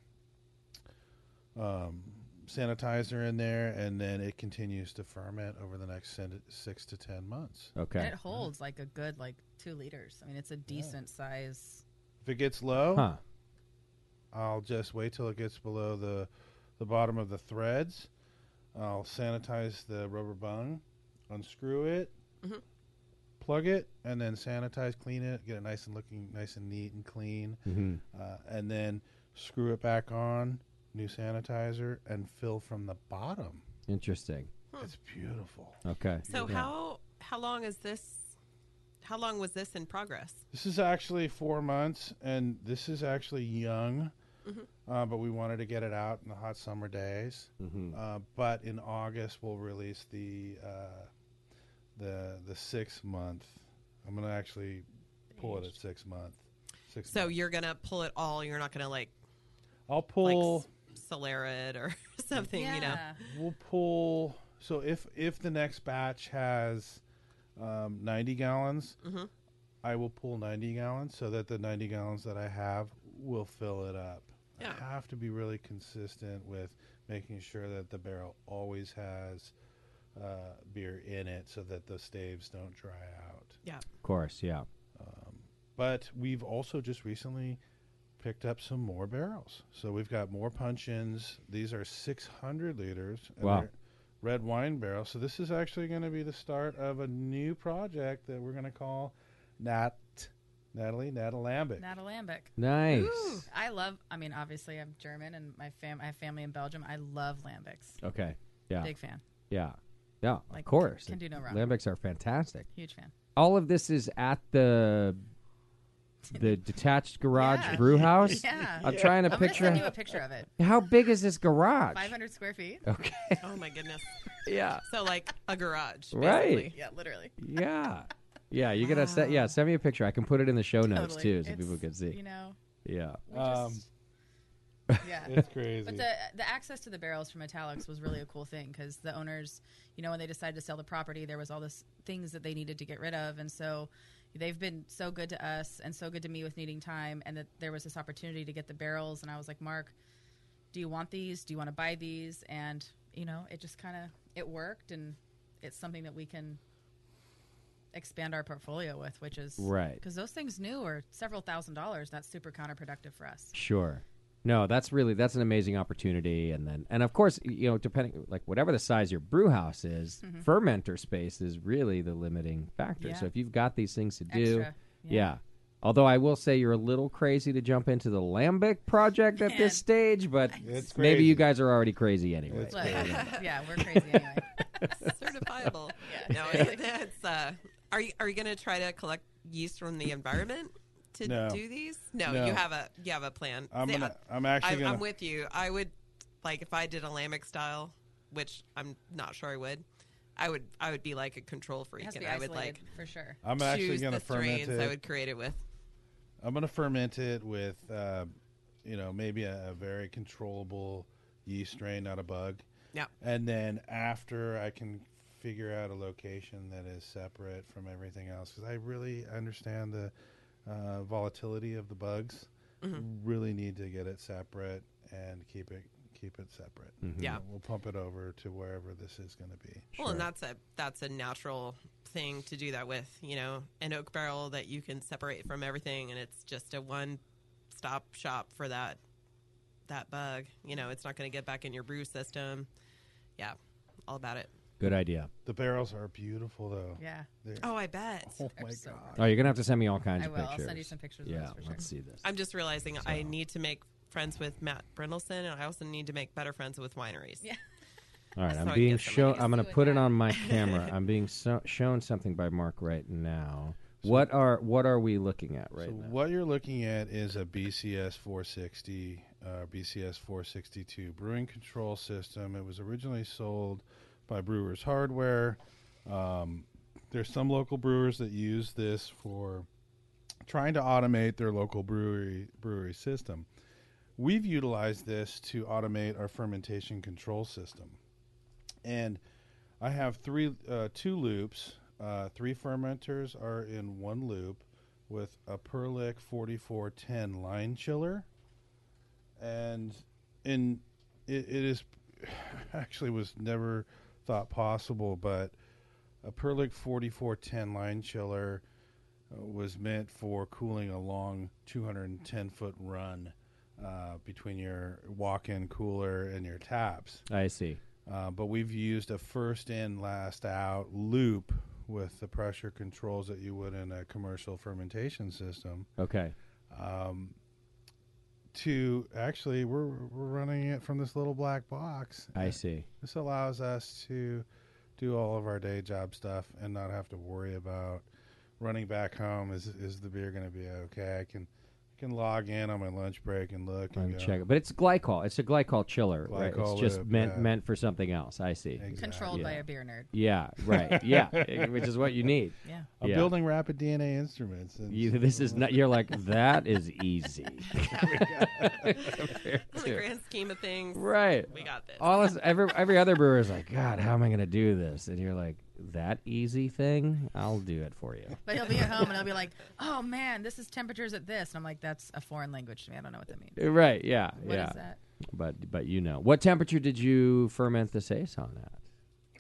C: um, sanitizer in there, and then it continues to ferment over the next sen- six to ten months.
A: Okay.
D: And it holds like a good like two liters. I mean, it's a decent size.
C: If it gets low,
A: Huh.
C: I'll just wait till it gets below the the bottom of the threads. I'll sanitize the rubber bung, unscrew it, plug it, and then sanitize, clean it, get it nice and looking nice and neat and clean, uh, and then screw it back on, new sanitizer, and fill from the bottom.
A: Interesting.
C: It's beautiful.
A: Okay.
B: So
A: Yeah.
B: how how long is this? How long was this in progress?
C: This is actually four months, and this is actually young,
B: Mm-hmm.
C: uh, but we wanted to get it out in the hot summer days. Uh, but in August, we'll release the uh, the the six month. I'm gonna actually pull it at six month. Six
B: So
C: month.
B: you're gonna pull it all. You're not gonna like
C: I'll
B: like
C: pull.
B: s- Solera it or something. You know.
C: We'll pull. So if if the next batch has um, 90 gallons, I will pull 90 gallons so that the 90 gallons that I have will fill it up.
B: Yeah.
C: I have to be really consistent with making sure that the barrel always has uh, beer in it so that the staves don't dry out.
B: Yeah.
A: Of course, yeah.
C: But we've also just recently picked up some more barrels. So we've got more punch-ins. These are 600 liters. and
A: Wow.
C: they're Red wine barrels. So this is actually going to be the start of a new project that we're going to call Nat, Natalie, Natalambic.
D: Natalambic.
A: Nice.
D: Ooh, I love. I mean, obviously, I'm German, and my fam. I have family in Belgium. I love lambics.
A: Okay. Yeah.
D: Big fan.
A: Yeah. Yeah.
D: Like,
A: of course.
D: can do no wrong.
A: Lambics are fantastic.
D: Huge fan.
A: All of this is at the the detached garage
D: Yeah.
A: brew house.
D: Yeah.
A: I'm trying to
D: I'm gonna
A: picture
D: send you a picture of it.
A: how big is this garage?
D: 500 square feet.
A: Okay.
B: Oh my goodness.
A: Yeah.
B: So like a garage.
A: Right.
D: Yeah, literally.
A: Yeah. Yeah. You're gonna set. Yeah. Send me a picture. I can put it in the show notes
D: Totally.
A: too, so
D: It's,
A: people can
D: You
A: see.
D: know,
A: Yeah.
D: we just, yeah.
C: It's crazy.
A: Mm.
D: But
B: uh,
D: the the access to the barrels from Italics was really a cool thing because the owners, you know, when they decided to sell the property, there was all this things that they needed to get rid of, and so they've been so good to us and so good to me with needing time, and that there was this opportunity to get the barrels, and I was like, Mark, do you want these? Do you want to buy these? And you know, it just kind of it worked, and it's something that we can expand our portfolio with, which is
A: Right.
D: because those things new are several thousand dollars. That's super counterproductive for us.
A: Sure. No, that's really that's an amazing opportunity, and then and of course y- you know depending like whatever the size your brew house is, fermenter space is really the limiting factor.
D: Mm-hmm. Yeah.
A: So if you've got these things to do,
D: Extra,
A: yeah.
D: yeah.
A: Although I will say you're a little crazy to jump into the lambic project at
D: Man.
A: this stage, but
C: It's
A: maybe you
C: crazy.
A: guys are already crazy anyway.
C: It's
D: Look,
C: crazy.
D: yeah, we're crazy anyway.
B: Certifiable. No, it- that's. Uh, are you are you gonna try to collect yeast from the environment to
C: No.
B: do these? No,
C: No.
B: you have a you have a plan.
C: I'm
B: Yeah.
C: gonna, I'm actually
B: I'm,
C: gonna.
B: I'm with you. I would like if I did a lambic style, which I'm not sure I would. I would I would be like a control
D: It
B: freak,
D: has to
B: and
D: be
B: I
D: isolated
B: would like
D: for sure.
C: I'm actually
B: choose
C: gonna
B: the
C: ferment
B: strains I
C: it.
B: would create it with.
C: I'm gonna ferment it with, uh, you know, maybe a, a very controllable yeast strain, not a bug.
B: Yeah.
C: And then after I can figure out a location that is separate from everything else, because I really understand the uh, volatility of the bugs.
B: Mm-hmm.
C: Really need to get it separate and keep it keep it separate.
B: Yeah.
C: We'll- We'll pump it over to wherever this is going to be.
B: Well, and that's a that's a natural thing to do that with. You know, an oak barrel that you can separate from everything, and it's just a one stop shop for that that bug. You know, it's not going to get back in your brew system. Yeah, all about it.
A: Good idea.
C: The barrels are beautiful, though.
D: Yeah.
C: They're-
B: Oh, I bet.
C: oh my
D: so
C: god.
A: Oh, you're gonna have to send me all kinds
D: I
A: of
D: will.
A: pictures.
D: I'll send you some pictures of
A: Yeah,
D: those for sure.
A: let's see this.
B: I'm just realizing I need to make friends with Matt Brendelson, and I also need to make better friends with wineries.
D: Yeah.
A: All right,
B: So
A: I'm
B: I
A: being
B: guess I'm
A: shown.
B: gonna
A: I'm going to
D: do it
A: put it
D: now.
A: on my camera. I'm being so- shown something by Mark right now. what are what are we looking at right
C: so
A: now?
C: what you're looking at is a BCS 460, uh, BCS 462 brewing control system. It was originally sold by Brewers Hardware. Um, there's some local brewers that use this for trying to automate their local brewery brewery system. We've utilized this to automate our fermentation control system, and I have three, uh, two loops. Uh, three fermenters are in one loop with a Perlic 4410 line chiller, and in it, it is actually was never thought possible, but a Perlic 4410 line chiller uh, was meant for cooling a long 210 foot run uh, between your walk-in cooler and your taps.
A: I see.
C: Uh, but we've used a first in, last out loop with the pressure controls that you would in a commercial fermentation system Um,
A: Okay.
C: to actually we're we're running it from this little black box.
A: I see.
C: This allows us to do all of our day job stuff and not have to worry about running back home. Is is the beer going to be okay? I can I can log in on my lunch break and look and
A: I'm
C: go,
A: checking. But it's glycol. It's a glycol chiller, right? It's
C: Glycol
A: just
C: lip,
A: meant
C: yeah.
A: meant for something else. I see.
C: Exactly.
D: Controlled by
A: Yeah.
D: a beer nerd.
A: Yeah, right. Yeah, eh, which is what you need.
D: Yeah.
C: I'm
A: Yeah.
C: building rapid DNA instruments. And
A: You, this is not. You're like that is easy.
B: In the grand scheme of things,
A: right.
B: we got this.
A: All this, every every other brewer is like, God, how am I going to do this? And you're like, that easy thing, I'll do it for you.
D: But he'll be at home and he'll be like, "Oh man, this is temperatures at this," and I'm like, "That's a foreign language to me. I don't know what that means.
A: Right? Yeah.
D: What is
A: yeah.
D: that?"
A: But but you know, what temperature did you ferment the saison at?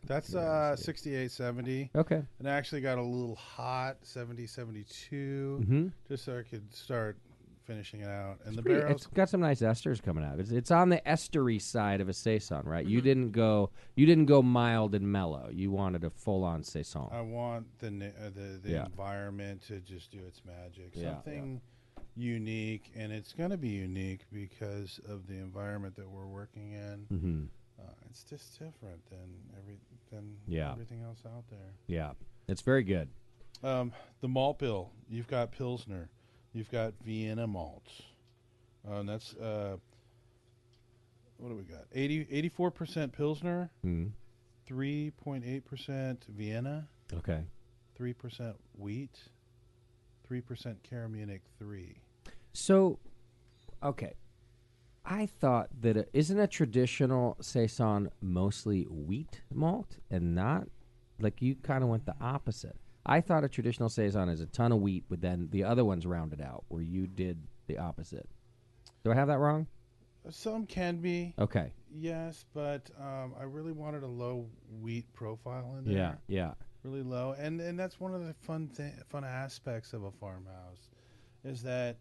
C: That's uh, 68, 70.
A: Okay.
C: And I actually got a little hot, 70, 72, just so I could start finishing it out. And the
A: Pretty-
C: barrels,
A: Mm-hmm. it's got some nice esters coming out. It's, it's on the estery side of a saison, right? You didn't go you didn't go mild and mellow. You wanted a full on saison.
C: I want the na- uh, the, the
A: Yeah.
C: environment to just do its magic.
A: Yeah, yeah.
C: Something unique, and it's going to be unique because of the environment that we're working in.
A: Mm. Mm-hmm.
C: Uh, it's just different than every than
A: Yeah.
C: everything else out there.
A: yeah, it's very good.
C: Um, the malt bill. You've got Pilsner. You've got Vienna malts. Um, that's uh, what do we got? 84 percent Pilsner,
A: Mhm.
C: three point eight percent Vienna.
A: Okay.
C: three percent wheat, three percent Caramunic three.
A: So, okay, I thought that it, isn't a traditional saison mostly wheat malt and not like you kind of went the opposite. I thought a traditional saison is a ton of wheat, but then the other ones rounded out, where you did the opposite. Do I have that wrong?
C: Some can be
A: Okay.
C: yes, but um, I really wanted a low wheat profile in there.
A: Yeah. Yeah.
C: really low, and and that's one of the fun th- fun aspects of a farmhouse, is that.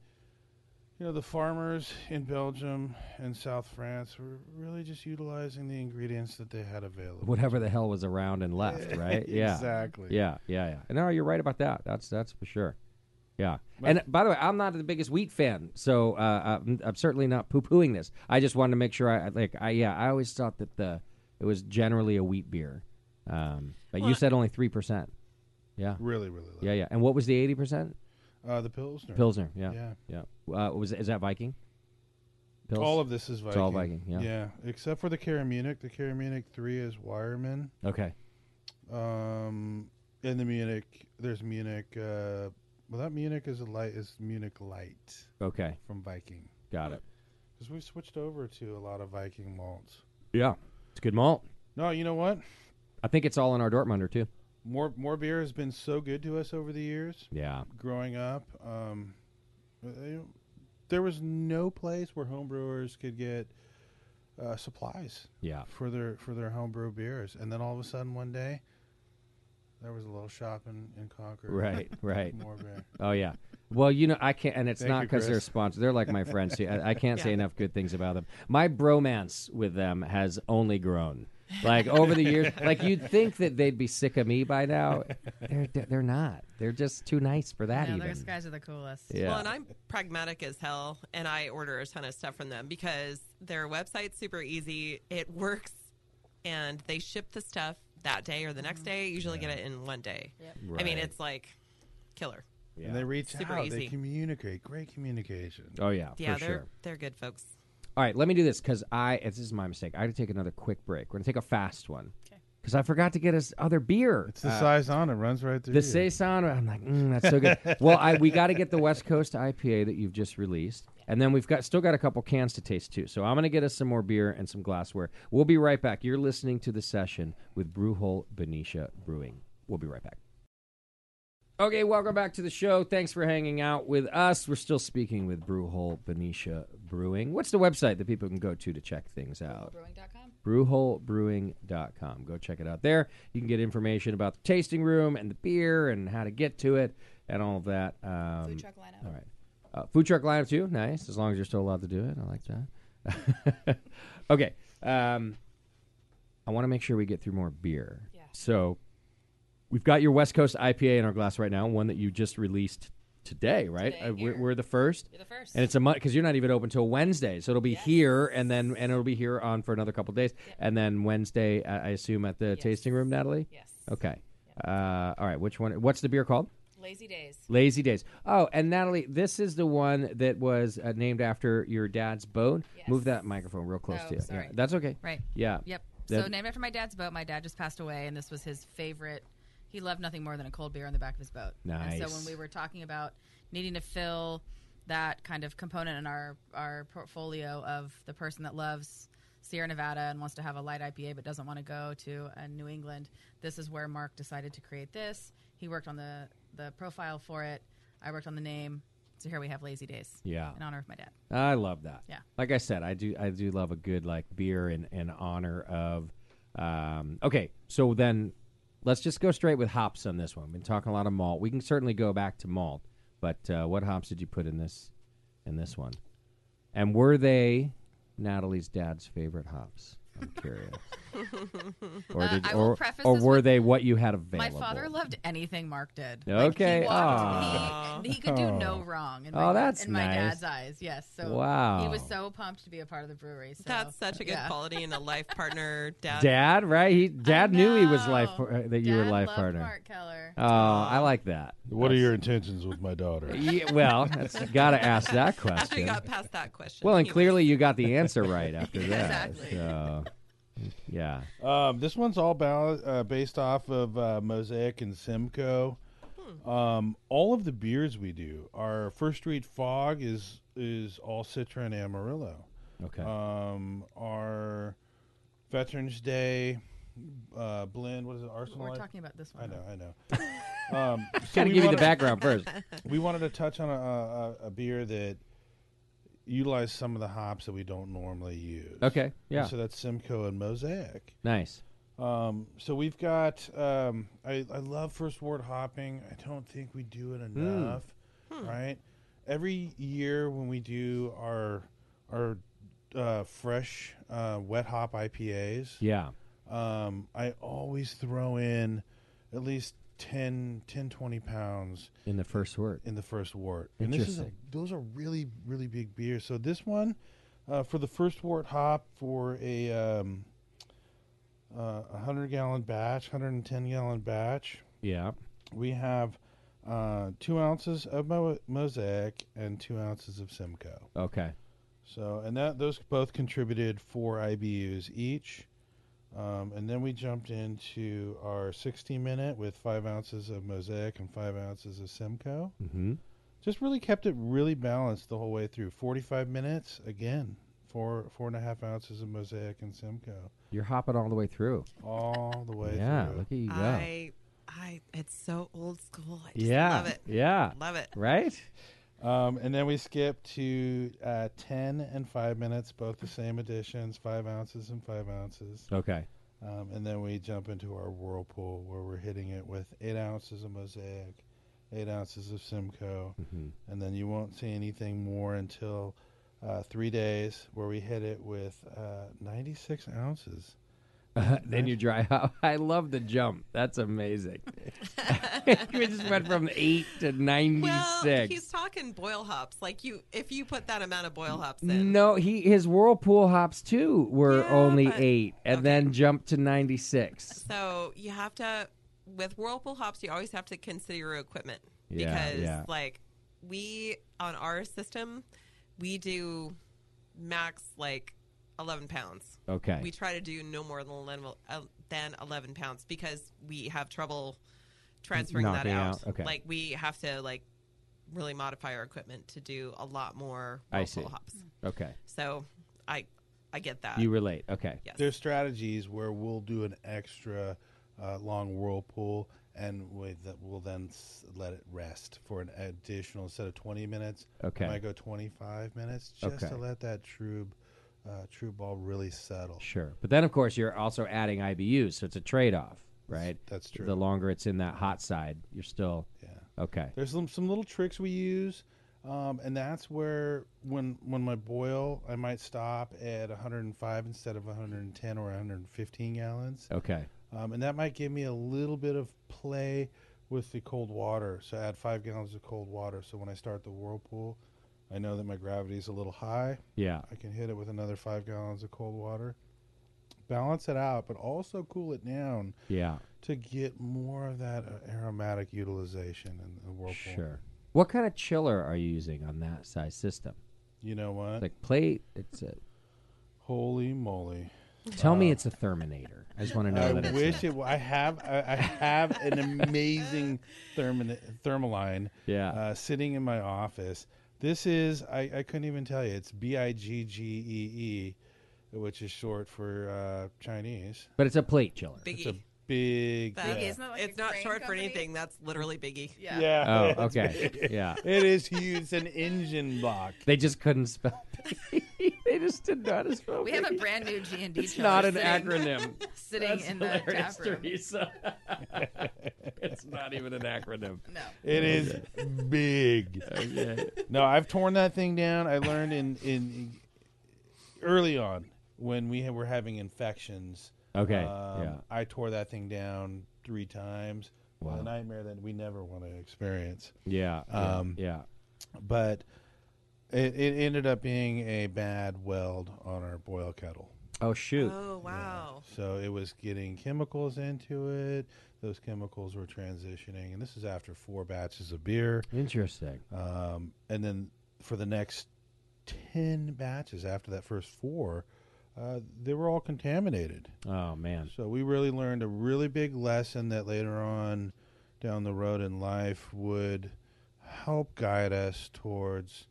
C: You know the farmers in Belgium and South France were really just utilizing the ingredients that they had available.
A: Whatever the hell was around and left, right? Yeah.
C: exactly.
A: Yeah, yeah, yeah. No, you're right about that. That's that's for sure. Yeah. and uh, by the way, I'm not the biggest wheat fan, so uh, I'm, I'm certainly not poo pooing this. I just wanted to make sure I like. I yeah, I always thought that the it was generally a wheat beer, um, but you
B: Well,
A: said only three percent. Yeah,
C: really, really low.
A: yeah, yeah. And what was the eighty percent
C: Uh, the Pilsner.
A: pilsner? Yeah,
C: Yeah.
A: yeah. Uh, was is that Viking? Pils?
C: All of this is Viking.
A: all Viking,
C: except for the Caramunic. The Caramunic three is Wireman.
A: okay.
C: Um, and the Munich, there's Munich. Uh, well, that Munich is a light is Munich light
A: Okay,
C: from Viking
A: got it.
C: because we've switched over to a lot of Viking malts.
A: Yeah, it's good malt.
C: No, you know what?
A: I think it's all in our Dortmunder too.
C: More more beer has been so good to us over the years.
A: Yeah,
C: Growing up, um, uh, you- there was no place where homebrewers could get uh, supplies.
A: yeah.
C: for their for their homebrew beers, and then all of a sudden one day, there was a little shop in, in Concord.
A: Right, right.
C: More beer.
A: Oh yeah. Well, you know I can't, and it's
C: Thank
A: not
C: you,
A: because they're
C: Chris.
A: sponsored. They're like my friends too. I, I can't say
B: Yeah.
A: enough good things about them. My bromance with them has only grown. Like over the years, like you'd think that they'd be sick of me by now. They're they're not. They're just too nice for that.
D: No,
A: even.
D: those guys are the coolest.
A: Yeah.
B: Well, and I'm pragmatic as hell, and I order a ton of stuff from them because their website's super easy. It works, and they ship the stuff that day or the next
D: Mm-hmm.
B: day. I usually get it in one day. I mean,
A: Right.
B: it's like killer.
A: Yeah.
C: And they reach
B: Super
C: out. They
B: easy.
C: communicate. Great communication.
A: oh yeah.
B: Yeah,
A: for
B: they're
A: sure.
B: they're good folks.
A: All right, let me do this because I this is my mistake. I have to take another quick break. We're gonna take a fast one because I forgot to get us other beer.
C: It's the size on it runs right through.
A: uh, The
C: you.
A: saison, I'm like, mm, that's so good. well, I, we got to get the West Coast IPA that you've just released, and then we've got still got a couple cans to taste too. So I'm gonna get us some more beer and some glassware. We'll be right back. You're listening to the session with Brewhole Benicia Brewing. We'll be right back. Okay, welcome back to the show. Thanks for hanging out with us. We're still speaking with Brewhole Benicia Brewing. What's the website that people can go to to check things out?
D: Brewing.com.
A: brewholebrewing.com. Go check it out there. You can get information about the tasting room and the beer and how to get to it and all of that. Um,
D: Food truck lineup.
A: All right. Uh, food truck lineup, too. Nice. As long as you're still allowed to do it. I like that. okay. Um, I want to make sure we get through more beer.
D: Yeah.
A: So we've got your West Coast IPA in our glass right now, one that you just released today, right?
D: Today,
A: Uh, we're,
D: here.
A: we're the first.
D: You're the first.
A: And it's a month because you're not even open till Wednesday, so it'll be
D: Yes.
A: here and then and it'll be here on for another couple days, and then Wednesday, I I assume at the
D: Yes.
A: tasting room, Natalie.
D: yes.
A: Okay. Uh, all right. Which one? What's the beer called?
D: Lazy days.
A: Lazy Days. Oh, and Natalie, this is the one that was uh, named after your dad's boat.
D: Yes.
A: Move that microphone real close
D: Oh,
A: to you.
D: sorry.
A: Yeah, that's okay.
D: Right.
A: Yeah.
D: Yep.
A: That-
D: so named after my dad's boat. My dad just passed away, and this was his favorite. He loved nothing more than a cold beer on the back of his boat. And
A: Nice.
D: so when we were talking about needing to fill that kind of component in our our portfolio of the person that loves Sierra Nevada and wants to have a light IPA but doesn't want to go to uh, New England, this is where Mark decided to create this. He worked on the the profile for it. I worked on the name. So here we have Lazy Days.
A: Yeah.
D: In honor of my dad.
A: I love that.
D: Yeah.
A: Like I said, I do I do love a good like beer in, in honor of um okay, so then let's just go straight with hops on this one. We've been talking a lot of malt. We can certainly go back to malt, but uh, what hops did you put in this in this one? And were they Natalie's dad's favorite hops? I'm curious. or
D: Uh,
A: did,
D: I will
A: or,
D: preface
A: or
D: this
A: were
D: with-
A: they what you had
D: My
A: available?
D: father loved anything Mark did.
A: Okay.
D: he,
A: Aw.
D: walked, he, he could do no wrong. In
A: Oh,
D: my,
A: that's
D: in my
A: nice.
D: dad's eyes. Yes. So
A: Wow.
D: He was so pumped to be a part of the brewery. So,
B: That's such a good
D: yeah.
B: quality and a life partner, dad.
A: Dad, right? He dad knew he was
D: know.
A: life par- uh, that you were
D: Dad
A: life
D: loved
A: partner.
D: Mark Keller.
A: Oh, I like that.
C: What are
A: That's-
C: your intentions with my daughter?
A: Yeah, well, that's got to ask that
B: After you
A: question.
B: got past that question.
A: Well, and
B: he was-
A: clearly you got the answer right after that.
D: Exactly.
A: So, yeah.
C: Um, this one's all bal- uh, based off of uh, Mosaic and Simcoe.
A: Hmm.
C: Um, all of the beers we do, our First Street Fog is is all Citra and Amarillo.
A: Okay.
C: Um, our Veterans Day uh, blend, what is it? Arsenal.
D: We're
C: I-
D: talking about this one.
C: I know, I know. um, so
A: got to
C: we
A: give you the
C: wanna-
A: background first.
C: we wanted to touch on a, a, a beer that utilized some of the hops that we don't normally use.
A: Okay.
C: And
A: Yeah.
C: So that's Simcoe and Mosaic.
A: Nice.
C: Um, so we've got. Um, I, I love first word hopping. I don't think we do it enough, right? Every year when we do our our uh, fresh uh, wet hop IPAs,
A: Yeah.
C: um, I always throw in at least 10, 10 20 pounds
A: In the first word.
C: in the first wort. And this is a,
A: Interesting.
C: those are really really big beers. So this one uh, for the first wort hop for a um, uh, 100 gallon batch, 110 gallon batch,
A: Yeah.
C: we have uh, two ounces of mo- mosaic and two ounces of Simcoe.
A: Okay.
C: So and that those both contributed four IBUs each. Um, and then we jumped into our 60 minute with five ounces of mosaic and five ounces of Simcoe
A: Mm-hmm.
C: just really kept it really balanced the whole way through. Forty-five minutes again, four four and a half ounces of mosaic and Simcoe,
A: You're hopping all the way through.
C: all the way
A: Yeah.
C: through.
A: Look at you go.
B: I, I, it's so old school. I just
A: yeah.
B: love it.
A: Yeah.
B: Love it.
A: Right?
C: Um, and then we skip to uh, ten and five minutes, both the same additions, five ounces and five ounces.
A: Okay.
C: Um, and then we jump into our whirlpool where we're hitting it with eight ounces of mosaic, eight ounces of Simcoe,
A: Mhm.
C: and then you won't see anything more until uh, three days where we hit it with uh, 96 ounces.
A: then you dry hop. I love the jump. That's amazing. we just went from 8 to 96.
B: Well, he's talking boil hops. Like you, if you put that amount of boil hops in,
A: No, he his whirlpool hops too were
B: Yeah,
A: only
B: but-
A: eight, and
B: okay.
A: then jumped to ninety six.
B: so you have to with whirlpool hops. You always have to consider your equipment
A: Yeah,
B: because,
A: yeah.
B: like, we on our system, we do max like eleven pounds.
A: Okay,
B: We try to do no more than 11, uh, than 11 pounds because we have trouble transferring that
A: Knocking
B: out.
A: out, okay.
B: Like we have to like really modify our equipment to do a lot more
A: I
B: whirlpool
A: see.
B: hops.
A: okay,
B: So I I get that.
A: you relate. Okay,
B: yes.
C: There's strategies where we'll do an extra uh, long whirlpool and we th- we'll then s- let it rest for an additional instead of 20 minutes.
A: Okay.
C: I might go 25 minutes just
A: Okay.
C: to let that true, uh, true ball really settle.
A: sure. But then of course you're also adding IBUs, so it's a trade off, right?
C: That's true.
A: The longer it's in that hot side, you're still
C: yeah.
A: okay.
C: There's some some little tricks we use, um, and that's where when when my boil, I might stop at 105 instead of 110 or 115 gallons,
A: Okay,
C: um, and that might give me a little bit of play with the cold water. So add five gallons of cold water. So when I start the whirlpool, I know that my gravity is a little high.
A: yeah,
C: I can hit it with another five gallons of cold water. Balance it out, but also cool it down
A: yeah,
C: to get more of that uh, aromatic utilization in the whirlpool.
A: sure. What kind of chiller are you using on that size system?
C: You know what?
A: Like plate? It's a,
C: Holy moly!
A: tell me it's a Terminator. I just want to know
C: Uh, I
A: that. it's
C: wish it. wa- I have. I, I have an amazing thermin, thermaline.
A: Yeah.
C: Uh, sitting in my office. This is. I, I couldn't even tell you. It's B I G G E E. which is short for uh, Chinese.
A: But it's a plate chiller.
B: Biggie.
C: It's a big.
B: That-
C: yeah.
D: Isn't that like
B: it's
D: a
B: not
D: crane
B: short
D: company?
B: for anything. That's literally Biggie.
D: Yeah.
C: Yeah,
A: Oh,
C: it's
A: okay.
C: big.
A: Yeah.
C: It is huge. It's an engine block.
A: They just couldn't spell. they just did not spell.
D: We have a
A: Biggie.
D: brand new G and D.
A: It's not an acronym.
D: sitting
A: That's
D: in the
A: hilarious,
D: tap room.
A: Teresa. it's not even an acronym.
D: No.
C: It is big. No, I've torn that thing down. I learned in in early on when we were having infections.
A: Okay.
C: um,
A: yeah.
C: I tore that thing down three times.
A: Wow.
C: A nightmare that we never want to experience.
A: Yeah.
C: um,
A: yeah.
C: But it, it ended up being a bad weld on our boil kettle.
A: Oh shoot.
B: Oh wow.
C: So it was getting chemicals into it. Those chemicals were transitioning, and this is after four batches of beer.
A: Interesting.
C: Um, and then for the next 10 batches after that first four, uh, they were all contaminated.
A: Oh man.
C: So we really learned a really big lesson that later on down the road in life would help guide us towards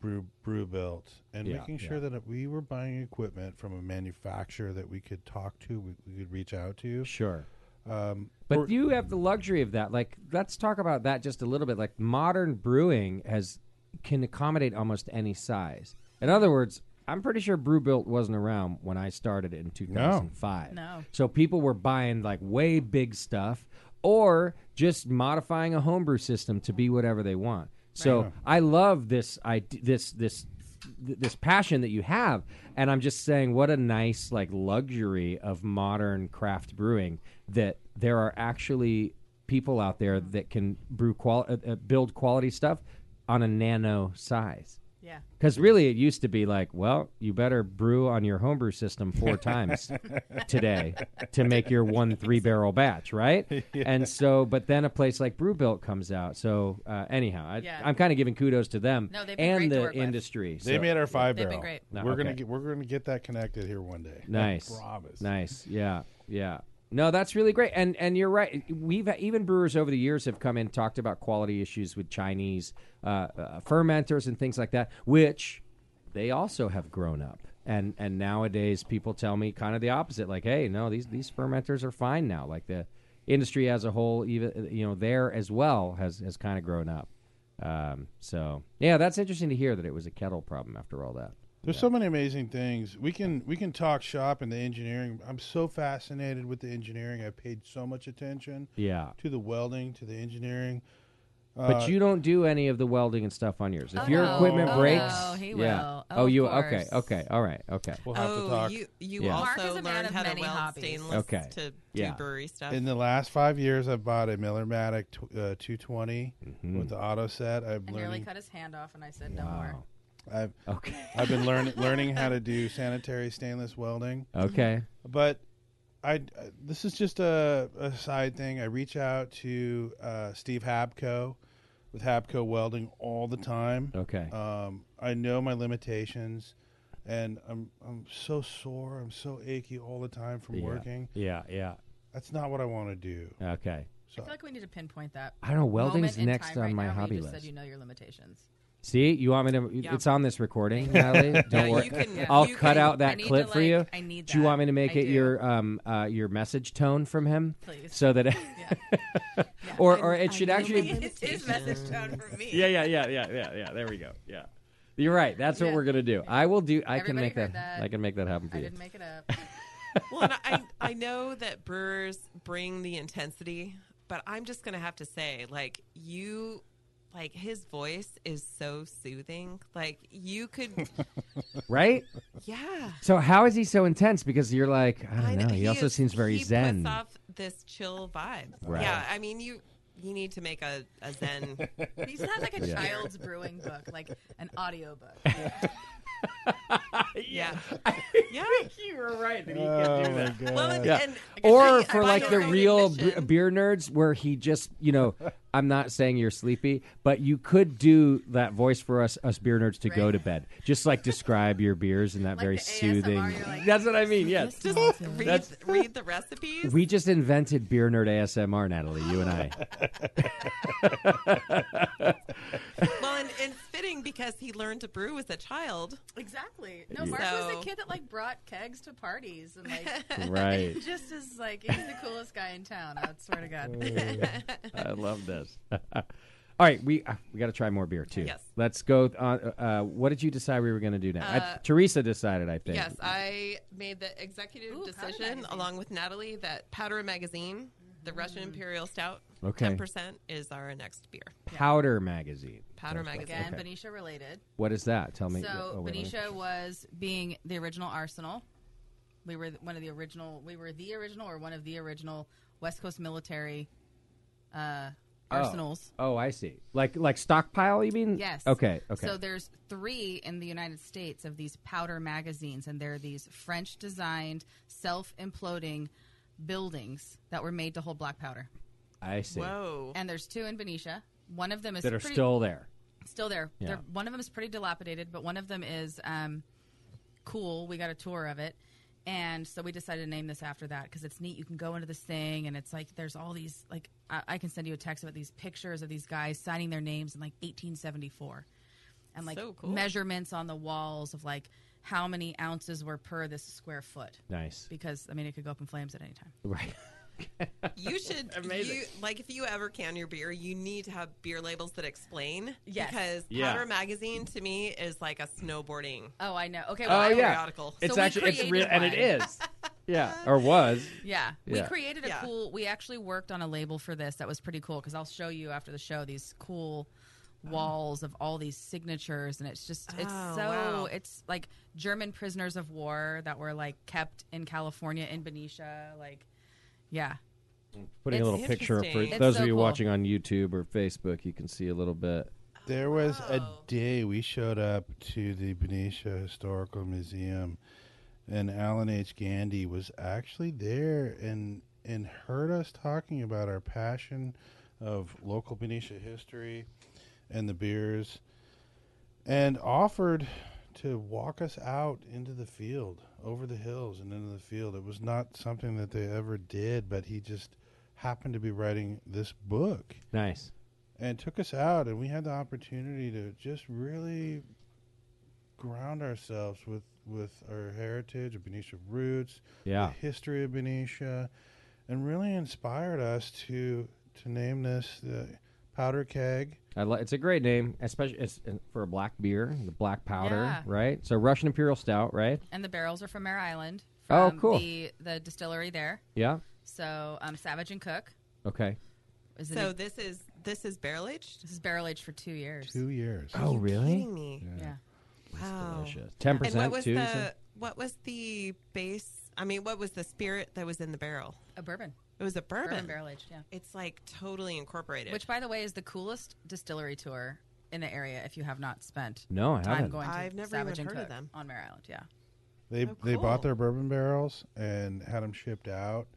C: brew, brew built and
A: Yeah,
C: making sure that we were buying equipment from a manufacturer that we could talk to, we, we could reach out to.
A: Sure.
C: Um, or-
A: But you have the luxury of that. Like, let's talk about that just a little bit. Like, modern brewing has can accommodate almost any size. In other words, I'm pretty sure Brewbuilt wasn't around when I started in 2005.
D: No.
A: So people were buying like way big stuff, or just modifying a homebrew system to be whatever they want. So I love this. I this this th- this passion that you have and i'm just saying what a nice like luxury of modern craft brewing that there are actually people out there that can brew qual- uh, uh, build quality stuff on a nano size
D: Yeah.
A: because really it used to be like well you better brew on your homebrew system four times today to make your one three barrel batch right and so but then a place like brew built comes out so uh, anyhow I,
D: Yeah.
A: i'm kind of giving kudos to them
D: No, they've been
A: and
D: great to
A: the
D: work with.
A: industry
C: they
A: so-
C: made our five
D: They've
C: barrel.
D: been great.
A: No,
C: we're gonna
A: okay.
C: get we're gonna get that connected here one day.
A: Nice.
C: I promise.
A: Nice. Yeah. Yeah. No, that's really great. And and you're right. We've even brewers over the years have come in talked about quality issues with Chinese uh, uh, fermenters and things like that, which they also have grown up. And and nowadays people tell me kind of the opposite like, "Hey, no, these these fermenters are fine now." Like the industry as a whole even you know there as well has has kind of grown up. Um, so, yeah, that's interesting to hear that it was a kettle problem after all that.
C: There's so many amazing things. We can we can talk shop and the engineering. I'm so fascinated with the engineering. I paid so much attention
A: Yeah.
C: to the welding, to the engineering.
A: But you don't do any of the welding and stuff on yours. If
D: Oh,
A: your
D: no.
A: equipment
D: Oh,
A: breaks,
D: no, he
A: yeah.
D: will. Oh, of
A: you okay?
D: course.
A: Okay, all right, okay.
C: We'll have to
B: Oh,
C: talk.
B: you you
A: Yeah.
D: Mark
B: also
D: is a man
B: learned
D: of
B: how to
D: many
B: weld
D: hobbies.
B: stainless
A: Okay.
B: to do
A: Yeah.
B: brewery stuff.
C: In the last five years, I've bought a Miller-Matic tw- uh, 220
A: Mm-hmm.
C: with the auto set. I've
D: I nearly
C: learning.
D: cut his hand off, and I said no more.
C: I've,
A: Okay,
C: I've been learning learning how to do sanitary stainless welding.
A: okay,
C: but I uh, this is just a, a side thing. I reach out to uh, Steve Habco with Habco Welding all the time.
A: okay.
C: Um, I know my limitations, and I'm I'm so sore. I'm so achy all the time from
A: Yeah.
C: working.
A: Yeah, yeah.
C: That's not what I want to do.
A: Okay.
D: I feel like we need to pinpoint that.
A: I don't know.
D: moment
A: Welding's
D: in
A: next
D: time
A: on
D: right
A: my
D: now where
A: hobby
D: you just
A: list.
D: Said you know your limitations.
A: See, you want me to?
B: Yeah.
A: It's on this recording, Natalie. Don't
B: Yeah,
A: worry.
B: you can-
A: I'll
B: you
A: cut
B: can-
A: out
D: I
A: that
D: need
A: clip
D: to,
A: for
D: like-
A: you.
D: I need
A: Do you
D: that.
A: want me to make
D: I
A: it
D: do.
A: your um uh, your message tone from him?
D: Please.
A: So that, or or it should actually.
D: It's his message tone for me.
A: Yeah, yeah, yeah, yeah, yeah, yeah. There we go. Yeah. You're right. That's what
D: Yeah.
A: we're gonna do. I will do. I
D: Everybody
A: can make
D: heard
A: that,
D: that.
A: I can make that happen for
D: I
A: you.
D: didn't make it up.
B: well, and I I know that brewers bring the intensity, but I'm just gonna have to say, like you, like his voice is so soothing. Like you could,
A: Right.
B: yeah.
A: So how is he so intense? Because you're like, I
B: I
A: don't know. He, also
B: is-
A: seems very
B: he
A: zen.
B: Puts off this chill vibe.
A: Right.
B: Yeah, I mean you you need to make a, a zen.
D: He should have like a child's brewing book, like an audio book.
B: yeah, yeah.
A: you were right. That he
C: Oh my
B: Well,
C: god!
B: and,
A: Yeah.
B: and
A: Or
B: I-
A: for
B: I
A: like
B: find
A: the
B: it really
A: real b-
B: mission.
A: beer nerds, where he just, you know, I'm not saying you're sleepy, but you could do that voice for us, us beer nerds, to go
D: Right.
A: to bed. Just like describe your beers in that
D: Like
A: very
D: the ASMR,
A: soothing.
D: you're like-
A: That's what I mean. Yes.
B: just read,
A: That's-
B: read the recipes.
A: We just invented beer nerd ASMR, Natalie. You and I.
B: well, and, and it's fitting thing because he learned to brew as a child.
D: Exactly. No, Mark was
B: So-
D: the kid that like brought kegs to parties and like
A: right.
D: just is like he's the coolest guy in town. I swear to God.
A: I love this. All right, we uh, we got to try more beer too.
B: Yes.
A: Let's go. On, uh, uh, what did you decide we were going to do now?
D: Uh,
A: I, Teresa decided, I think.
B: Yes, I made the executive
D: Ooh, Powder
B: decision
D: Magazine.
B: along with Natalie that Powder Magazine, the Russian Imperial Stout,
A: Okay.
B: 10% is our next beer.
A: Powder magazine.
B: Powder Magazine.
D: Again, Benicia related.
A: What is that? Tell me.
D: So
A: oh, wait, let me-
D: Benicia was being the original Arsenal. We were one of the original. We were the original, or one of the original West Coast military uh, arsenals.
A: Oh, I see. Like like stockpile? You mean?
D: Yes.
A: Okay. Okay.
D: So there's three in the United States of these powder magazines, and they're these French-designed, self-imploding buildings that were made to hold black powder.
A: I see.
B: Whoa.
D: And there's two in Benicia. One of them is
A: That are
D: pretty-
A: still there.
D: still there.
A: Yeah.
D: They're, one of them is pretty dilapidated, but one of them is um, cool. We got a tour of it. And so we decided to name this after that because it's neat. You can go into this thing, and it's like there's all these like I, I can send you a text about these pictures of these guys signing their names in like 1874, and like
B: So cool.
D: measurements on the walls of like how many ounces were per this square foot.
A: Nice.
D: Because I mean, it could go up in flames at any time.
A: Right.
B: You should You, like if you ever can your beer, you need to have beer labels that explain.
D: Yes.
B: Because
A: Yeah.
B: Powder Magazine to me is like a snowboarding.
D: Oh, I know. Okay. Well,
A: Oh
D: I-
A: yeah.
B: periodical.
A: It's
D: So we
A: actually it's
D: created
A: real and it
D: one.
A: is. yeah. Or was.
D: Yeah.
A: Yeah.
D: We created a
B: Yeah.
D: cool, we actually worked on a label for this that was pretty cool because I'll show you after the show these cool walls of all these signatures and it's just it's
B: Oh,
D: so
B: wow.
D: it's like german prisoners of war that were like kept in california in benicia like yeah
A: Putting a
D: It's
A: little picture up for
B: interesting. It's
A: those
D: so
A: of you
D: cool.
A: watching on YouTube or Facebook, you can see a little bit.
C: There was a
B: Oh.
C: day we showed up to the Benicia Historical Museum, and Alan H. Gandy was actually there and and heard us talking about our passion of local Benicia history and the beers, and offered to walk us out into the field, over the hills and into the field. It was not something that they ever did, but he just happened to be writing this book
A: Nice.
C: and took us out and we had the opportunity to just really ground ourselves with with our heritage of Benicia roots,
A: Yeah.
C: the history of Benicia, and really inspired us to to name this the powder keg.
A: I li- it's a great name, especially it's, uh, for a black beer, the black powder,
D: Yeah.
A: right? So Russian Imperial Stout, right?
D: and the barrels are from mare island
A: Oh,
D: from
A: cool.
D: the the distillery there
A: Yeah.
D: so um savage and cook
A: Okay.
D: is the
B: So
D: new-
B: this is this is barrel aged?
D: this is barrel aged for two years
C: Two years.
A: Oh, really?
B: Kidding me.
D: yeah
B: Wow.
A: Ten
B: And what
A: percent
B: was
A: too. you
B: the
A: said?
B: what was the base I mean, what was the spirit that was in the barrel?
D: a bourbon
B: It was a bourbon.
D: bourbon barrel aged yeah
B: It's like totally incorporated.
D: Which, by the way, is the coolest distillery tour in the area. If you have not spent
A: No, I
D: time
A: haven't.
D: going, to
B: I've never
D: Savage
B: even
D: and
B: heard of
D: Cook
B: them.
D: on Mare Island. Yeah,
C: They
B: Oh,
C: they
B: cool.
C: bought their bourbon barrels and had them shipped out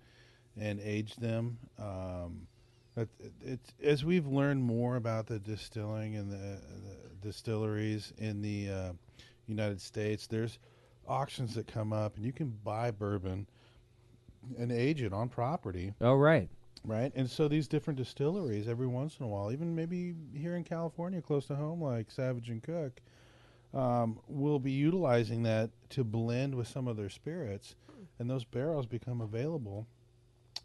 C: and aged them. Um, but it's as we've learned more about the distilling and the, the distilleries in the uh, United States, there's auctions that come up and you can buy bourbon and age it on property,
A: Oh, right.
C: right? And so these different distilleries, every once in a while, even maybe here in California, close to home, like Savage and Cook, um, will be utilizing that to blend with some of their spirits, and those barrels become available.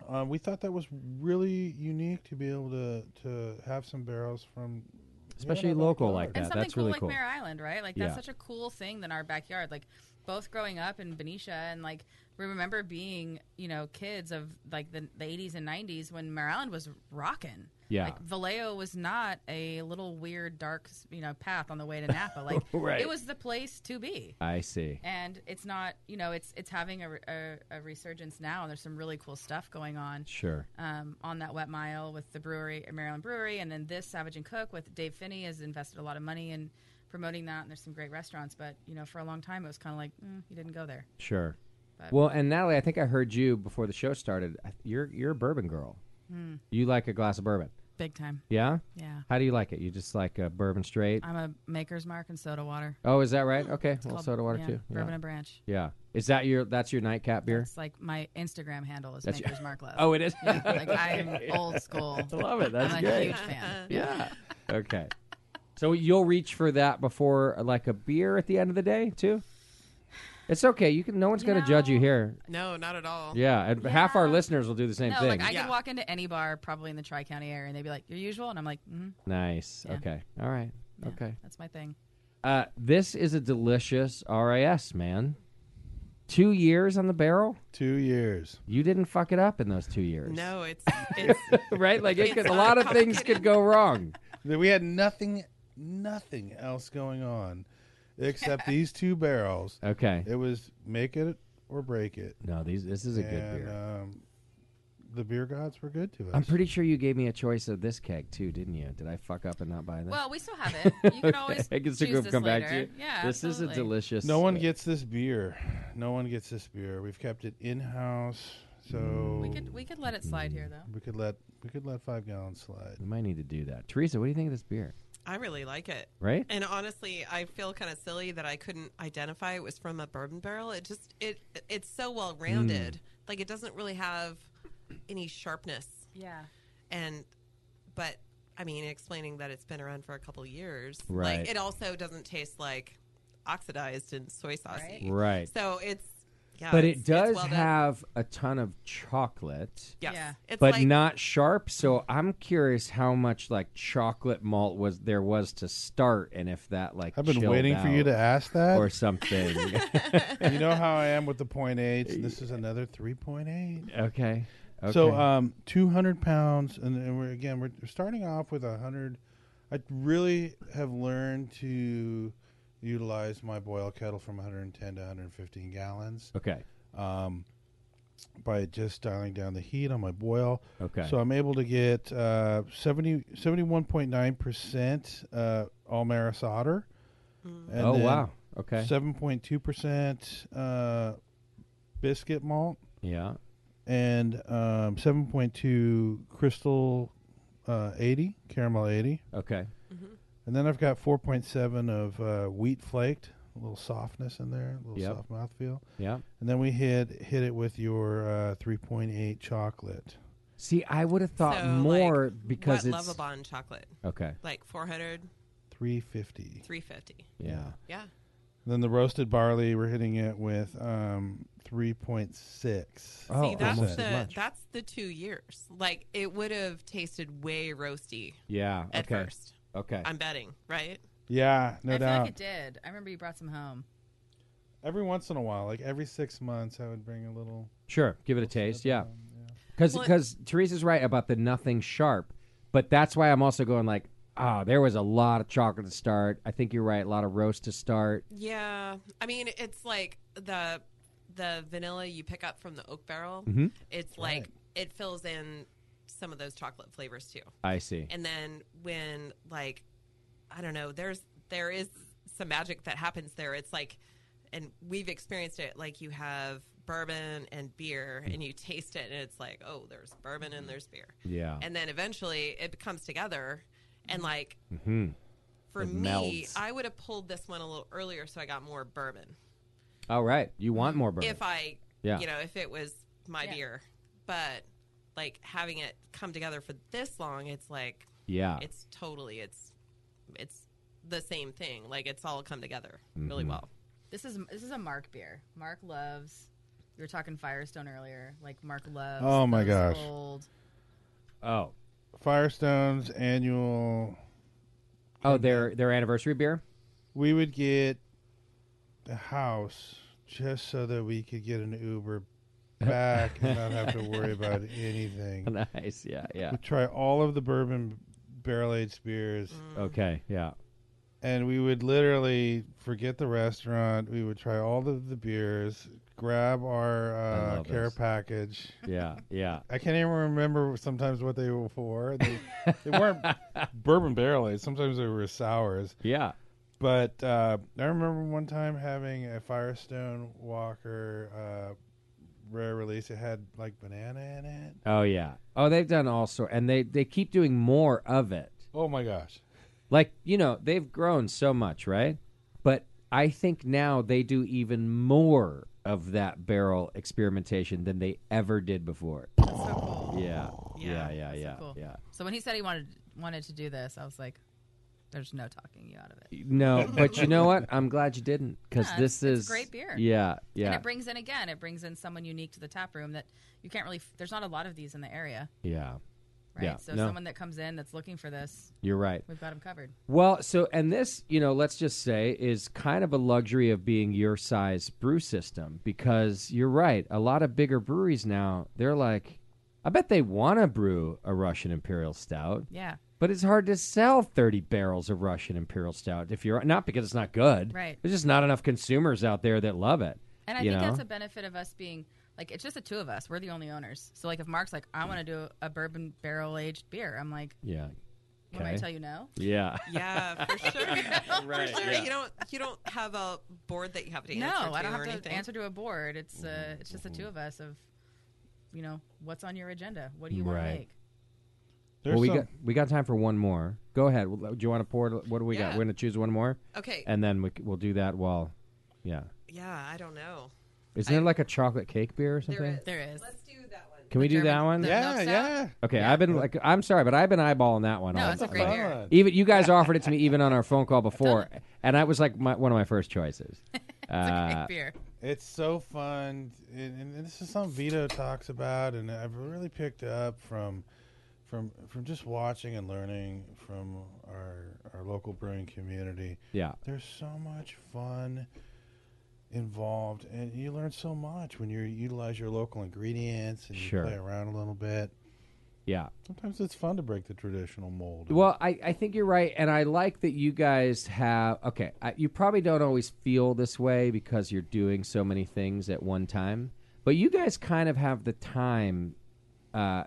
C: Uh, we thought that was really unique to be able to to have some barrels from, here
A: Especially
C: in our
A: local
C: backyard.
A: like
D: and
A: Yeah,
D: something
A: that's
D: cool
A: really
D: like
A: cool.
D: Mare Island, right? Like that's
A: Yeah.
D: such a cool thing than our backyard. Like both growing up in Benicia and like we remember being you know kids of like the the eighties and nineties when Mare Island was rocking.
A: Yeah.
D: like, Vallejo was not a little weird dark you know path on the way to Napa. Like
A: Right.
D: it was the place to be.
A: I see.
D: and it's not you know it's it's having a, re- a, a resurgence now and there's some really cool stuff going on
A: Sure.
D: um, on that wet mile with the brewery maryland brewery and then this savage and cook with dave finney has invested a lot of money in promoting that and there's some great restaurants but you know for a long time it was kind of like mm, you didn't go there
A: Sure.
D: But-
A: Well, and Natalie, I think I heard you before the show started. I- You're you're a bourbon girl.
D: Hmm.
A: You like a glass of bourbon.
D: big time
A: Yeah.
D: yeah
A: How do you like it? You just like uh, bourbon straight?
D: i'm a maker's mark and soda water
A: oh, is that right? Okay. Well,
D: Called-
A: soda water
D: yeah,
A: too. Yeah.
D: bourbon and branch
A: Yeah. Is that your that's your nightcap beer?
D: it's like my instagram handle is
A: That's your-
D: maker's mark love
A: Oh, it is.
D: yeah, like i am old school
A: Love it. That's
D: i'm a
A: great.
D: huge fan
A: Yeah. Okay. So you'll reach for that before uh, like a beer at the end of the day too. It's okay. You can. No one's going to judge you
D: No.
A: here.
B: No, not at all.
A: Yeah, and half our listeners will do the same
D: No,
A: thing.
D: like I
B: Yeah.
D: could walk into any bar, probably in the Tri County area, and they'd be like, "Your usual," and I'm like, mm,
A: nice.
D: Yeah.
A: Okay. All right. Okay.
D: "That's my thing."
A: Uh, this is a delicious RIS, man. Two years on the barrel.
C: Two years.
A: You didn't fuck it up in those two years.
B: No, it's it's
A: right? Like it could, a
B: not
A: lot of things could go wrong.
C: That We had nothing, nothing else going on, except these two barrels.
A: Okay.
C: It was make it or break it,
A: No, these. This is a good
C: and
A: beer.
C: um, the beer gods were good to us.
A: I'm pretty sure you gave me a choice of this keg too, didn't you? Did I fuck up and not buy that?
D: Well, we still have it. You can always
A: I guess
D: choose
A: we
D: this
A: could come
D: later.
A: back to you.
D: Yeah,
A: this
D: absolutely.
A: is a delicious.
C: No one
A: uh,
C: gets this beer. No one gets this beer. We've kept it in house, so
D: We could we could let it slide here though.
C: we could let we could let five gallons slide.
A: We might need to do that. Teresa, what do you think of this beer?
B: I really like it.
A: Right?
B: And honestly, I feel kind of silly that I couldn't identify it was from a bourbon barrel. It just it it's so well rounded.
A: Hmm.
B: Like it doesn't really have any sharpness.
D: Yeah.
B: And but I mean, explaining that it's been around for a couple years,
A: Right.
B: like it also doesn't taste like oxidized and soy saucy.
A: Right.
B: So it's yeah,
A: But
B: it's-
A: it
B: it's
A: does
B: well done.
A: have a ton of chocolate,
B: yes.
D: Yeah.
B: It's
A: but
B: like,
A: not sharp. So I'm curious how much like chocolate malt was there was to start, and if that like
C: I've been
A: chilled
C: waiting for you
A: out
C: to ask that.
A: or something.
C: you know how I am with the point eights. and This is another three point eight.
A: okay. Okay.
C: So, um, two hundred pounds, and, and we're again we're we're starting off with a hundred. I really have learned to utilize my boil kettle from 110 to 115 gallons
A: okay.
C: um, by just dialing down the heat on my boil.
A: Okay.
C: So I'm able to get uh, 70, 71.9% uh, Almaris Otter. And
A: oh
C: then
A: wow. Okay.
C: 7.2% uh, biscuit malt
A: yeah.
C: and um, 7.2 crystal uh, 80, caramel 80.
A: Okay.
C: And then I've got 4.7 of uh, wheat flaked, a little softness in there, a little
A: Yep.
C: soft mouthfeel.
A: Yeah.
C: And then we hit hit it with your uh, 3.8 chocolate.
A: See, I would have thought
B: so,
A: more
B: like,
A: because
B: what
A: it's
B: Lovabond chocolate,
A: okay.
B: like 400,
C: 350.
B: 350.
A: Yeah.
B: Yeah.
C: Then the roasted barley, we're hitting it with um, 3.6.
A: Oh,
B: See, that's
A: almost as
B: the
A: much.
B: that's the two years. Like it would have tasted way roasty
A: Yeah.
B: at
A: okay.
B: first.
A: Okay.
B: I'm betting, right?
C: Yeah, no
D: I feel
C: doubt.
D: like it did. I remember you brought some home.
C: every once in a while, like every six months, I would bring a little.
A: Sure. Give it a taste. Yeah. Because
B: Well-
A: Teresa's right about the nothing sharp, but that's why I'm also going like, oh, there was a lot of chocolate to start. I think you're right. A lot of roast to start.
B: Yeah. I mean, it's like the the vanilla you pick up from the oak barrel. It's like it fills in some of those chocolate flavors too.
A: I see.
B: And then when like I don't know, there's there is some magic that happens there. It's like and we've experienced it like you have bourbon and beer and you taste it and it's like, "Oh, there's bourbon and there's beer."
A: yeah.
B: and then eventually it comes together and like
A: Mhm.
B: for
A: It
B: me
A: melds.
B: i would have pulled this one a little earlier so i got more bourbon
A: All right. You want more bourbon?
B: if i
A: Yeah.
B: you know if it was my
D: Yeah.
B: beer but like having it come together for this long it's like
A: yeah.
B: it's totally it's it's the same thing like it's all come together really
A: Mm-hmm.
B: well
D: This is this is a Mark beer. Mark loves. We were talking Firestone earlier. Like Mark loves.
C: Oh, my
D: those
C: gosh.
D: Old,
A: oh.
C: Firestone's annual,
A: Oh, their their anniversary beer.
C: we would get the house just so that we could get an Uber back and not have to worry about anything.
A: nice. Yeah. Yeah.
C: We try all of the bourbon barrel aged beers,
D: Mm.
A: Okay. Yeah.
C: and we would literally forget the restaurant. We would try all of the beers, grab
A: I
C: our uh,
A: love
C: care
A: this.
C: package.
A: Yeah. Yeah.
C: I can't even remember sometimes what they were for. They, they weren't bourbon barrel aged. Sometimes they were sours.
A: Yeah.
C: But uh, I remember one time having a Firestone Walker uh, rare release. It had like banana in it.
A: Oh yeah. Oh, they've done all sort, and they they keep doing more of it.
C: Oh my gosh!
A: Like, you know, they've grown so much, right? But I think now they do even more of that barrel experimentation than they ever did before.
D: that's so cool.
A: Yeah. Yeah,
B: Yeah,
A: yeah, yeah.
D: so cool.
A: Yeah.
D: So when he said he wanted wanted to do this, I was like, There's no talking you out of it.
A: No, but you know what? I'm glad you didn't because
D: Yeah,
A: this
D: it's
A: is
D: great beer.
A: Yeah, yeah,
D: And it brings in again, it brings in someone unique to the tap room that you can't really. f- There's not a lot of these in the area,
A: yeah.
D: right?
A: Yeah,
D: so
A: no.
D: someone that comes in that's looking for this,
A: You're right.
D: we've got them covered.
A: Well, so and this, you know, let's just say is kind of a luxury of being your size brew system because you're right. A lot of bigger breweries now, they're like, I bet they want to brew a Russian Imperial Stout,
D: Yeah,
A: but it's hard to sell 30 barrels of Russian Imperial Stout if you're not because it's not good.
D: Right.
A: There's just not enough consumers out there that love it.
D: and I
A: you
D: think
A: know?
D: that's a benefit of us being like it's just the two of us. We're the only owners. So like, if Mark's like, I want to do a bourbon barrel aged beer, I'm like,
A: yeah.
D: what do I
A: Okay.
D: tell you no?
A: Yeah.
B: Yeah, for sure.
E: Right,
B: for sure.
E: yeah.
B: You don't you don't have a board that you have to
D: No,
B: answer to
D: I don't
B: or
D: have to
B: anything.
D: answer to a board. It's uh,
A: Mm-hmm.
D: it's just the two of us of, you know, what's on your agenda? What do you want to
A: Right.
D: make?
C: There's
A: well, we
C: some-
A: got we got time for one more. Go ahead. Do you want to pour? What do we got?
B: Yeah.
A: We're gonna choose one more,
B: Okay.
A: and then we, c- we'll do that while, yeah.
B: yeah, I don't know.
A: Is there like a chocolate cake beer or something?
D: There is.
B: Let's do that one.
A: Can we do that
D: German-
A: one?
D: the milk
C: yeah,
D: stout?
C: yeah.
A: Okay, I've been like, I'm sorry, but I've been eyeballing that one.
D: No,
A: all
D: it's a
A: the
D: great
A: time.
D: beer.
C: Fun.
A: Even you guys offered it to me even on our phone call before, and that was like my, one of my first choices.
D: It's a
A: Uh,
D: great beer.
C: It's so fun, and, and this is something Vito talks about, and I've really picked up from from from just watching and learning from our our local brewing community.
A: yeah,
C: There's so much fun involved, and you learn so much when you utilize your local ingredients and
A: Sure.
C: you play around a little bit.
A: yeah.
C: Sometimes it's fun to break the traditional mold.
A: Well, I, I think you're right, and I like that you guys have. Okay, I, you probably don't always feel this way because you're doing so many things at one time, but you guys kind of have the time uh,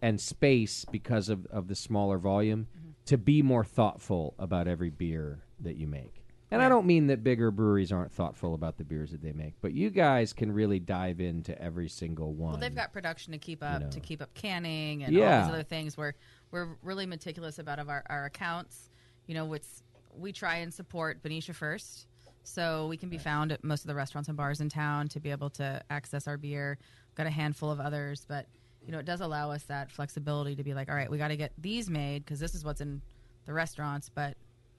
A: and space because of, of the smaller volume
D: Mm-hmm.
A: to be more thoughtful about every beer that you make. And I don't mean that bigger breweries aren't thoughtful about the beers that they make, but you guys can really dive into every single one.
D: Well, they've got production to keep up, to keep up canning and all
A: Yeah.
D: these other things. Where we're really meticulous about of our, our accounts. You know, it's we try and support Benicia first, so we can be found at most of the restaurants and bars in town to be able to access our beer. got a handful of others, but you know, it does allow us that flexibility to be like, all right, we got to get these made because this is what's in the restaurants, but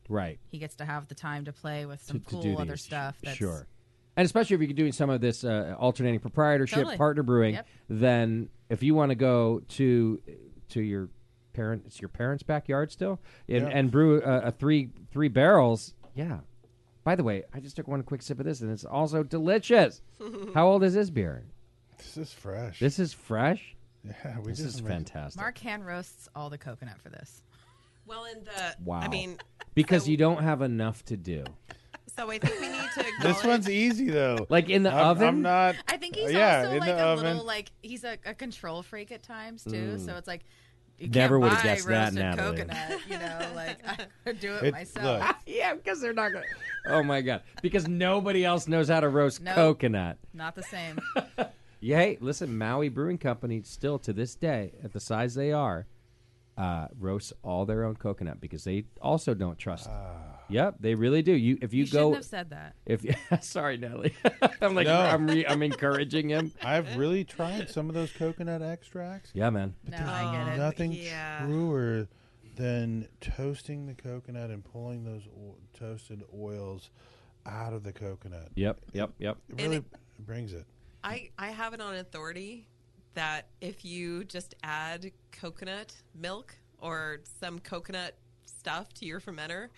A: right.
D: he gets to have the time to play with some
A: to
D: cool
A: do
D: other
A: these.
D: stuff. That's,
A: sure. And especially if you're doing some of this uh, alternating proprietorship,
D: Totally.
A: partner brewing,
D: Yep.
A: then if you want to go to to your parent, it's your parents' backyard still, and,
C: Yeah.
A: and brew uh, a three three barrels. Yeah. By the way, I just took one quick sip of this, and it's also delicious. How old is this beer?
C: This is fresh.
A: This is fresh.
C: yeah, we
A: This
C: just
A: is
C: make-
A: fantastic
D: Mark hand roasts all the coconut for this.
B: Well, in the
A: Wow.
B: I mean,
A: because
B: so-
A: you don't have enough to do.
B: so I think we need to. Acknowledge,
C: This one's easy though.
A: Like in the
C: I'm,
A: oven.
C: I'm not.
D: I think he's
C: Uh, yeah,
D: also
C: in
D: like
C: the
D: a
C: oven. Mm.
D: little like he's a, a control freak at times too. So it's like you
A: Never
D: can't
A: would've
D: buy
A: guessed that,
D: roasted
A: Natalie.
D: coconut, you know, like I would do it,
C: It-
D: myself.
C: look.
A: yeah, because they're not going. to Oh my god! Because nobody else knows how to roast
D: Nope.
A: coconut.
D: Not the same.
A: Yeah, hey, listen, Maui Brewing Company still to this day, at the size they are, uh, roasts all their own coconut because they also don't trust. yep, they really do. You if you,
D: You,
A: go
D: shouldn't have said that.
A: if sorry Natalie, I'm like
C: No.
A: I'm re, I'm encouraging him.
C: I've really tried some of those coconut extracts.
A: Yeah, man.
D: No, I get it.
C: Nothing
B: yeah.
C: truer than toasting the coconut and pulling those o- toasted oils out of the coconut.
A: Yep, yep, yep.
C: It really
B: it-
C: brings it.
B: I I have it on authority that if you just add coconut milk or some coconut stuff to your fermenter,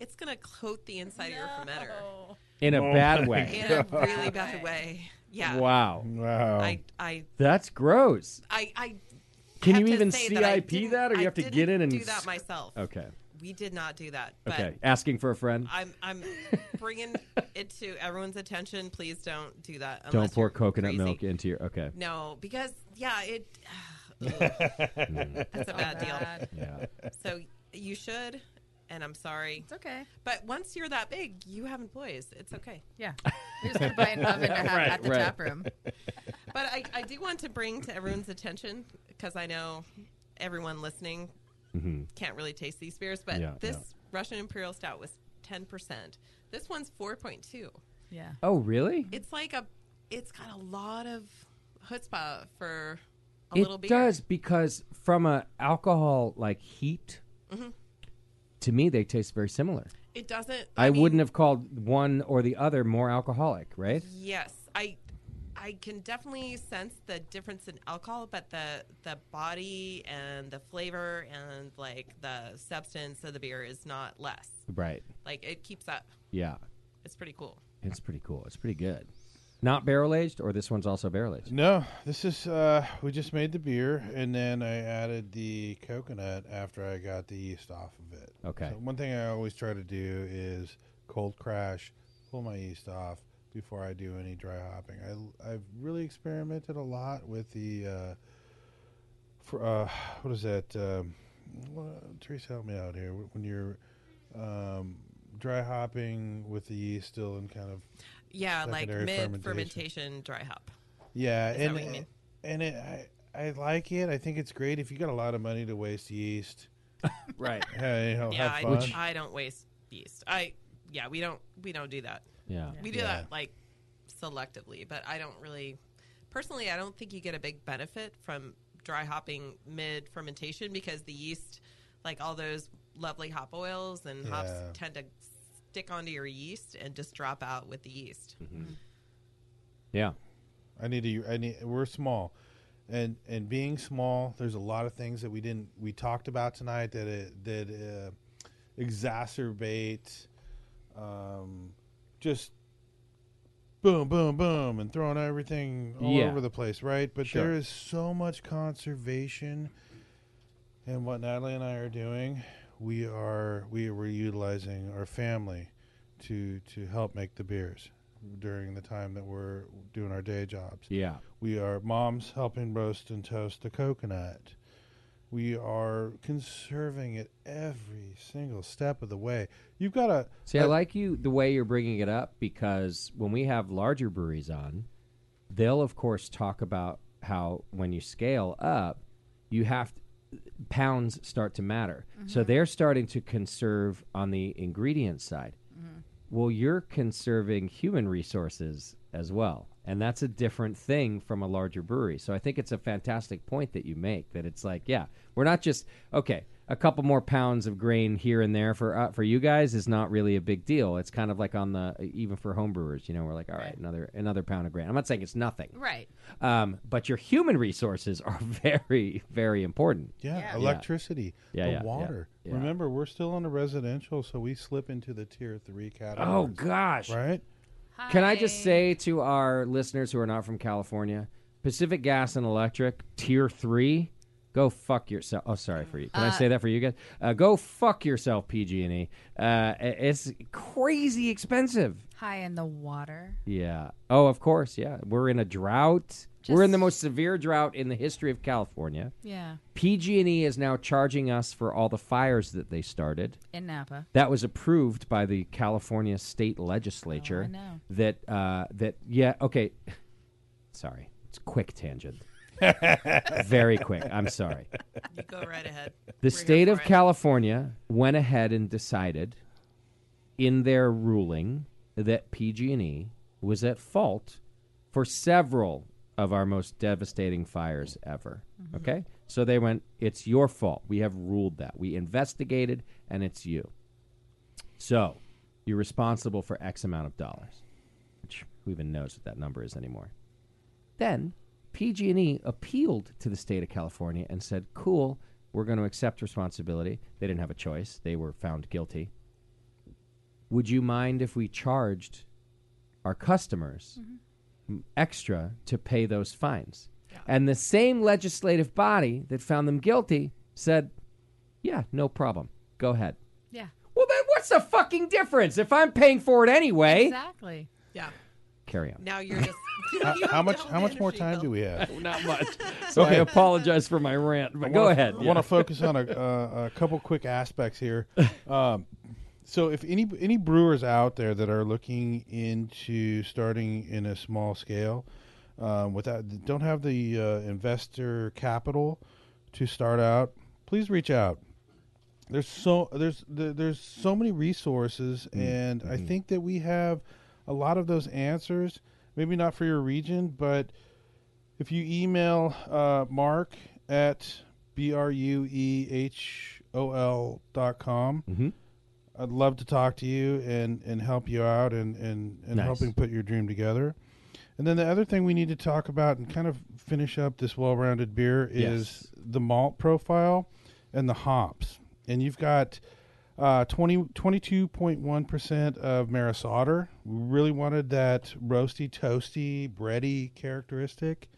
B: it's gonna coat the inside of your fermenter
A: In a bad way.
B: in a really bad way. Yeah.
A: Wow,
C: Wow.
B: I I
A: that's gross.
B: I. I
A: Can
B: have
A: you
B: to
A: even
B: say that I
A: CIP
B: didn't-
A: that, or you
B: I
A: have to
B: didn't
A: get in and
B: do that
A: s-
B: myself?
A: Okay,
B: We did not do that. But
A: okay. Asking for a friend.
B: I'm I'm bringing it to everyone's attention. Please don't do that.
A: Don't
B: unless
A: pour
B: you're
A: coconut
B: crazy.
A: milk into your. Okay.
B: No, because yeah, it. that's a bad deal.
D: Bad.
A: Yeah.
B: So you should, and I'm sorry,
D: It's okay.
B: but once you're that big, you have employees. It's okay.
D: Yeah. You're just gonna buy an oven to have
A: Right,
D: at the
A: right.
D: tap room.
B: But I, I do want to bring to everyone's attention because I know everyone listening can't really taste these beers, but
A: Mm-hmm. Yeah,
B: this
A: yeah.
B: Russian Imperial Stout was 10%. This one's 4.2.
D: Yeah.
A: Oh, really?
B: It's like a, it's got a lot of chutzpah for a
A: it
B: little beer. Mm-hmm.
A: does because from a alcohol like heat to me they taste very similar.
B: It doesn't.
A: I,
B: mean,
A: wouldn't have called one or the other more alcoholic, right?
B: Yes, I, I can definitely sense the difference in alcohol, but the the body and the flavor and like the substance of the beer is not less.
A: Right.
B: Like it keeps up.
A: Yeah.
B: It's pretty cool.
A: It's pretty cool. It's pretty good. Not barrel aged, or this one's also barrel aged.
C: No, this is uh we just made the beer and then I added the coconut after I got the yeast off of it.
A: Okay.
C: So one thing I always try to do is cold crash, pull my yeast off before I do any dry hopping. I I've really experimented a lot with the uh for uh what is that um well, Teresa help me out here when you're um dry hopping with the yeast still and kind of
B: Yeah,
C: Secondary
B: like mid
C: fermentation.
B: fermentation. dry hop.
C: Yeah,
B: Is that
C: and uh,
B: what you mean?
C: and it, I I like it. I think it's great if you got a lot of money to waste yeast.
A: Right.
C: Hey, you know,
B: Yeah,
C: have
B: I,
C: fun.
B: I don't waste yeast. I yeah, we don't we don't do that.
A: Yeah.
B: We do
C: Yeah.
B: that like selectively, but I don't really personally I don't think you get a big benefit from dry hopping mid fermentation because the yeast like all those lovely hop oils and hops
C: Yeah.
B: tend to stick onto your yeast and just drop out with the yeast.
A: Mm-hmm. Yeah.
C: I need to. I need. We're small, and and being small, there's a lot of things that we didn't we talked about tonight that it, that uh, exacerbate, um, just boom, boom, boom, and throwing everything all
A: Yeah.
C: over the place, right? But
A: Sure.
C: there is so much conservation, and what Natalie and I are doing, we are we were utilizing our family to to help make the beers during the time that we're doing our day jobs.
A: Yeah.
C: We are moms helping roast and toast the coconut. We are conserving it every single step of the way. You've got a
A: See, I like you the way you're bringing it up because when we have larger breweries on, they'll of course talk about how when you scale up, you have pounds start to matter. So they're starting to conserve on the ingredient side. Well, you're conserving human resources as well. And that's a different thing from a larger brewery. So I think it's a fantastic point that you make that it's like, yeah, we're not just okay, a couple more pounds of grain here and there for uh, for you guys is not really a big deal. It's kind of like on the even for home brewers, you know, we're like, all right, another another pound of grain. I'm not saying it's nothing.
D: Right.
A: Um, but your human resources are very very important.
C: yeah,
D: Yeah.
C: electricity,
A: Yeah,
C: the
A: yeah, yeah,
C: water.
A: yeah.
C: Remember, we're still in a residential, so we slip into the tier three category.
A: Oh gosh.
C: right?
A: Can I just
D: Hi.
A: say to our listeners who are not from California, Pacific Gas and Electric, Tier 3, go fuck yourself. Oh, sorry for you. Can I say that for you guys? Uh, go fuck yourself, PG&E. Uh, it's crazy expensive.
D: High in the water.
A: Yeah. Oh, of course, yeah. We're in a drought. We're in the
D: Just-
A: most severe drought in the history of California.
D: Yeah.
A: PG&E E is now charging us for all the fires that they started.
D: In Napa.
A: That was approved by the California state legislature.
D: Oh, I know.
A: That uh, that yeah okay. Sorry, it's a quick tangent. Very quick. I'm sorry.
B: You go right ahead.
A: The
B: We're here
A: state of
B: for it.
A: California went ahead and decided in their ruling that PG&E E was at fault for several of our most devastating fires ever. Okay? So they went it's your fault. We have ruled that. We investigated and it's you. So, you're responsible for X amount of dollars. Which who even knows what that number is anymore. Then PG&E E appealed to the state of California and said, "Cool, we're going to accept responsibility." They didn't have a choice; they were found guilty. Would you mind if we charged our customers m- extra to pay those fines? And the same legislative body that found them guilty said, "Yeah, no problem. Go ahead."
D: Yeah.
A: Well, then what's the fucking difference if I'm paying for it anyway?
D: Exactly.
B: Yeah.
A: Carry on.
B: Now you're just
C: How, how much? How much more time do we have?
A: Not much. So I apologize for my rant, but go ahead.
C: I want to focus on a, uh, a couple quick aspects here. Um, so, if any any brewers out there that are looking into starting in a small scale, um, without don't have the uh, investor capital to start out, please reach out. There's so there's there, there's so many resources, and I think that we have a lot of those answers. Maybe not for your region, but if you email uh, Mark at B R U E H ol.com. Mm-hmm. I'd love to talk to you and, and help you out and, and, and
A: Nice.
C: helping put your dream together. And then the other thing we need to talk about and kind of finish up this well rounded beer is the malt profile and the hops. And you've got uh, 20, 22.1% of Maris Otter. We really wanted that roasty, toasty, bready characteristic.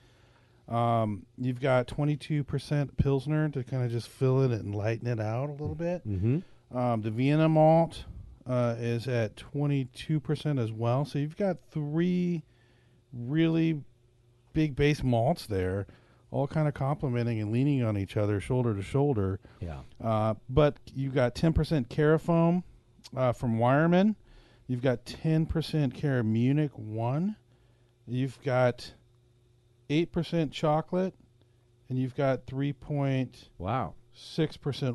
C: Um, you've got 22% Pilsner to kind of just fill it and lighten it out a little bit. Mm-hmm. Um, the Vienna malt uh, is at 22% as well. So you've got three really big base malts there, all kind of complementing and leaning on each other, shoulder to shoulder.
A: Yeah.
C: Uh, but you've got 10% Carafoam uh, from Wireman. You've got 10% Cara Munich 1. You've got 8% chocolate. And you've got 3.6%
A: Wow.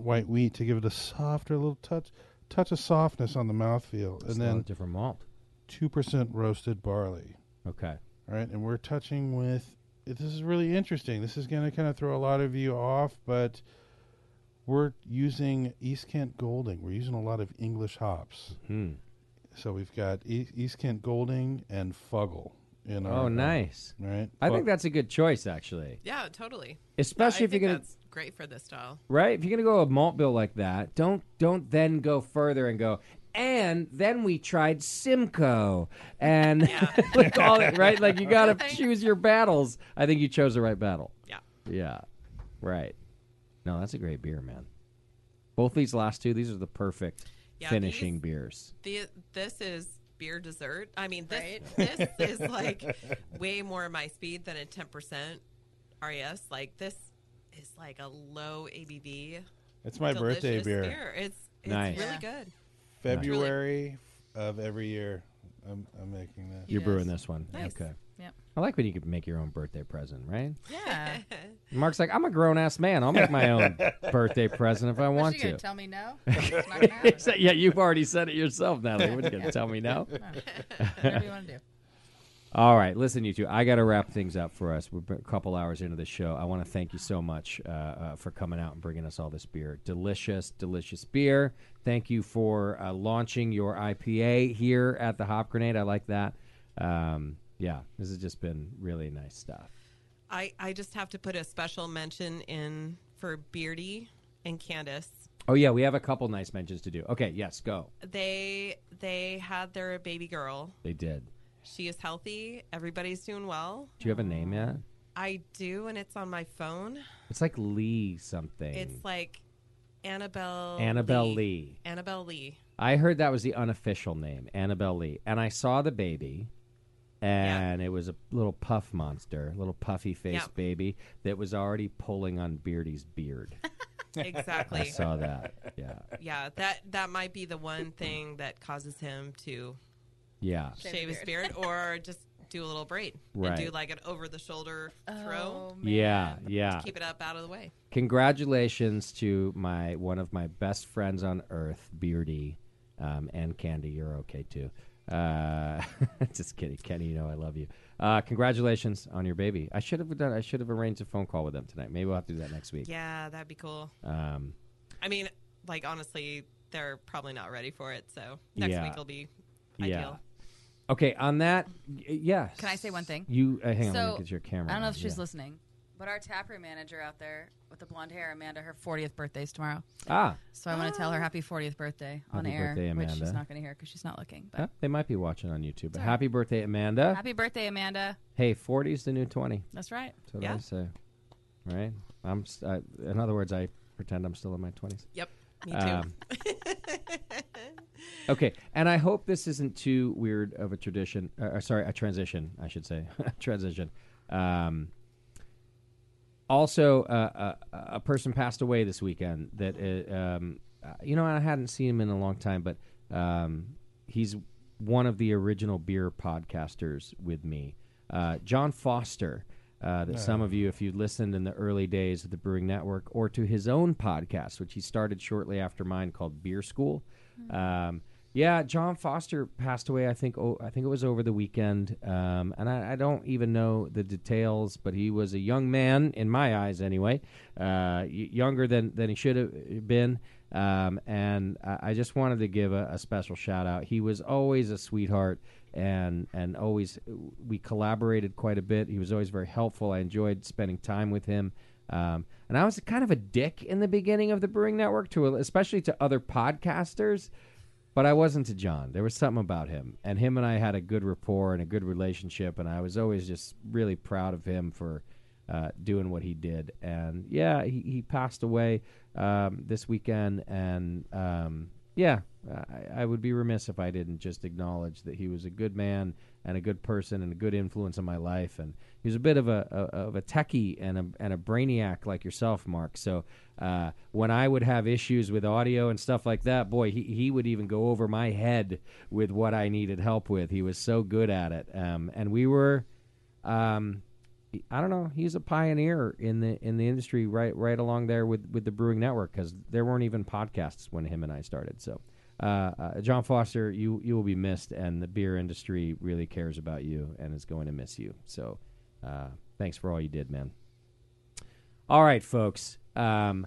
C: white wheat to give it a softer little touch touch of softness on the mouthfeel.
A: It's
C: And
A: a lot
C: then
A: of different malt.
C: 2% roasted barley.
A: Okay.
C: All right, and we're touching with. This is really interesting. This is going to kind of throw a lot of you off, but we're using East Kent Golding. We're using a lot of English hops.
A: Hmm.
C: So we've got e- East Kent Golding and Fuggle. In our,
A: Oh, nice.
C: Right?
A: I think that's a good choice, actually.
B: Yeah, totally.
A: Especially
B: I
A: if you're
B: think
A: gonna
B: that's great for this style.
A: right, if you're gonna go a malt bill like that, don't don't then go further and go. And then we tried Simcoe, and like all that, right? Like you gotta choose your battles. I think you chose the right battle.
B: Yeah.
A: Yeah, right. No, that's a great beer, man. Both these last two, these are the perfect
B: Yeah,
A: finishing
B: these-
A: beers.
B: The, this is beer dessert. I mean, this, this is like way more my speed than a 10% RES. Like, this is like a low ABV.
C: It's my birthday
B: delicious
C: beer.
B: It's, it's
A: Nice.
B: really
D: Yeah.
B: good.
C: February of every year. I'm, I'm making that.
A: You're
B: Yes.
A: brewing this one,
B: Nice.
A: okay?
D: Yep.
A: I like when you could make your own birthday present, right?
D: Yeah.
A: Mark's like, I'm a grown ass man. I'll make my own birthday present if I
D: What's
A: want
D: she gonna
A: to.
D: tell me no? It's not gonna happen.
A: So- yeah, you've already said it yourself, Natalie. What are you going to tell me now?
D: Whatever you want to do.
A: All right, listen, you two. I got to wrap things up for us. We're a couple hours into the show. I want to thank you so much uh, uh, for coming out and bringing us all this beer. Delicious, delicious beer. Thank you for uh, launching your IPA here at the Hop Grenade. I like that. Um, yeah, this has just been really nice stuff.
B: I, I just have to put a special mention in for Beardy and Candace.
A: Oh yeah, we have a couple nice mentions to do. Okay, yes, go.
B: They they had their baby girl.
A: They did.
B: She is healthy. Everybody's doing well.
A: Do you have a name yet?
B: I do, and it's on my phone.
A: It's like Lee something.
B: It's like Annabelle.
A: Annabelle Lee.
B: Annabelle Lee.
A: I heard that was the unofficial name, Annabelle Lee. And I saw the baby, and it was a little puff monster, little puffy faced
B: Yeah.
A: baby that was already pulling on Beardy's beard. I
B: Exactly.
A: saw that. Yeah.
B: yeah, that that might be the one thing that causes him to
A: Yeah.
D: Shave
B: shave
D: his
B: his beard or just do a little braid
A: Right.
B: and do like an over the shoulder throw.
D: Oh, man.
A: Yeah. Yeah.
B: Keep it up out of the way.
A: Congratulations to my one of my best friends on earth, Beardy, um, and Candy. You're okay too. Uh, just kidding, Kenny. You know I love you. Uh, congratulations on your baby. I should have done. I should have arranged a phone call with them tonight. Maybe we'll have to do that next week.
B: Yeah, that'd be cool.
A: Um,
B: I mean, like honestly, they're probably not ready for it. So next
A: Yeah.
B: week will be
A: yeah.
B: ideal.
A: Okay, on that, y- yes.
D: Can I say one thing?
A: You uh, hang on. Let me
D: So
A: get your camera.
D: I don't know if
A: on.
D: she's
A: Yeah.
D: listening, but our taproom manager out there with the blonde hair, Amanda, her 40th birthday is tomorrow.
A: Ah,
D: So I want to tell her happy 40th birthday on
A: Happy
D: air,
A: birthday,
D: which
A: Amanda.
D: she's not going to hear because she's not looking. But
A: huh, they might be watching on YouTube. But
D: all right.
A: happy birthday, Amanda.
D: happy birthday, Amanda.
A: hey, 40's the new 20.
D: That's right.
A: That's what I
B: Yeah.
A: say. Right? I'm. s- I- in other words, I pretend I'm still in my 20s.
B: Yep. Me too.
A: Um, okay, and I hope this isn't too weird of a tradition. Uh, uh, sorry, a transition, I should say. transition. Um, also, uh, a, a person passed away this weekend that, uh, um, uh, you know, I hadn't seen him in a long time, but um, he's one of the original beer podcasters with me. Uh, John Foster, uh, that some of you, if you listened in the early days of the Brewing Network or to his own podcast, which he started shortly after mine called Beer School. Um, Yeah, John Foster passed away. I think. Oh, I think it was over the weekend, um, and I, I don't even know the details. But he was a young man in my eyes, anyway, uh, y- younger than than he should have been. Um, and I, I just wanted to give a, a special shout out. He was always a sweetheart, and and always we collaborated quite a bit. He was always very helpful. I enjoyed spending time with him. Um, and I was kind of a dick in the beginning of the Brewing Network, to especially to other podcasters. But I wasn't to John. There was something about him, and him and I had a good rapport and a good relationship, and I was always just really proud of him for uh, doing what he did. And yeah, he, he passed away um, this weekend, and um, yeah, I, I would be remiss if I didn't just acknowledge that he was a good man and a good person and a good influence on my life. And he was a bit of a, a of a techie and a and a brainiac like yourself, Mark. So uh, when I would have issues with audio and stuff like that, boy, he he would even go over my head with what I needed help with. He was so good at it. Um, and we were um, I don't know. He's a pioneer in the in the industry, right right along there with with the Brewing Network, because there weren't even podcasts when him and I started. So, uh, uh, John Foster, you you will be missed, and the beer industry really cares about you and is going to miss you. So, uh, thanks for all you did, man. All right, folks. Um,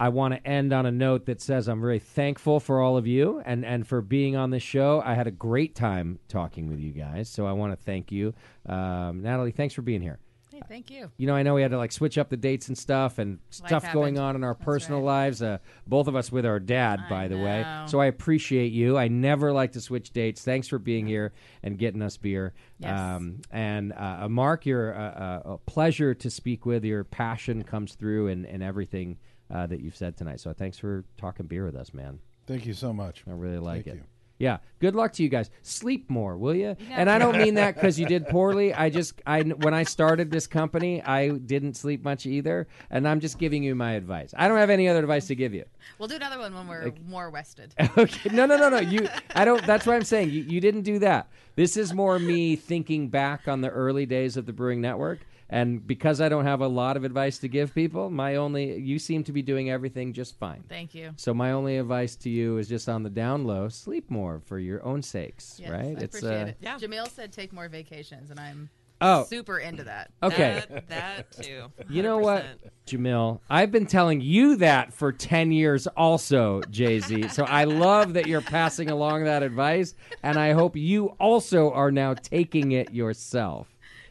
A: I want to end on a note that says I'm very thankful for all of you and, and for being on this show. I had a great time talking with you guys, so I want to thank you. Um, Natalie, thanks for being here.
D: Hey, thank you.
A: You know, I know we had to like switch up the dates and stuff and stuff going
D: happened.
A: on in our
D: That's
A: personal
D: right.
A: lives. Uh, both of us with our dad, by the way.
D: know.
A: So I appreciate you. I never like to switch dates. Thanks for being here and getting us beer.
D: Yes.
A: and uh, uh, Mark, you're a, a, a pleasure to speak with. Your passion comes through in, in everything uh, that you've said tonight. So thanks for talking beer with us, man.
C: Thank you so much.
A: I really like
C: Thank
A: it.
C: you.
A: Yeah. Good luck to you guys. Sleep more, will you? And I don't mean that because you did poorly. I just, I when I started this company, I didn't sleep much either, and I'm just giving you my advice. I don't have any other advice to give you.
D: We'll do another one when we're more rested.
A: Okay. No, no, no, no. You, I don't. That's what I'm saying. You, you didn't do that. This is more me thinking back on the early days of the Brewing Network. And because I don't have a lot of advice to give people, my only, you seem to be doing everything just fine.
D: Thank you.
A: So my only advice to you is just on the down low, sleep more for your own sakes,
D: Yes,
A: right? uh,
D: I appreciate it.
B: Yeah.
D: Jamil said take more vacations, and I'm
A: Oh.
D: super into that.
A: Okay.
B: That, that too.
A: you know what,
B: 100%.
A: Jamil? I've been telling you that for 10 years also, Jay-Z. so I love that you're passing along that advice and I hope you also are now taking it yourself.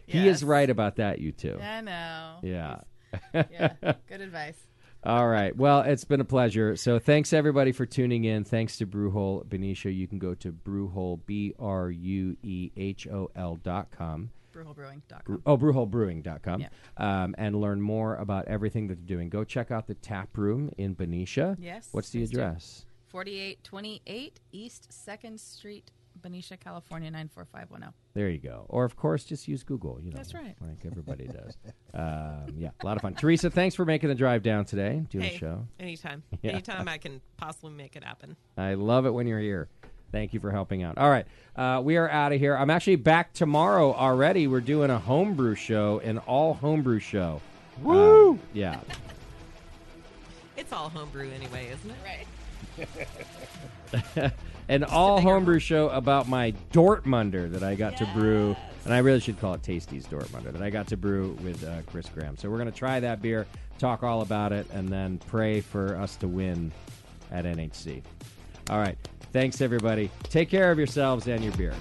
A: He is
D: Yes.
A: right about that, you two.
D: I know.
A: yeah.
D: yeah. Good advice.
A: All right. Well, it's been a pleasure. So thanks everybody for tuning in. Thanks to Brewhole Benicia. You can go to Brewhole B R U E H O L dot com.
D: Brewholebrewing.com.
A: Oh, brewholebrewing.com.
D: Yeah.
A: Um, and learn more about everything that they're doing. Go check out the tap room in Benicia.
D: Yes,
A: What's the
D: please do.
A: address?
D: 4828 East 2nd Street, Benicia, California, 94510.
A: There you go. Or, of course, just use Google. You know,
D: That's right.
A: Like everybody does. um, yeah, a lot of fun. Teresa, thanks for making the drive down today, doing
B: Hey,
A: the show.
B: anytime. Anytime I can possibly make it happen.
A: I love it when you're here. Thank you for helping out. All right, uh, we are out of here. I'm actually back tomorrow already. We're doing a homebrew show, an all homebrew show. Woo! yeah.
B: It's all homebrew anyway, isn't it?
D: Right.
A: an all homebrew show about my Dortmunder that I got to brew, and I really should call it Tasty's Dortmunder that I got to brew with uh, Chris Graham. So we're gonna try that beer, talk all about it, and then pray for us to win at NHC. All right, thanks everybody. Take care of yourselves and your beer.